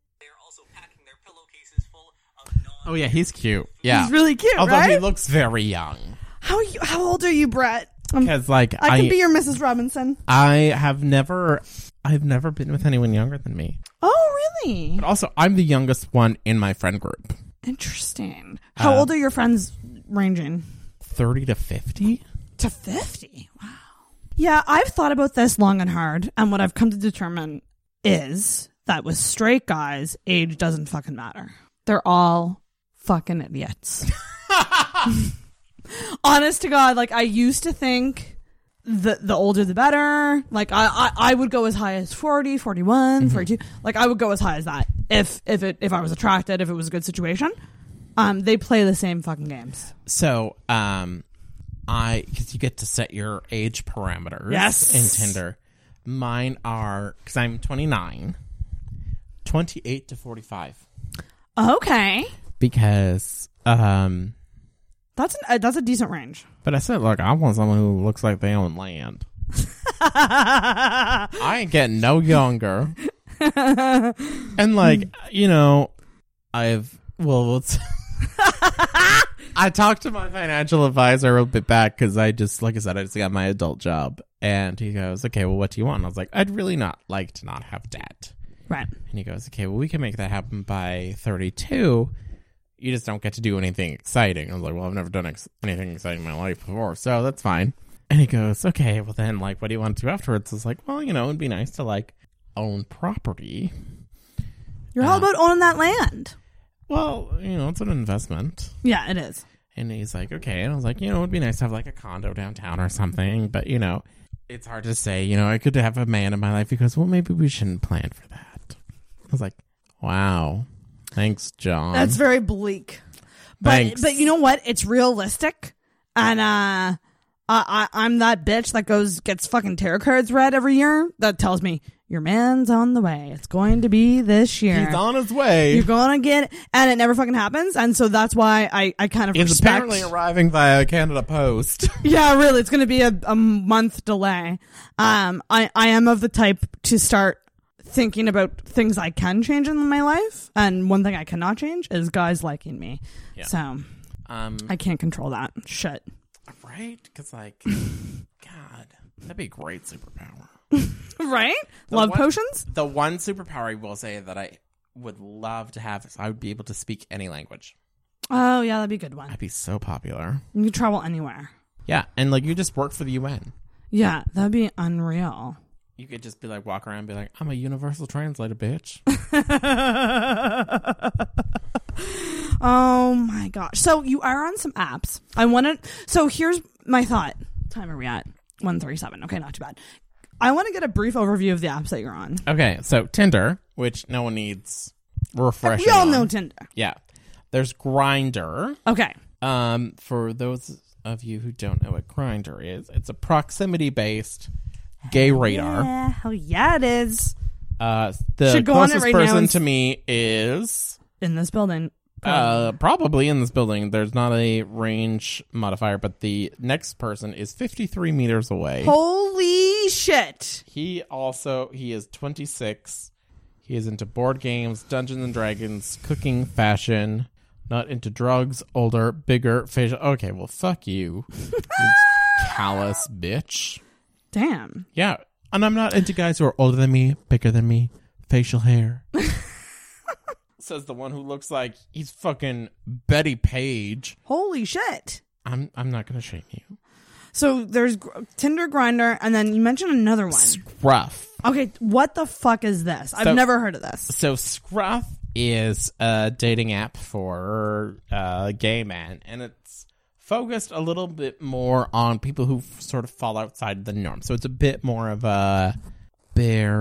Speaker 6: Oh yeah, he's cute. Yeah,
Speaker 10: He's really cute,
Speaker 6: Although he
Speaker 10: right?
Speaker 6: looks very young.
Speaker 10: How you, how old are you, Brett? Um,
Speaker 6: Because like I,
Speaker 10: I can be your Mrs. Robinson.
Speaker 6: I have never, I've never been with anyone younger than me.
Speaker 10: Oh, really?
Speaker 6: But also, I'm the youngest one in my friend group.
Speaker 10: Interesting. How
Speaker 6: Uh,
Speaker 10: old are your friends ranging?
Speaker 6: 30 to (laughs)
Speaker 10: (laughs)
Speaker 6: 50?
Speaker 10: To 50. Wow. Yeah, I've thought about this long and hard, and what I've come to determine is that with straight guys, age doesn't fucking matter. They're all fucking (laughs) idiots. Honest to God, like I used to think the the older the better. Like I, I, I would go as high as 40, 41, 42. Like I would go as high as that if if it if I was attracted, if it was a good situation. Um, they play the same fucking games.
Speaker 6: So, um, I, because you get to set your age parameters
Speaker 10: Yes.
Speaker 6: in Tinder. Mine are, because I'm 29, 28 to 45.
Speaker 10: Okay.
Speaker 6: Because, um,
Speaker 10: That's an, uh, that's a decent (laughs) range.
Speaker 6: but I said, look, I want someone who looks like they own land. I ain't getting no younger. and like, you know, I've well, let's. (laughs) I talked to my financial advisor a little bit back because I just, like I said, I just got my adult job, and he goes, "Okay, well, what do you want?" And I was like, "I'd really not like to not have debt."
Speaker 10: right.
Speaker 6: And he goes, "Okay, well, we can make that happen by thirty-two. You just don't get to do anything exciting." I was like, "Well, I've never done ex- anything exciting in my life before, so that's fine." And he goes, "Okay, well then, like, what do you want to do afterwards?" I was like, "Well, you know, it'd be nice to like own property."
Speaker 10: You're
Speaker 6: Uh,
Speaker 10: all about owning that land.
Speaker 6: Well, you know, it's an investment.
Speaker 10: Yeah, it is.
Speaker 6: And he's like, okay. And I was like, you know, it'd be nice to have like a condo downtown or something, but you know, it's hard to say. You know, I could have a man in my life. He goes, well, maybe we shouldn't plan for that. I was like, wow, thanks, John.
Speaker 10: That's very bleak. But
Speaker 6: um, Thanks.
Speaker 10: but you know what? It's realistic. And uh I, I I'm that bitch that goes gets fucking tarot cards read every year that tells me your man's on the way. It's going to be this year.
Speaker 6: he's on his way.
Speaker 10: You're gonna get and it never fucking happens. And so that's why I I kind of
Speaker 6: He's
Speaker 10: respect
Speaker 6: apparently arriving via Canada Post. (laughs)
Speaker 10: Yeah, really, it's going to be a, a month delay. Um, I I am of the type to start thinking about things I can change in my life, and one thing I cannot change is guys liking me. So
Speaker 6: um,
Speaker 10: I can't control that shit. (laughs)
Speaker 6: right? Because like, God, that'd be a great superpower.
Speaker 10: Right? Love
Speaker 6: one-
Speaker 10: potions.
Speaker 6: The one superpower I will say that I would love to have is I would be able to speak any language.
Speaker 10: Oh yeah, that'd be a good one.
Speaker 6: I'd be so popular.
Speaker 10: You can travel anywhere.
Speaker 6: Yeah, and like you just work for the UN.
Speaker 10: Yeah, that'd be unreal.
Speaker 6: You could just be like walk around and be like, I'm a universal translator,
Speaker 10: (laughs)
Speaker 6: bitch.
Speaker 10: (laughs) Oh my gosh. So you are on some apps. I want to. So here's my thought. Time are we at? 137. Okay, not too bad. I want to get a brief overview of the apps that you're on.
Speaker 6: okay, so Tinder, which no one needs refreshing.
Speaker 10: We all
Speaker 6: on.
Speaker 10: know Tinder.
Speaker 6: Yeah. There's Grinder.
Speaker 10: Okay.
Speaker 6: Um, for those of you who don't know what Grinder is, it's a proximity based gay radar.
Speaker 10: Yeah, hell yeah, it is.
Speaker 6: Uh the
Speaker 10: Should go on it
Speaker 6: closest
Speaker 10: right now
Speaker 6: person
Speaker 10: and-
Speaker 6: to me is
Speaker 10: In this building.
Speaker 6: uh, probably in this building. There's not a range modifier, but the next person is 53 meters away.
Speaker 10: Holy shit.
Speaker 6: He also he is 26. He is into board games, Dungeons and Dragons, cooking, fashion, not into drugs, older, bigger, facial. Okay, well fuck you. you callous bitch.
Speaker 10: Damn.
Speaker 6: Yeah, and I'm not into guys who are older than me, bigger than me, facial hair. Says the one who looks like he's fucking Betty Page.
Speaker 10: Holy shit.
Speaker 6: I'm I'm not going to shame you.
Speaker 10: So there's gr- Tinder, Grinder, and then you mentioned another one.
Speaker 6: Rough.
Speaker 10: Okay, what the fuck is this? I've
Speaker 6: So-
Speaker 10: never heard of this.
Speaker 6: So Scruff is a dating app for uh, gay men, and it's focused a little bit more on people who f- sort of fall outside the norm. So it's a bit more of a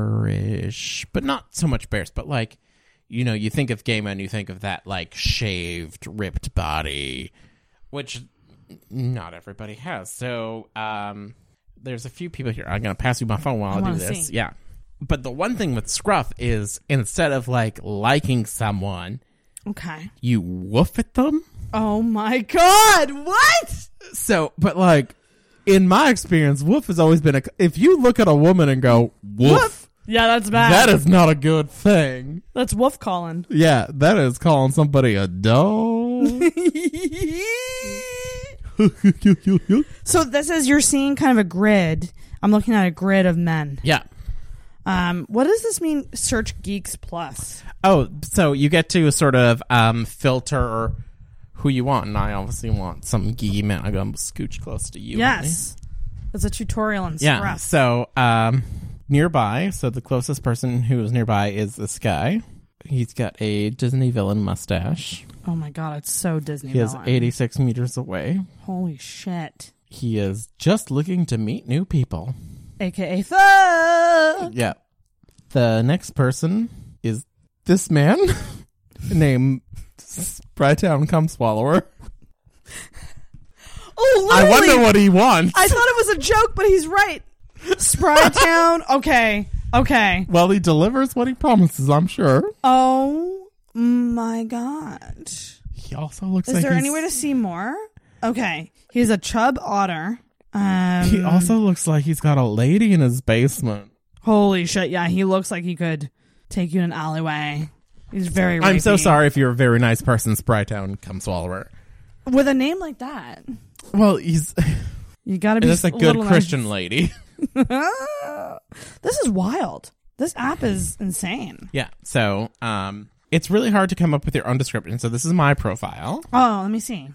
Speaker 6: bearish, but not so much bears, but like you know, you think of gay men, you think of that like shaved, ripped body, which not everybody has. So um, there's a few people here. I'm gonna pass you my phone while I, do
Speaker 10: wanna
Speaker 6: this.
Speaker 10: see.
Speaker 6: Yeah. But the one thing with Scruff is instead of like liking someone,
Speaker 10: Okay.
Speaker 6: you woof at them.
Speaker 10: Oh my god, what?
Speaker 6: So, but like in my experience, woof has always been a. If you look at a woman and go woof,
Speaker 10: Yeah, that's bad.
Speaker 6: that is not a good thing.
Speaker 10: that's wolf calling.
Speaker 6: Yeah, that is calling somebody a dog.
Speaker 10: so this is you're seeing kind of a grid. I'm looking at a grid of men.
Speaker 6: (laughs) yeah.
Speaker 10: Um, what does this mean? Search Geeks Plus.
Speaker 6: Oh, so you get to sort of um, filter who you want, and I obviously want some geeky man. I'm gonna scooch close to you.
Speaker 10: Yes, it's a tutorial on
Speaker 6: honey. Yeah.
Speaker 10: stress.
Speaker 6: So um, nearby, so the closest person who is nearby is this guy. He's got a Disney villain mustache.
Speaker 10: oh my god, it's so Disney.
Speaker 6: He is
Speaker 10: villain.
Speaker 6: 86 meters away.
Speaker 10: Holy shit.
Speaker 6: He is just looking to meet new
Speaker 10: (laughs)
Speaker 6: people.
Speaker 10: AKA fuck.
Speaker 6: Yeah. The next person is this man (laughs) named Sprytown Cum Swallower.
Speaker 10: Oh,
Speaker 6: I
Speaker 10: literally.
Speaker 6: wonder what he wants.
Speaker 10: I thought it was a joke, but he's right. Spry Town. (laughs) Okay. Okay.
Speaker 6: Well, he delivers what he promises, I'm sure.
Speaker 10: Oh my god.
Speaker 6: He also looks
Speaker 10: Is
Speaker 6: like
Speaker 10: there
Speaker 6: he's,
Speaker 10: any way to see more? Okay. He's a chub otter. Um,
Speaker 6: He also looks like he's got a lady in his basement.
Speaker 10: holy shit. Yeah, he looks like he could take you in an alleyway. He's very.
Speaker 6: I'm so
Speaker 10: rapey.
Speaker 6: sorry if you're a very nice person, Sprytown Cum Swallower.
Speaker 10: With a name like that,
Speaker 6: Well, he's
Speaker 10: you gotta be
Speaker 6: that's a good
Speaker 10: little nice.
Speaker 6: Christian lady. (laughs)
Speaker 10: (laughs) this is wild. This app is insane.
Speaker 6: Yeah. So, um, it's really hard to come up with your own description. So this is my profile.
Speaker 10: Oh, let me see.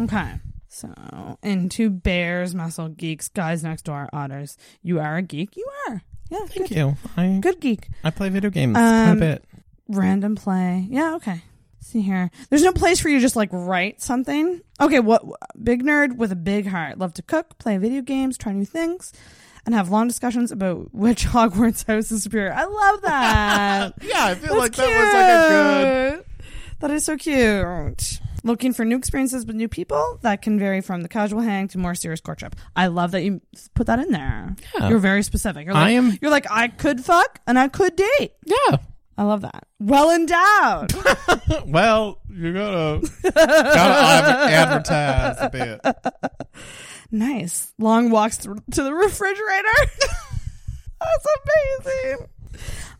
Speaker 10: Okay. So, into bears, muscle geeks, guys next door, otters. You are a geek. You are. Yeah.
Speaker 6: Thank
Speaker 10: good.
Speaker 6: you. I
Speaker 10: Good geek.
Speaker 6: I play video games quite a
Speaker 10: Um,
Speaker 6: bit.
Speaker 10: Random play. Yeah. Okay. See here. There's no place for you to just like write something. Okay. What? Big nerd with a big heart. Love to cook, play video games, try new things, and have long discussions about which (laughs) Hogwarts house is superior. I love that.
Speaker 6: Yeah, (laughs) I feel
Speaker 10: That's that was like a good. That is so cute. Looking for new experiences with new people that can vary from the casual hang to more serious courtship. I love that you put that in there.
Speaker 6: Yeah.
Speaker 10: You're very specific. You're
Speaker 6: I
Speaker 10: like,
Speaker 6: am-
Speaker 10: You're like I could fuck and I could date.
Speaker 6: good.
Speaker 10: I love that. Well endowed.
Speaker 6: Yeah. Well, you gotta (laughs) gotta advertise (laughs) a bit.
Speaker 10: (laughs) nice. Long walks thr- to the refrigerator. (laughs) That's amazing.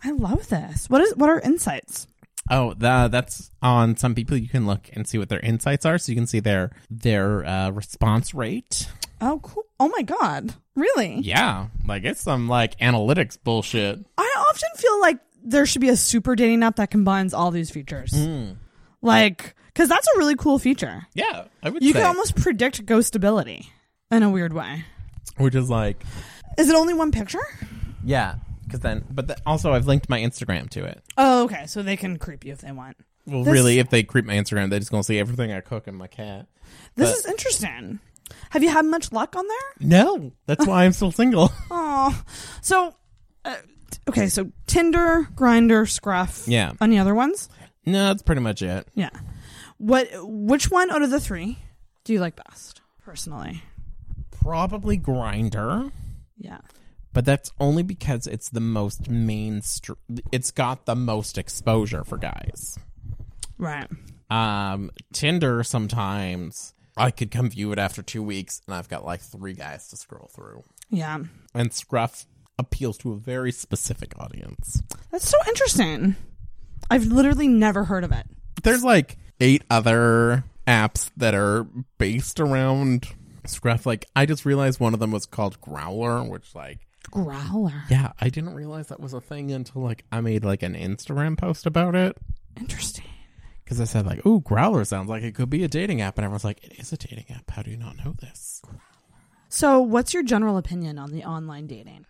Speaker 10: I love this. What is? What are insights?
Speaker 6: Oh, tha- that's on some people. You can look and see what their insights are, so you can see their their uh, response rate.
Speaker 10: Oh, cool. Oh my god. Really?
Speaker 6: Yeah, like it's some like analytics bullshit.
Speaker 10: I often feel like there should be a super dating app that combines all these features.
Speaker 6: Mm.
Speaker 10: Like, because that's a really cool feature.
Speaker 6: Yeah, I would.
Speaker 10: You
Speaker 6: say.
Speaker 10: can almost predict ghostability in a weird way.
Speaker 6: which is like
Speaker 10: Is it only one picture?
Speaker 6: yeah, because then. But th- also, I've linked my Instagram to it.
Speaker 10: Oh, okay. So they can creep you if they want.
Speaker 6: Well,
Speaker 10: This-
Speaker 6: really, if they creep my Instagram, they're just gonna see everything I cook and my cat.
Speaker 10: This
Speaker 6: But-
Speaker 10: is interesting. Have you had much luck on there?
Speaker 6: No, that's why I'm still single.
Speaker 10: Oh, so uh, t- okay. So Tinder, Grinder, Scruff.
Speaker 6: (laughs) Yeah.
Speaker 10: Any other ones?
Speaker 6: no, that's pretty much it.
Speaker 10: Yeah. What? Which one out of the three do you like best, personally?
Speaker 6: Probably grinder.
Speaker 10: Yeah.
Speaker 6: but that's only because it's the most mainstream. It's got the most exposure for guys.
Speaker 10: Right.
Speaker 6: Um, Tinder sometimes I could come view it after two weeks, and I've got like three guys to scroll through.
Speaker 10: Yeah.
Speaker 6: And Scruff appeals to a very specific audience.
Speaker 10: That's so interesting. I've literally never heard of it.
Speaker 6: There's like eight other apps that are based around Scruff. Like I just realized one of them was called Growler, which like.
Speaker 10: Growler.
Speaker 6: Yeah, I didn't realize that was a thing until like I made like an Instagram post about it.
Speaker 10: Interesting.
Speaker 6: because I said like, "Ooh, Growler sounds like it could be a dating app," and everyone's like, "It is a dating app. How do you not know this?"
Speaker 10: So, what's your general opinion on the online dating?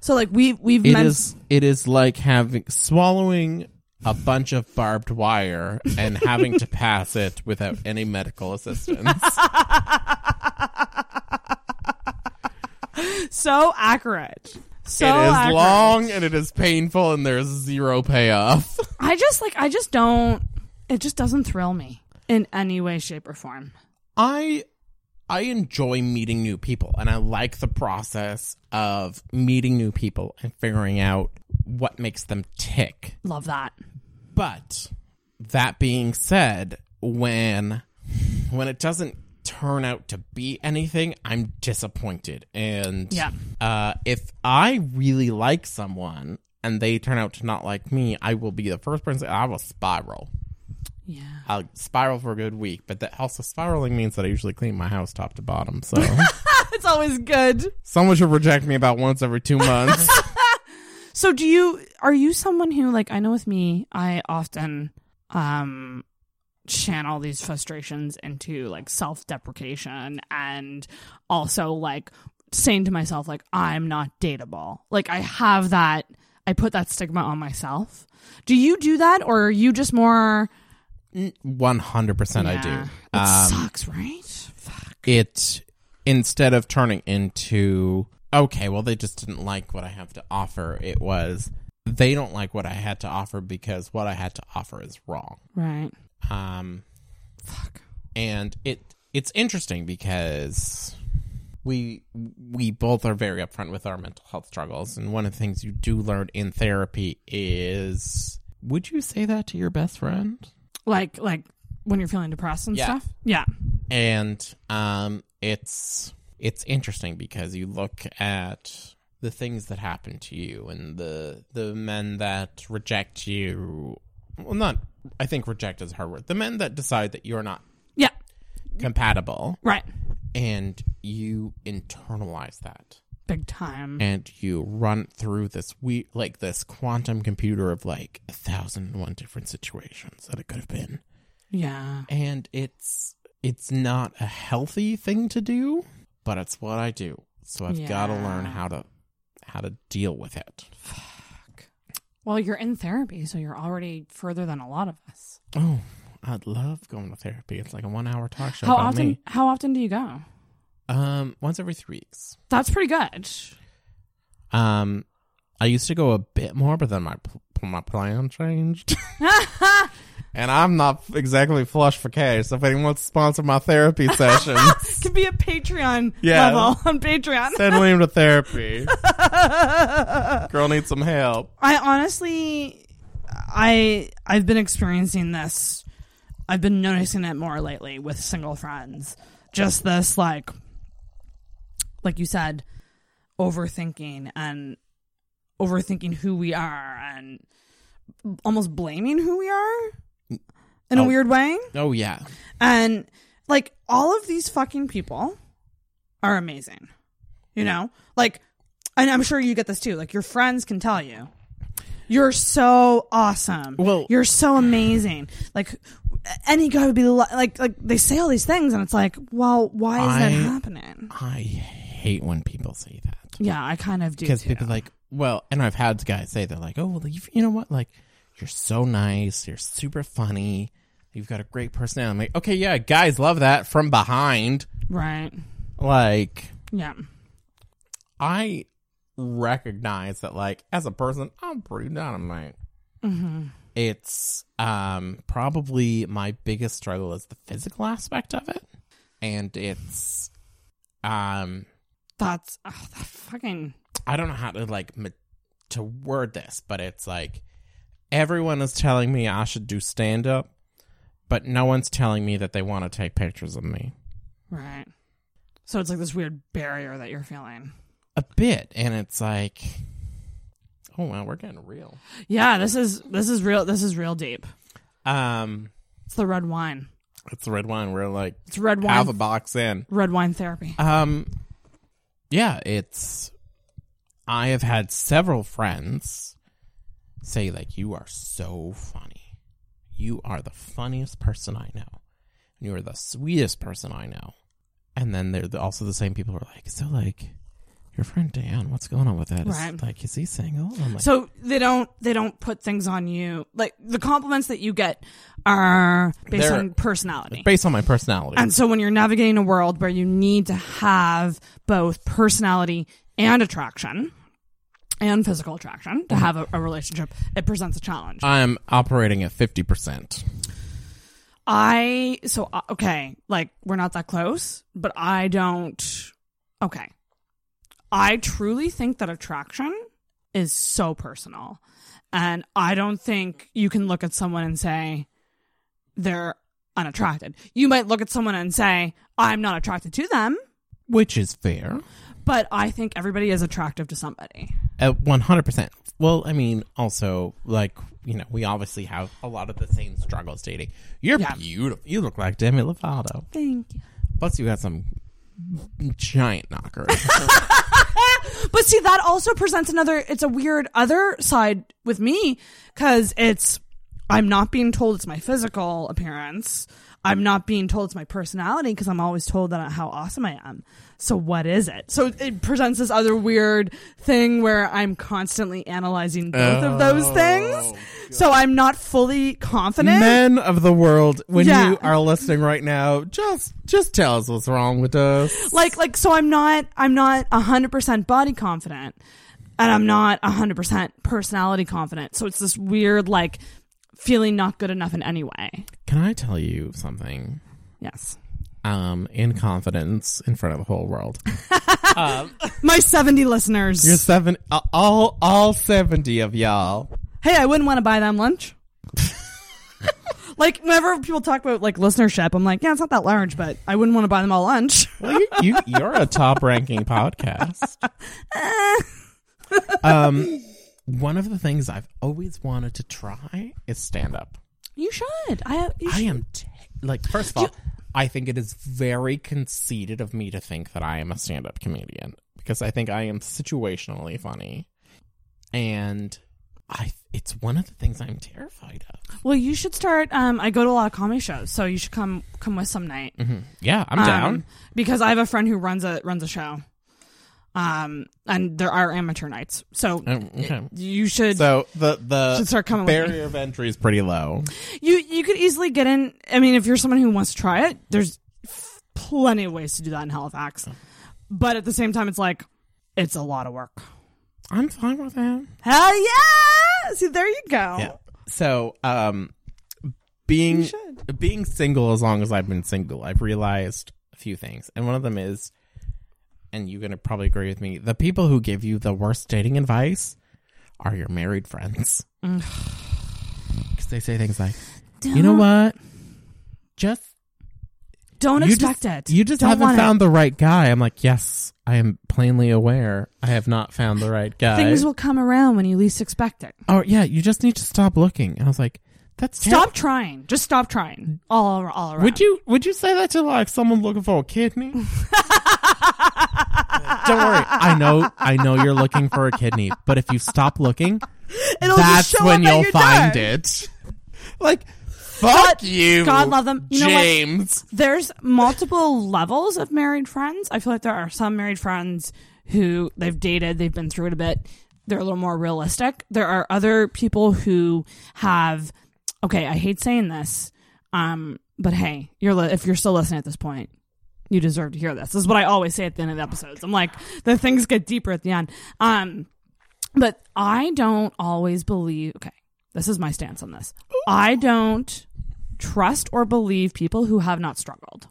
Speaker 10: So, like we we've
Speaker 6: It
Speaker 10: men-
Speaker 6: is it is like having swallowing a bunch of barbed wire and having to pass it without any medical assistance.
Speaker 10: so accurate. (laughs) So
Speaker 6: it is
Speaker 10: accurate.
Speaker 6: long and it is painful and there's zero payoff.
Speaker 10: I just like I just don't. It just doesn't thrill me in any way, shape, or form.
Speaker 6: I I enjoy meeting new people and I like the process of meeting new people and figuring out what makes them tick.
Speaker 10: Love that.
Speaker 6: But that being said, when when it doesn't turn out to be anything, I'm disappointed. And
Speaker 10: Yeah.
Speaker 6: uh, if I really like someone and they turn out to not like me, I will be the first person. I will spiral.
Speaker 10: Yeah.
Speaker 6: I'll spiral for a good week, but that also spiraling means that I usually clean my house top to bottom.
Speaker 10: (laughs)
Speaker 6: So
Speaker 10: It's always good.
Speaker 6: someone should reject me about once every two months.
Speaker 10: (laughs) So do you are you someone who like I know with me, I often um channel these frustrations into like self-deprecation and also like saying to myself like I'm not dateable. Like I have that I put that stigma on myself. Do you do that or are you just more
Speaker 6: One hundred percent, I
Speaker 10: Yeah.
Speaker 6: do. Um,
Speaker 10: It sucks, right?
Speaker 6: it instead of turning into okay well they just didn't like what i have to offer it was they don't like what i had to offer because what i had to offer is wrong
Speaker 10: Right.
Speaker 6: um and it it's interesting because we we both are very upfront with our mental health struggles and one of the things you do learn in therapy is would you say that to your best friend
Speaker 10: Like like when you're feeling depressed and
Speaker 6: Yeah.
Speaker 10: stuff. Yeah.
Speaker 6: and um, it's it's interesting because you look at the things that happen to you and the the men that reject you. Well, not I think reject is a hard word. The men that decide that you're not
Speaker 10: Yeah.
Speaker 6: compatible,
Speaker 10: Right.
Speaker 6: and you internalize that
Speaker 10: Big time.
Speaker 6: and you run through this we like this quantum computer of like a thousand and one different situations that it could have been
Speaker 10: Yeah.
Speaker 6: and it's it's not a healthy thing to do but it's what i do so i've got to
Speaker 10: Yeah.
Speaker 6: learn how to how to deal with it
Speaker 10: Well, you're in therapy, so you're already further than a lot of us.
Speaker 6: oh i'd love going to therapy it's like a one hour talk show
Speaker 10: how
Speaker 6: about
Speaker 10: often?
Speaker 6: me
Speaker 10: How often do you go?
Speaker 6: um once every three weeks
Speaker 10: That's pretty good.
Speaker 6: um i used to go a bit more but then my pl- my plan changed (laughs) and i'm not exactly flush for cash so if anyone wants to sponsor my
Speaker 10: (laughs)
Speaker 6: therapy session
Speaker 10: Could be a Patreon
Speaker 6: Yeah.
Speaker 10: level on Patreon.
Speaker 6: send william to
Speaker 10: (laughs)
Speaker 6: therapy girl needs some help
Speaker 10: I honestly, I I've been experiencing this. I've been noticing it more lately with single friends. Just this, like, like you said, overthinking and overthinking who we are and almost blaming who we are in a
Speaker 6: Oh.
Speaker 10: weird way.
Speaker 6: oh yeah
Speaker 10: And like all of these fucking people are amazing. You know? Like and I'm sure you get this too. Like your friends can tell you. You're so awesome.
Speaker 6: Well-
Speaker 10: you're so amazing. Like any guy would be li- like like they say all these things and it's like, "Well, why is that
Speaker 6: I-
Speaker 10: happening?"
Speaker 6: I hate when people say that
Speaker 10: Yeah, I kind of do
Speaker 6: because
Speaker 10: too.
Speaker 6: people are like, well, and I've had guys say they're like, oh, well, you, you know what? Like, you're so nice, you're super funny, you've got a great personality. I'm like, okay, yeah, guys love that from behind.
Speaker 10: right.
Speaker 6: Like,
Speaker 10: Yeah.
Speaker 6: I recognize that, like, as a person, I'm pretty dynamite.
Speaker 10: Mm-hmm.
Speaker 6: It's um probably my biggest struggle is the physical aspect of it, and it's um
Speaker 10: That's oh, that fucking
Speaker 6: I don't know how to like ma- to word this, but it's like everyone is telling me I should do stand up, but no one's telling me that they want to take pictures of me.
Speaker 10: right. So it's like this weird barrier that you're feeling.
Speaker 6: A bit, and it's like oh wow, we're getting real.
Speaker 10: Yeah, this is this is real this is real deep.
Speaker 6: Um
Speaker 10: It's the red wine.
Speaker 6: it's red wine. We're like
Speaker 10: It's red wine.
Speaker 6: half a box in.
Speaker 10: red wine therapy.
Speaker 6: Um, yeah, it's. I have had several friends say like, "You are so funny. You are the funniest person I know. And you are the sweetest person I know." And then they're the- also the same people who are like, so like your friend Dan, what's going on with that? Is,
Speaker 10: Right.
Speaker 6: Like, is he single? And I'm like,
Speaker 10: So they don't they don't put things on you like the compliments that you get are based
Speaker 6: They're-
Speaker 10: on personality.
Speaker 6: based on my personality.
Speaker 10: and so when you're navigating a world where you need to have both personality and attraction and physical attraction
Speaker 6: Mm-hmm.
Speaker 10: to have a, a relationship, it presents a challenge.
Speaker 6: I'm operating at fifty percent.
Speaker 10: I so uh, okay, like we're not that close, but I don't okay. I truly think that attraction is so personal. And I don't think you can look at someone and say they're unattracted. You might look at someone and say I'm not attracted to them,
Speaker 6: Which is fair.
Speaker 10: but I think everybody is attractive to somebody.
Speaker 6: At one hundred percent. Well, I mean, also like you know, we obviously have a lot of the same struggles dating. You're
Speaker 10: Yeah.
Speaker 6: beautiful. You look like Demi Lovato.
Speaker 10: Thank you.
Speaker 6: Plus, you got some giant knocker.
Speaker 10: (laughs) But see, that also presents another. It's a weird other side with me because it's I'm not being told it's my physical appearance. I'm not being told it's my personality because I'm always told that how awesome I am. So what is it? So it presents this other weird thing where I'm constantly analyzing both of those things. So I'm not fully confident.
Speaker 6: Men of the world, when
Speaker 10: Yeah.
Speaker 6: you are listening right now, just just tell us what's wrong with us.
Speaker 10: like like so i'm not i'm not 100% body confident and i'm not 100% personality confident so it's this weird like feeling not good enough in any way
Speaker 6: Can I tell you something?
Speaker 10: yes
Speaker 6: Um, in confidence, in front of the whole world.
Speaker 10: my 70 listeners
Speaker 6: You're seven, uh, all all seventy of y'all.
Speaker 10: hey i wouldn't want to buy them (laughs) lunch like whenever people talk about like listenership i'm like yeah it's not that large but i wouldn't want to buy them all lunch
Speaker 6: Well, you, you you're a top ranking
Speaker 10: (laughs)
Speaker 6: podcast. Um, one of the things I've always wanted to try is stand up.
Speaker 10: you should i, you
Speaker 6: I
Speaker 10: should.
Speaker 6: am t- like first of all, I think it is very conceited of me to think that I am a stand-up comedian because I think I am situationally funny, and I it's one of the things I'm terrified of.
Speaker 10: well you should start um i go to a lot of comedy shows so you should come come with some night
Speaker 6: Yeah, I'm
Speaker 10: Um, because I have a friend who runs a runs a show, um, and there are amateur nights. So
Speaker 6: down. Oh, okay.
Speaker 10: you should
Speaker 6: So the the
Speaker 10: Should start coming with me.
Speaker 6: barrier of entry is pretty low.
Speaker 10: you you could easily get in. I mean, if you're someone who wants to try it, there's f- plenty of ways to do that in Halifax.
Speaker 6: Oh.
Speaker 10: But at the same time, it's like it's a lot of work.
Speaker 6: I'm fine with that.
Speaker 10: Hell yeah! See, there you go.
Speaker 6: Yeah. So, um, being being single as long as I've been single, I've realized a few things, and one of them is, and you're gonna probably agree with me, the people who give you the worst dating advice are your married friends,
Speaker 10: Mm.
Speaker 6: (sighs) because they say things like, "You know what? Just
Speaker 10: Don't
Speaker 6: you
Speaker 10: expect
Speaker 6: just,
Speaker 10: it.
Speaker 6: You just
Speaker 10: Don't
Speaker 6: haven't
Speaker 10: want it.
Speaker 6: found the right guy." I'm like, "Yes, I am plainly aware. I have not found the right guy."
Speaker 10: things will come around when you least expect it.
Speaker 6: oh yeah, you just need to stop looking. And I was like. That's terrible.
Speaker 10: Stop trying. Just stop trying. All all around.
Speaker 6: Would you would you say that to like someone looking for a kidney? Don't worry, I know I know you're looking for a kidney, but if you stop looking,
Speaker 10: It'll just
Speaker 6: that's
Speaker 10: show
Speaker 6: when
Speaker 10: up at
Speaker 6: you'll
Speaker 10: your
Speaker 6: find
Speaker 10: door.
Speaker 6: it. Like, fuck you,
Speaker 10: God love them. You know what?
Speaker 6: James.
Speaker 10: there's multiple levels of married friends. I feel like there are some married friends who they've dated, they've been through it a bit. They're a little more realistic. There are other people who have okay, I hate saying this. Um, but hey, you're li- if you're still listening at this point, you deserve to hear this. This is what I always say at the end of the episodes. I'm like, the things get deeper at the end. Um, but I don't always believe. Okay, this is my stance on this. I don't trust or believe people who have not struggled.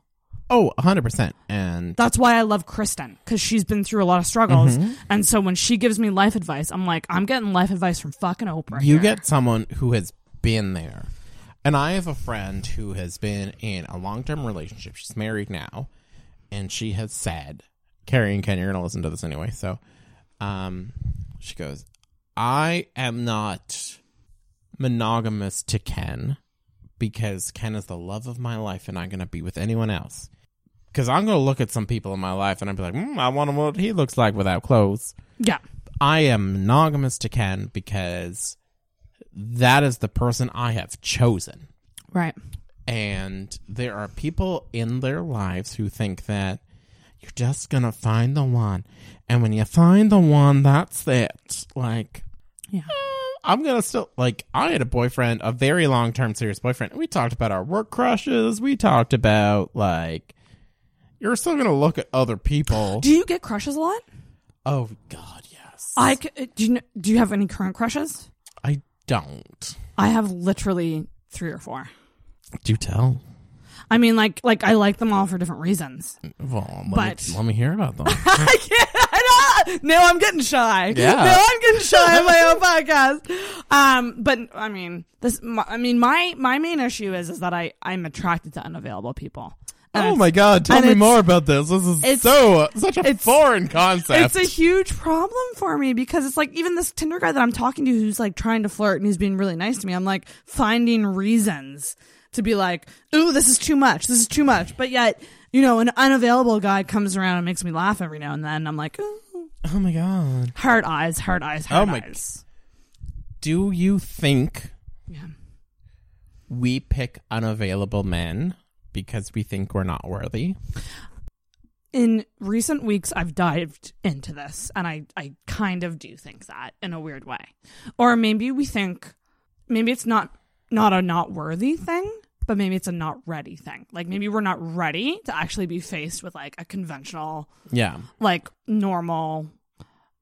Speaker 6: Oh, 100 percent. And
Speaker 10: That's why I love Kristen because she's been through a lot of struggles,
Speaker 6: Mm-hmm.
Speaker 10: and so when she gives me life advice, I'm like, I'm getting life advice from fucking Oprah.
Speaker 6: you
Speaker 10: here.
Speaker 6: get someone who has been there. And I have a friend who has been in a long term relationship. She's married now. And she has said, Carrie and Ken, you're going to listen to this anyway. So um, she goes, I am not monogamous to Ken because Ken is the love of my life and I'm going to be with anyone else. Because I'm going to look at some people in my life and I'll be like, mm, I want to what he looks like without clothes.
Speaker 10: yeah,
Speaker 6: I am monogamous to Ken because that is the person I have chosen.
Speaker 10: right.
Speaker 6: And there are people in their lives who think that you're just gonna find the one, and when you find the one, that's it. Like, uh,
Speaker 10: Yeah.
Speaker 6: I'm gonna still like I had a boyfriend, a very long term serious boyfriend. We talked about our work crushes. We talked about like you're still gonna look at other people.
Speaker 10: Do you get crushes a lot?
Speaker 6: oh God, yes.
Speaker 10: I c- uh, do you kn- do you have any current crushes?
Speaker 6: I don't.
Speaker 10: I have literally three or four.
Speaker 6: Do tell.
Speaker 10: I mean, like like I like them all for different reasons.
Speaker 6: Well, let,
Speaker 10: But-
Speaker 6: me, let me hear about
Speaker 10: (laughs)
Speaker 6: them.
Speaker 10: I can't. I (laughs) don't- No, I'm getting shy.
Speaker 6: Yeah.
Speaker 10: No, I'm getting shy
Speaker 6: (laughs)
Speaker 10: on my own podcast. Um, but I mean, this. My, I mean, my my main issue is is that I I'm attracted to unavailable people. And
Speaker 6: oh
Speaker 10: it's-
Speaker 6: my God, tell
Speaker 10: and
Speaker 6: me
Speaker 10: it's-
Speaker 6: more about this. This is
Speaker 10: it's-
Speaker 6: so such a
Speaker 10: it's-
Speaker 6: foreign concept.
Speaker 10: It's a huge problem for me because it's like even this Tinder guy that I'm talking to who's like trying to flirt and he's being really nice to me. I'm like finding reasons to be like, "Ooh, this is too much. This is too much." But yet, you know, an unavailable guy comes around and makes me laugh every now and then. I'm like, "Ooh,
Speaker 6: oh my God.
Speaker 10: hard eyes, hard eyes, hard
Speaker 6: Oh my-
Speaker 10: eyes."
Speaker 6: Do you think
Speaker 10: Yeah.
Speaker 6: we pick unavailable men because we think we're not worthy?
Speaker 10: In recent weeks, I've dived into this, and I I kind of do think that in a weird way, or maybe we think maybe it's not not a not worthy thing but maybe it's a not ready thing like maybe we're not ready to actually be faced with like a conventional
Speaker 6: Yeah.
Speaker 10: like normal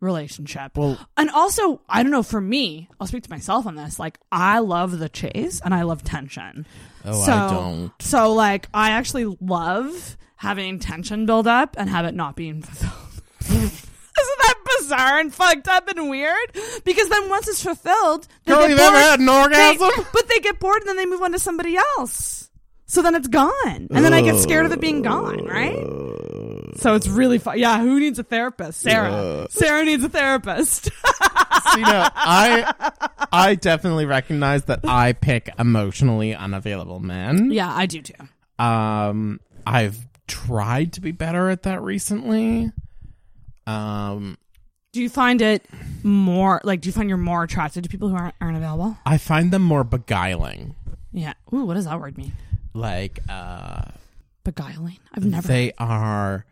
Speaker 10: relationship
Speaker 6: Well-
Speaker 10: and also i don't know for me i'll speak to myself on this like i love the chase and i love tension
Speaker 6: Oh, I
Speaker 10: so,
Speaker 6: don't.
Speaker 10: so like i actually love having tension build up and have it not being fulfilled (laughs) isn't that bizarre and fucked up and weird because then once it's fulfilled they
Speaker 6: Girl,
Speaker 10: get
Speaker 6: you've ever
Speaker 10: bored-
Speaker 6: had an orgasm?
Speaker 10: they- (laughs) but they get bored and then they move on to somebody else. So then it's gone. And then I get scared of it being gone, right? So it's really fun. Yeah, who needs a therapist? Sarah. Sarah needs a therapist. (laughs)
Speaker 6: So, you know, I I definitely recognize that I pick emotionally unavailable men.
Speaker 10: yeah, I do too.
Speaker 6: Um, I've tried to be better at that recently. Um,
Speaker 10: Do you find it more like do you find you're more attracted to people who aren't, aren't available?
Speaker 6: I find them more beguiling.
Speaker 10: Yeah. Ooh, what does that word mean?
Speaker 6: Like, uh,
Speaker 10: Beguiling. I've never
Speaker 6: they are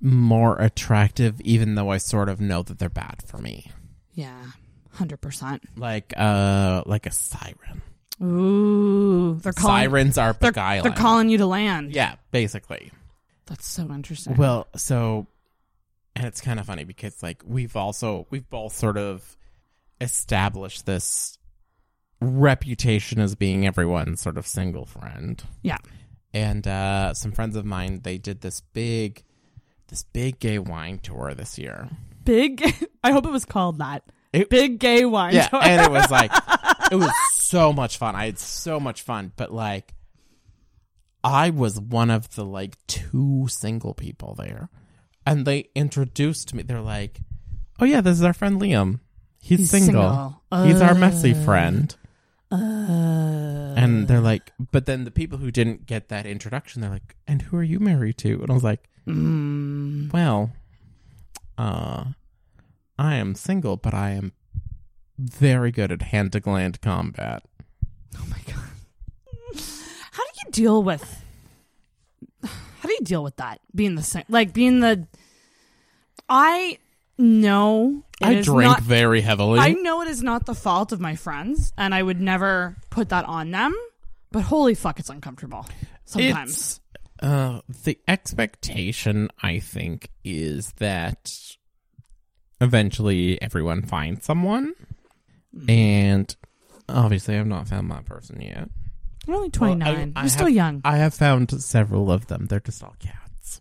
Speaker 6: more attractive, even though I sort of know that they're bad for me.
Speaker 10: Yeah. 100%.
Speaker 6: Like, uh, like a siren.
Speaker 10: Ooh, they're calling
Speaker 6: Sirens are
Speaker 10: they're,
Speaker 6: beguiling.
Speaker 10: they're calling you to land.
Speaker 6: Yeah, basically.
Speaker 10: That's so interesting.
Speaker 6: Well, so and it's kind of funny because like we've also we've both sort of established this reputation as being everyone's sort of single friend.
Speaker 10: yeah.
Speaker 6: And uh some friends of mine they did this big this big gay wine tour this year.
Speaker 10: Big (laughs) I hope it was called that.
Speaker 6: It-
Speaker 10: Big gay (laughs) wine.
Speaker 6: Yeah,
Speaker 10: tour.
Speaker 6: and it was like it was so much fun. I had so much fun, but like I was one of the like two single people there. And they introduced me. They're like, "Oh yeah, this is our friend Liam. He's,
Speaker 10: He's
Speaker 6: single.
Speaker 10: single.
Speaker 6: He's our messy friend."
Speaker 10: Uh,
Speaker 6: And they're like, but then the people who didn't get that introduction, they're like, "And who are you married to?" And I was like,
Speaker 10: Mm.
Speaker 6: "Well, uh, I am single, but I am very good at hand to gland combat."
Speaker 10: how do you deal with? How do you deal with that being the same? Like being the. I know. it
Speaker 6: I
Speaker 10: is
Speaker 6: drank
Speaker 10: not-
Speaker 6: very heavily.
Speaker 10: I know it is not the fault of my friends, and I would never put that on them. But holy fuck, it's uncomfortable sometimes.
Speaker 6: It's, uh, the expectation, I think, is that eventually everyone finds someone,
Speaker 10: Mm-hmm.
Speaker 6: and obviously, I've not found my person yet.
Speaker 10: I'm only twenty
Speaker 6: Well,
Speaker 10: nine.
Speaker 6: I- I
Speaker 10: You're still
Speaker 6: have-
Speaker 10: young. (laughs)
Speaker 6: I have found several of them. They're just all cats.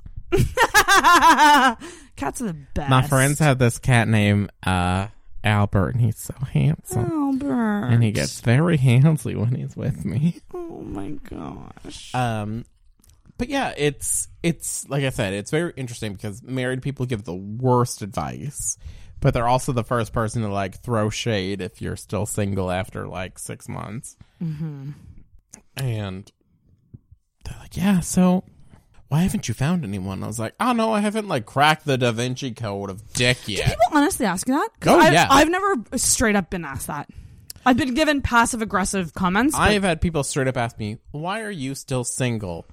Speaker 10: Cats are the best.
Speaker 6: My friends have this cat named uh, Albert, and he's so handsome.
Speaker 10: Oh, Albert.
Speaker 6: And he gets very (laughs) handsy when he's with me.
Speaker 10: Oh my gosh.
Speaker 6: Um, but yeah, it's it's like I said, it's very interesting because married people give the worst advice, but they're also the first person to like throw shade if you're still single after like six months. Mm-hmm. And they're like, "Yeah, so why haven't you found anyone?" I was like, "Oh no, I haven't like cracked the Da Vinci Code of
Speaker 10: (laughs)
Speaker 6: dick yet."
Speaker 10: People honestly ask you that? 'Cause
Speaker 6: Oh,
Speaker 10: I've,
Speaker 6: yeah.
Speaker 10: I've never straight up been asked that. I've been given passive aggressive comments. but-
Speaker 6: I have had people straight up ask me, "Why are you still single?"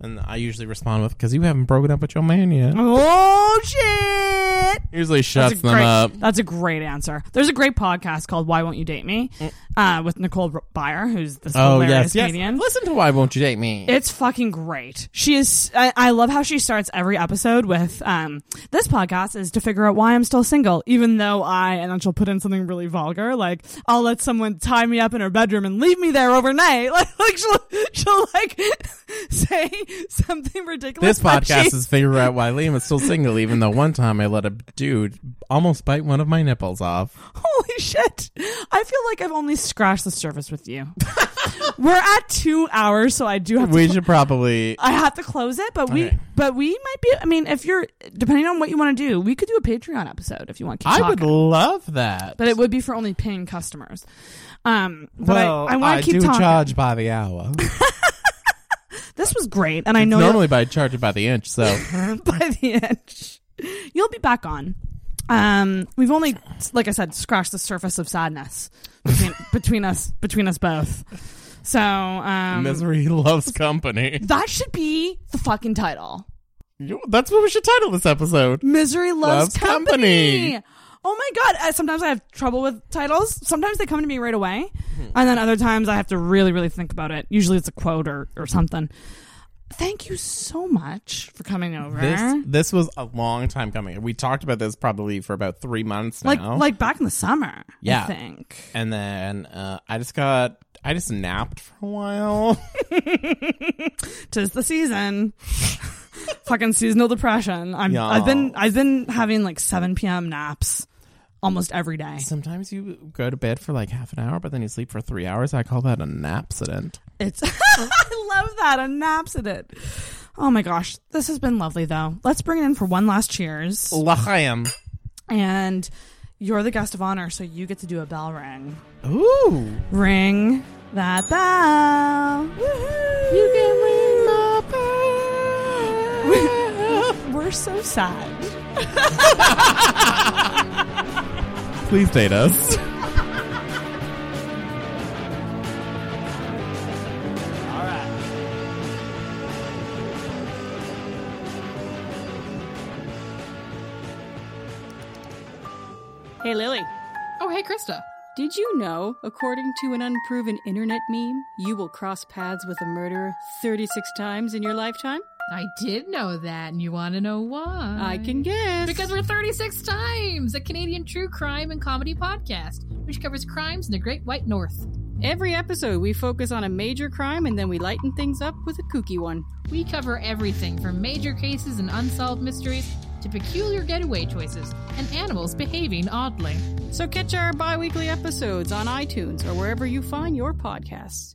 Speaker 6: I And I usually respond with, because you haven't broken up with your man yet.
Speaker 10: Oh shit!
Speaker 6: Usually
Speaker 10: That's a
Speaker 6: shuts them
Speaker 10: great,
Speaker 6: up.
Speaker 10: That's a great answer. There's a great podcast called "Why Won't You Date Me" uh, with Nicole Byer, who's this
Speaker 6: Mm. Oh, yes,
Speaker 10: hilarious
Speaker 6: yes.
Speaker 10: comedian.
Speaker 6: Listen to Why Won't You Date Me?
Speaker 10: It's fucking great. She is. I, I love how she starts every episode with, um, "This podcast is to figure out why I'm still single, even though I." And then she'll put in something really vulgar, like, "I'll let someone tie me up in her bedroom and leave me there overnight." (laughs) Like, like she'll she'll like (laughs) say something ridiculous.
Speaker 6: this
Speaker 10: but
Speaker 6: podcast
Speaker 10: she-
Speaker 6: is figure out why Liam is still single, even though one time I let a dude almost bite one of my nipples off.
Speaker 10: (laughs) Holy shit. I feel like I've only scratched the surface with you. (laughs) We're at two hours, so I do have to.
Speaker 6: We
Speaker 10: cl-
Speaker 6: should probably.
Speaker 10: I have to close it, but we,
Speaker 6: Okay.
Speaker 10: but we might be. I mean, if you're depending on what you want to do, we could do a Patreon episode if you want. To keep
Speaker 6: I would
Speaker 10: talking.
Speaker 6: love that.
Speaker 10: but it would be for only paying customers. Um, but
Speaker 6: well,
Speaker 10: I, I want to keep
Speaker 6: do
Speaker 10: talking.
Speaker 6: charge by the hour.
Speaker 10: This was great, and (laughs) I know you'll-
Speaker 6: Normally, by charge it by the inch. (laughs) So
Speaker 10: (laughs) by the inch. You'll be back on. Um, we've only, like I said, scratched the surface of sadness between, (laughs) between us, between us both. So um,
Speaker 6: misery loves company.
Speaker 10: that should be the fucking title.
Speaker 6: You- That's what we should title this episode.
Speaker 10: Misery loves,
Speaker 6: Loves
Speaker 10: company.
Speaker 6: company.
Speaker 10: Oh my god! Uh, sometimes I have trouble with titles. Sometimes they come to me right away,
Speaker 6: Hmm.
Speaker 10: and then other times I have to really, really think about it. Usually it's a quote or, or something. Thank you so much for coming over.
Speaker 6: This this was a long time coming. We talked about this probably for about three months
Speaker 10: like
Speaker 6: now.
Speaker 10: like back in the summer, I
Speaker 6: Yeah.
Speaker 10: think.
Speaker 6: and then uh, I just got I just napped for a while. (laughs)
Speaker 10: tis the season. (laughs) Fucking seasonal depression. I'm,
Speaker 6: Yeah.
Speaker 10: I've been I've been having like 7 p.m. naps almost every day.
Speaker 6: Sometimes you go to bed for like half an hour, but then you sleep for three hours. I call that an accident.
Speaker 10: It's (laughs) I love that a naps in it. Oh my gosh, this has been lovely though. Let's bring it in for one last cheers.
Speaker 6: L'chaim.
Speaker 10: And you're the guest of honor, so you get to do a bell ring.
Speaker 6: Ooh.
Speaker 10: Ring that bell. You can ring the bell. (laughs) We're so sad.
Speaker 6: Please date us.
Speaker 11: Hey, Lily. Oh, hey, Krista. Did you know, according to an unproven internet meme, you will cross paths with a murderer 36 times in your lifetime?
Speaker 12: I did know that, and you want to know why?
Speaker 11: I can guess.
Speaker 12: Because we're 36 Times, a Canadian true crime and comedy podcast, which covers crimes in the Great White North.
Speaker 11: Every episode, we focus on a major crime and then we lighten things up with a kooky one.
Speaker 12: We cover everything from major cases and unsolved mysteries to peculiar getaway choices and animals behaving oddly.
Speaker 11: So catch our bi weekly episodes on iTunes or wherever you find your podcasts.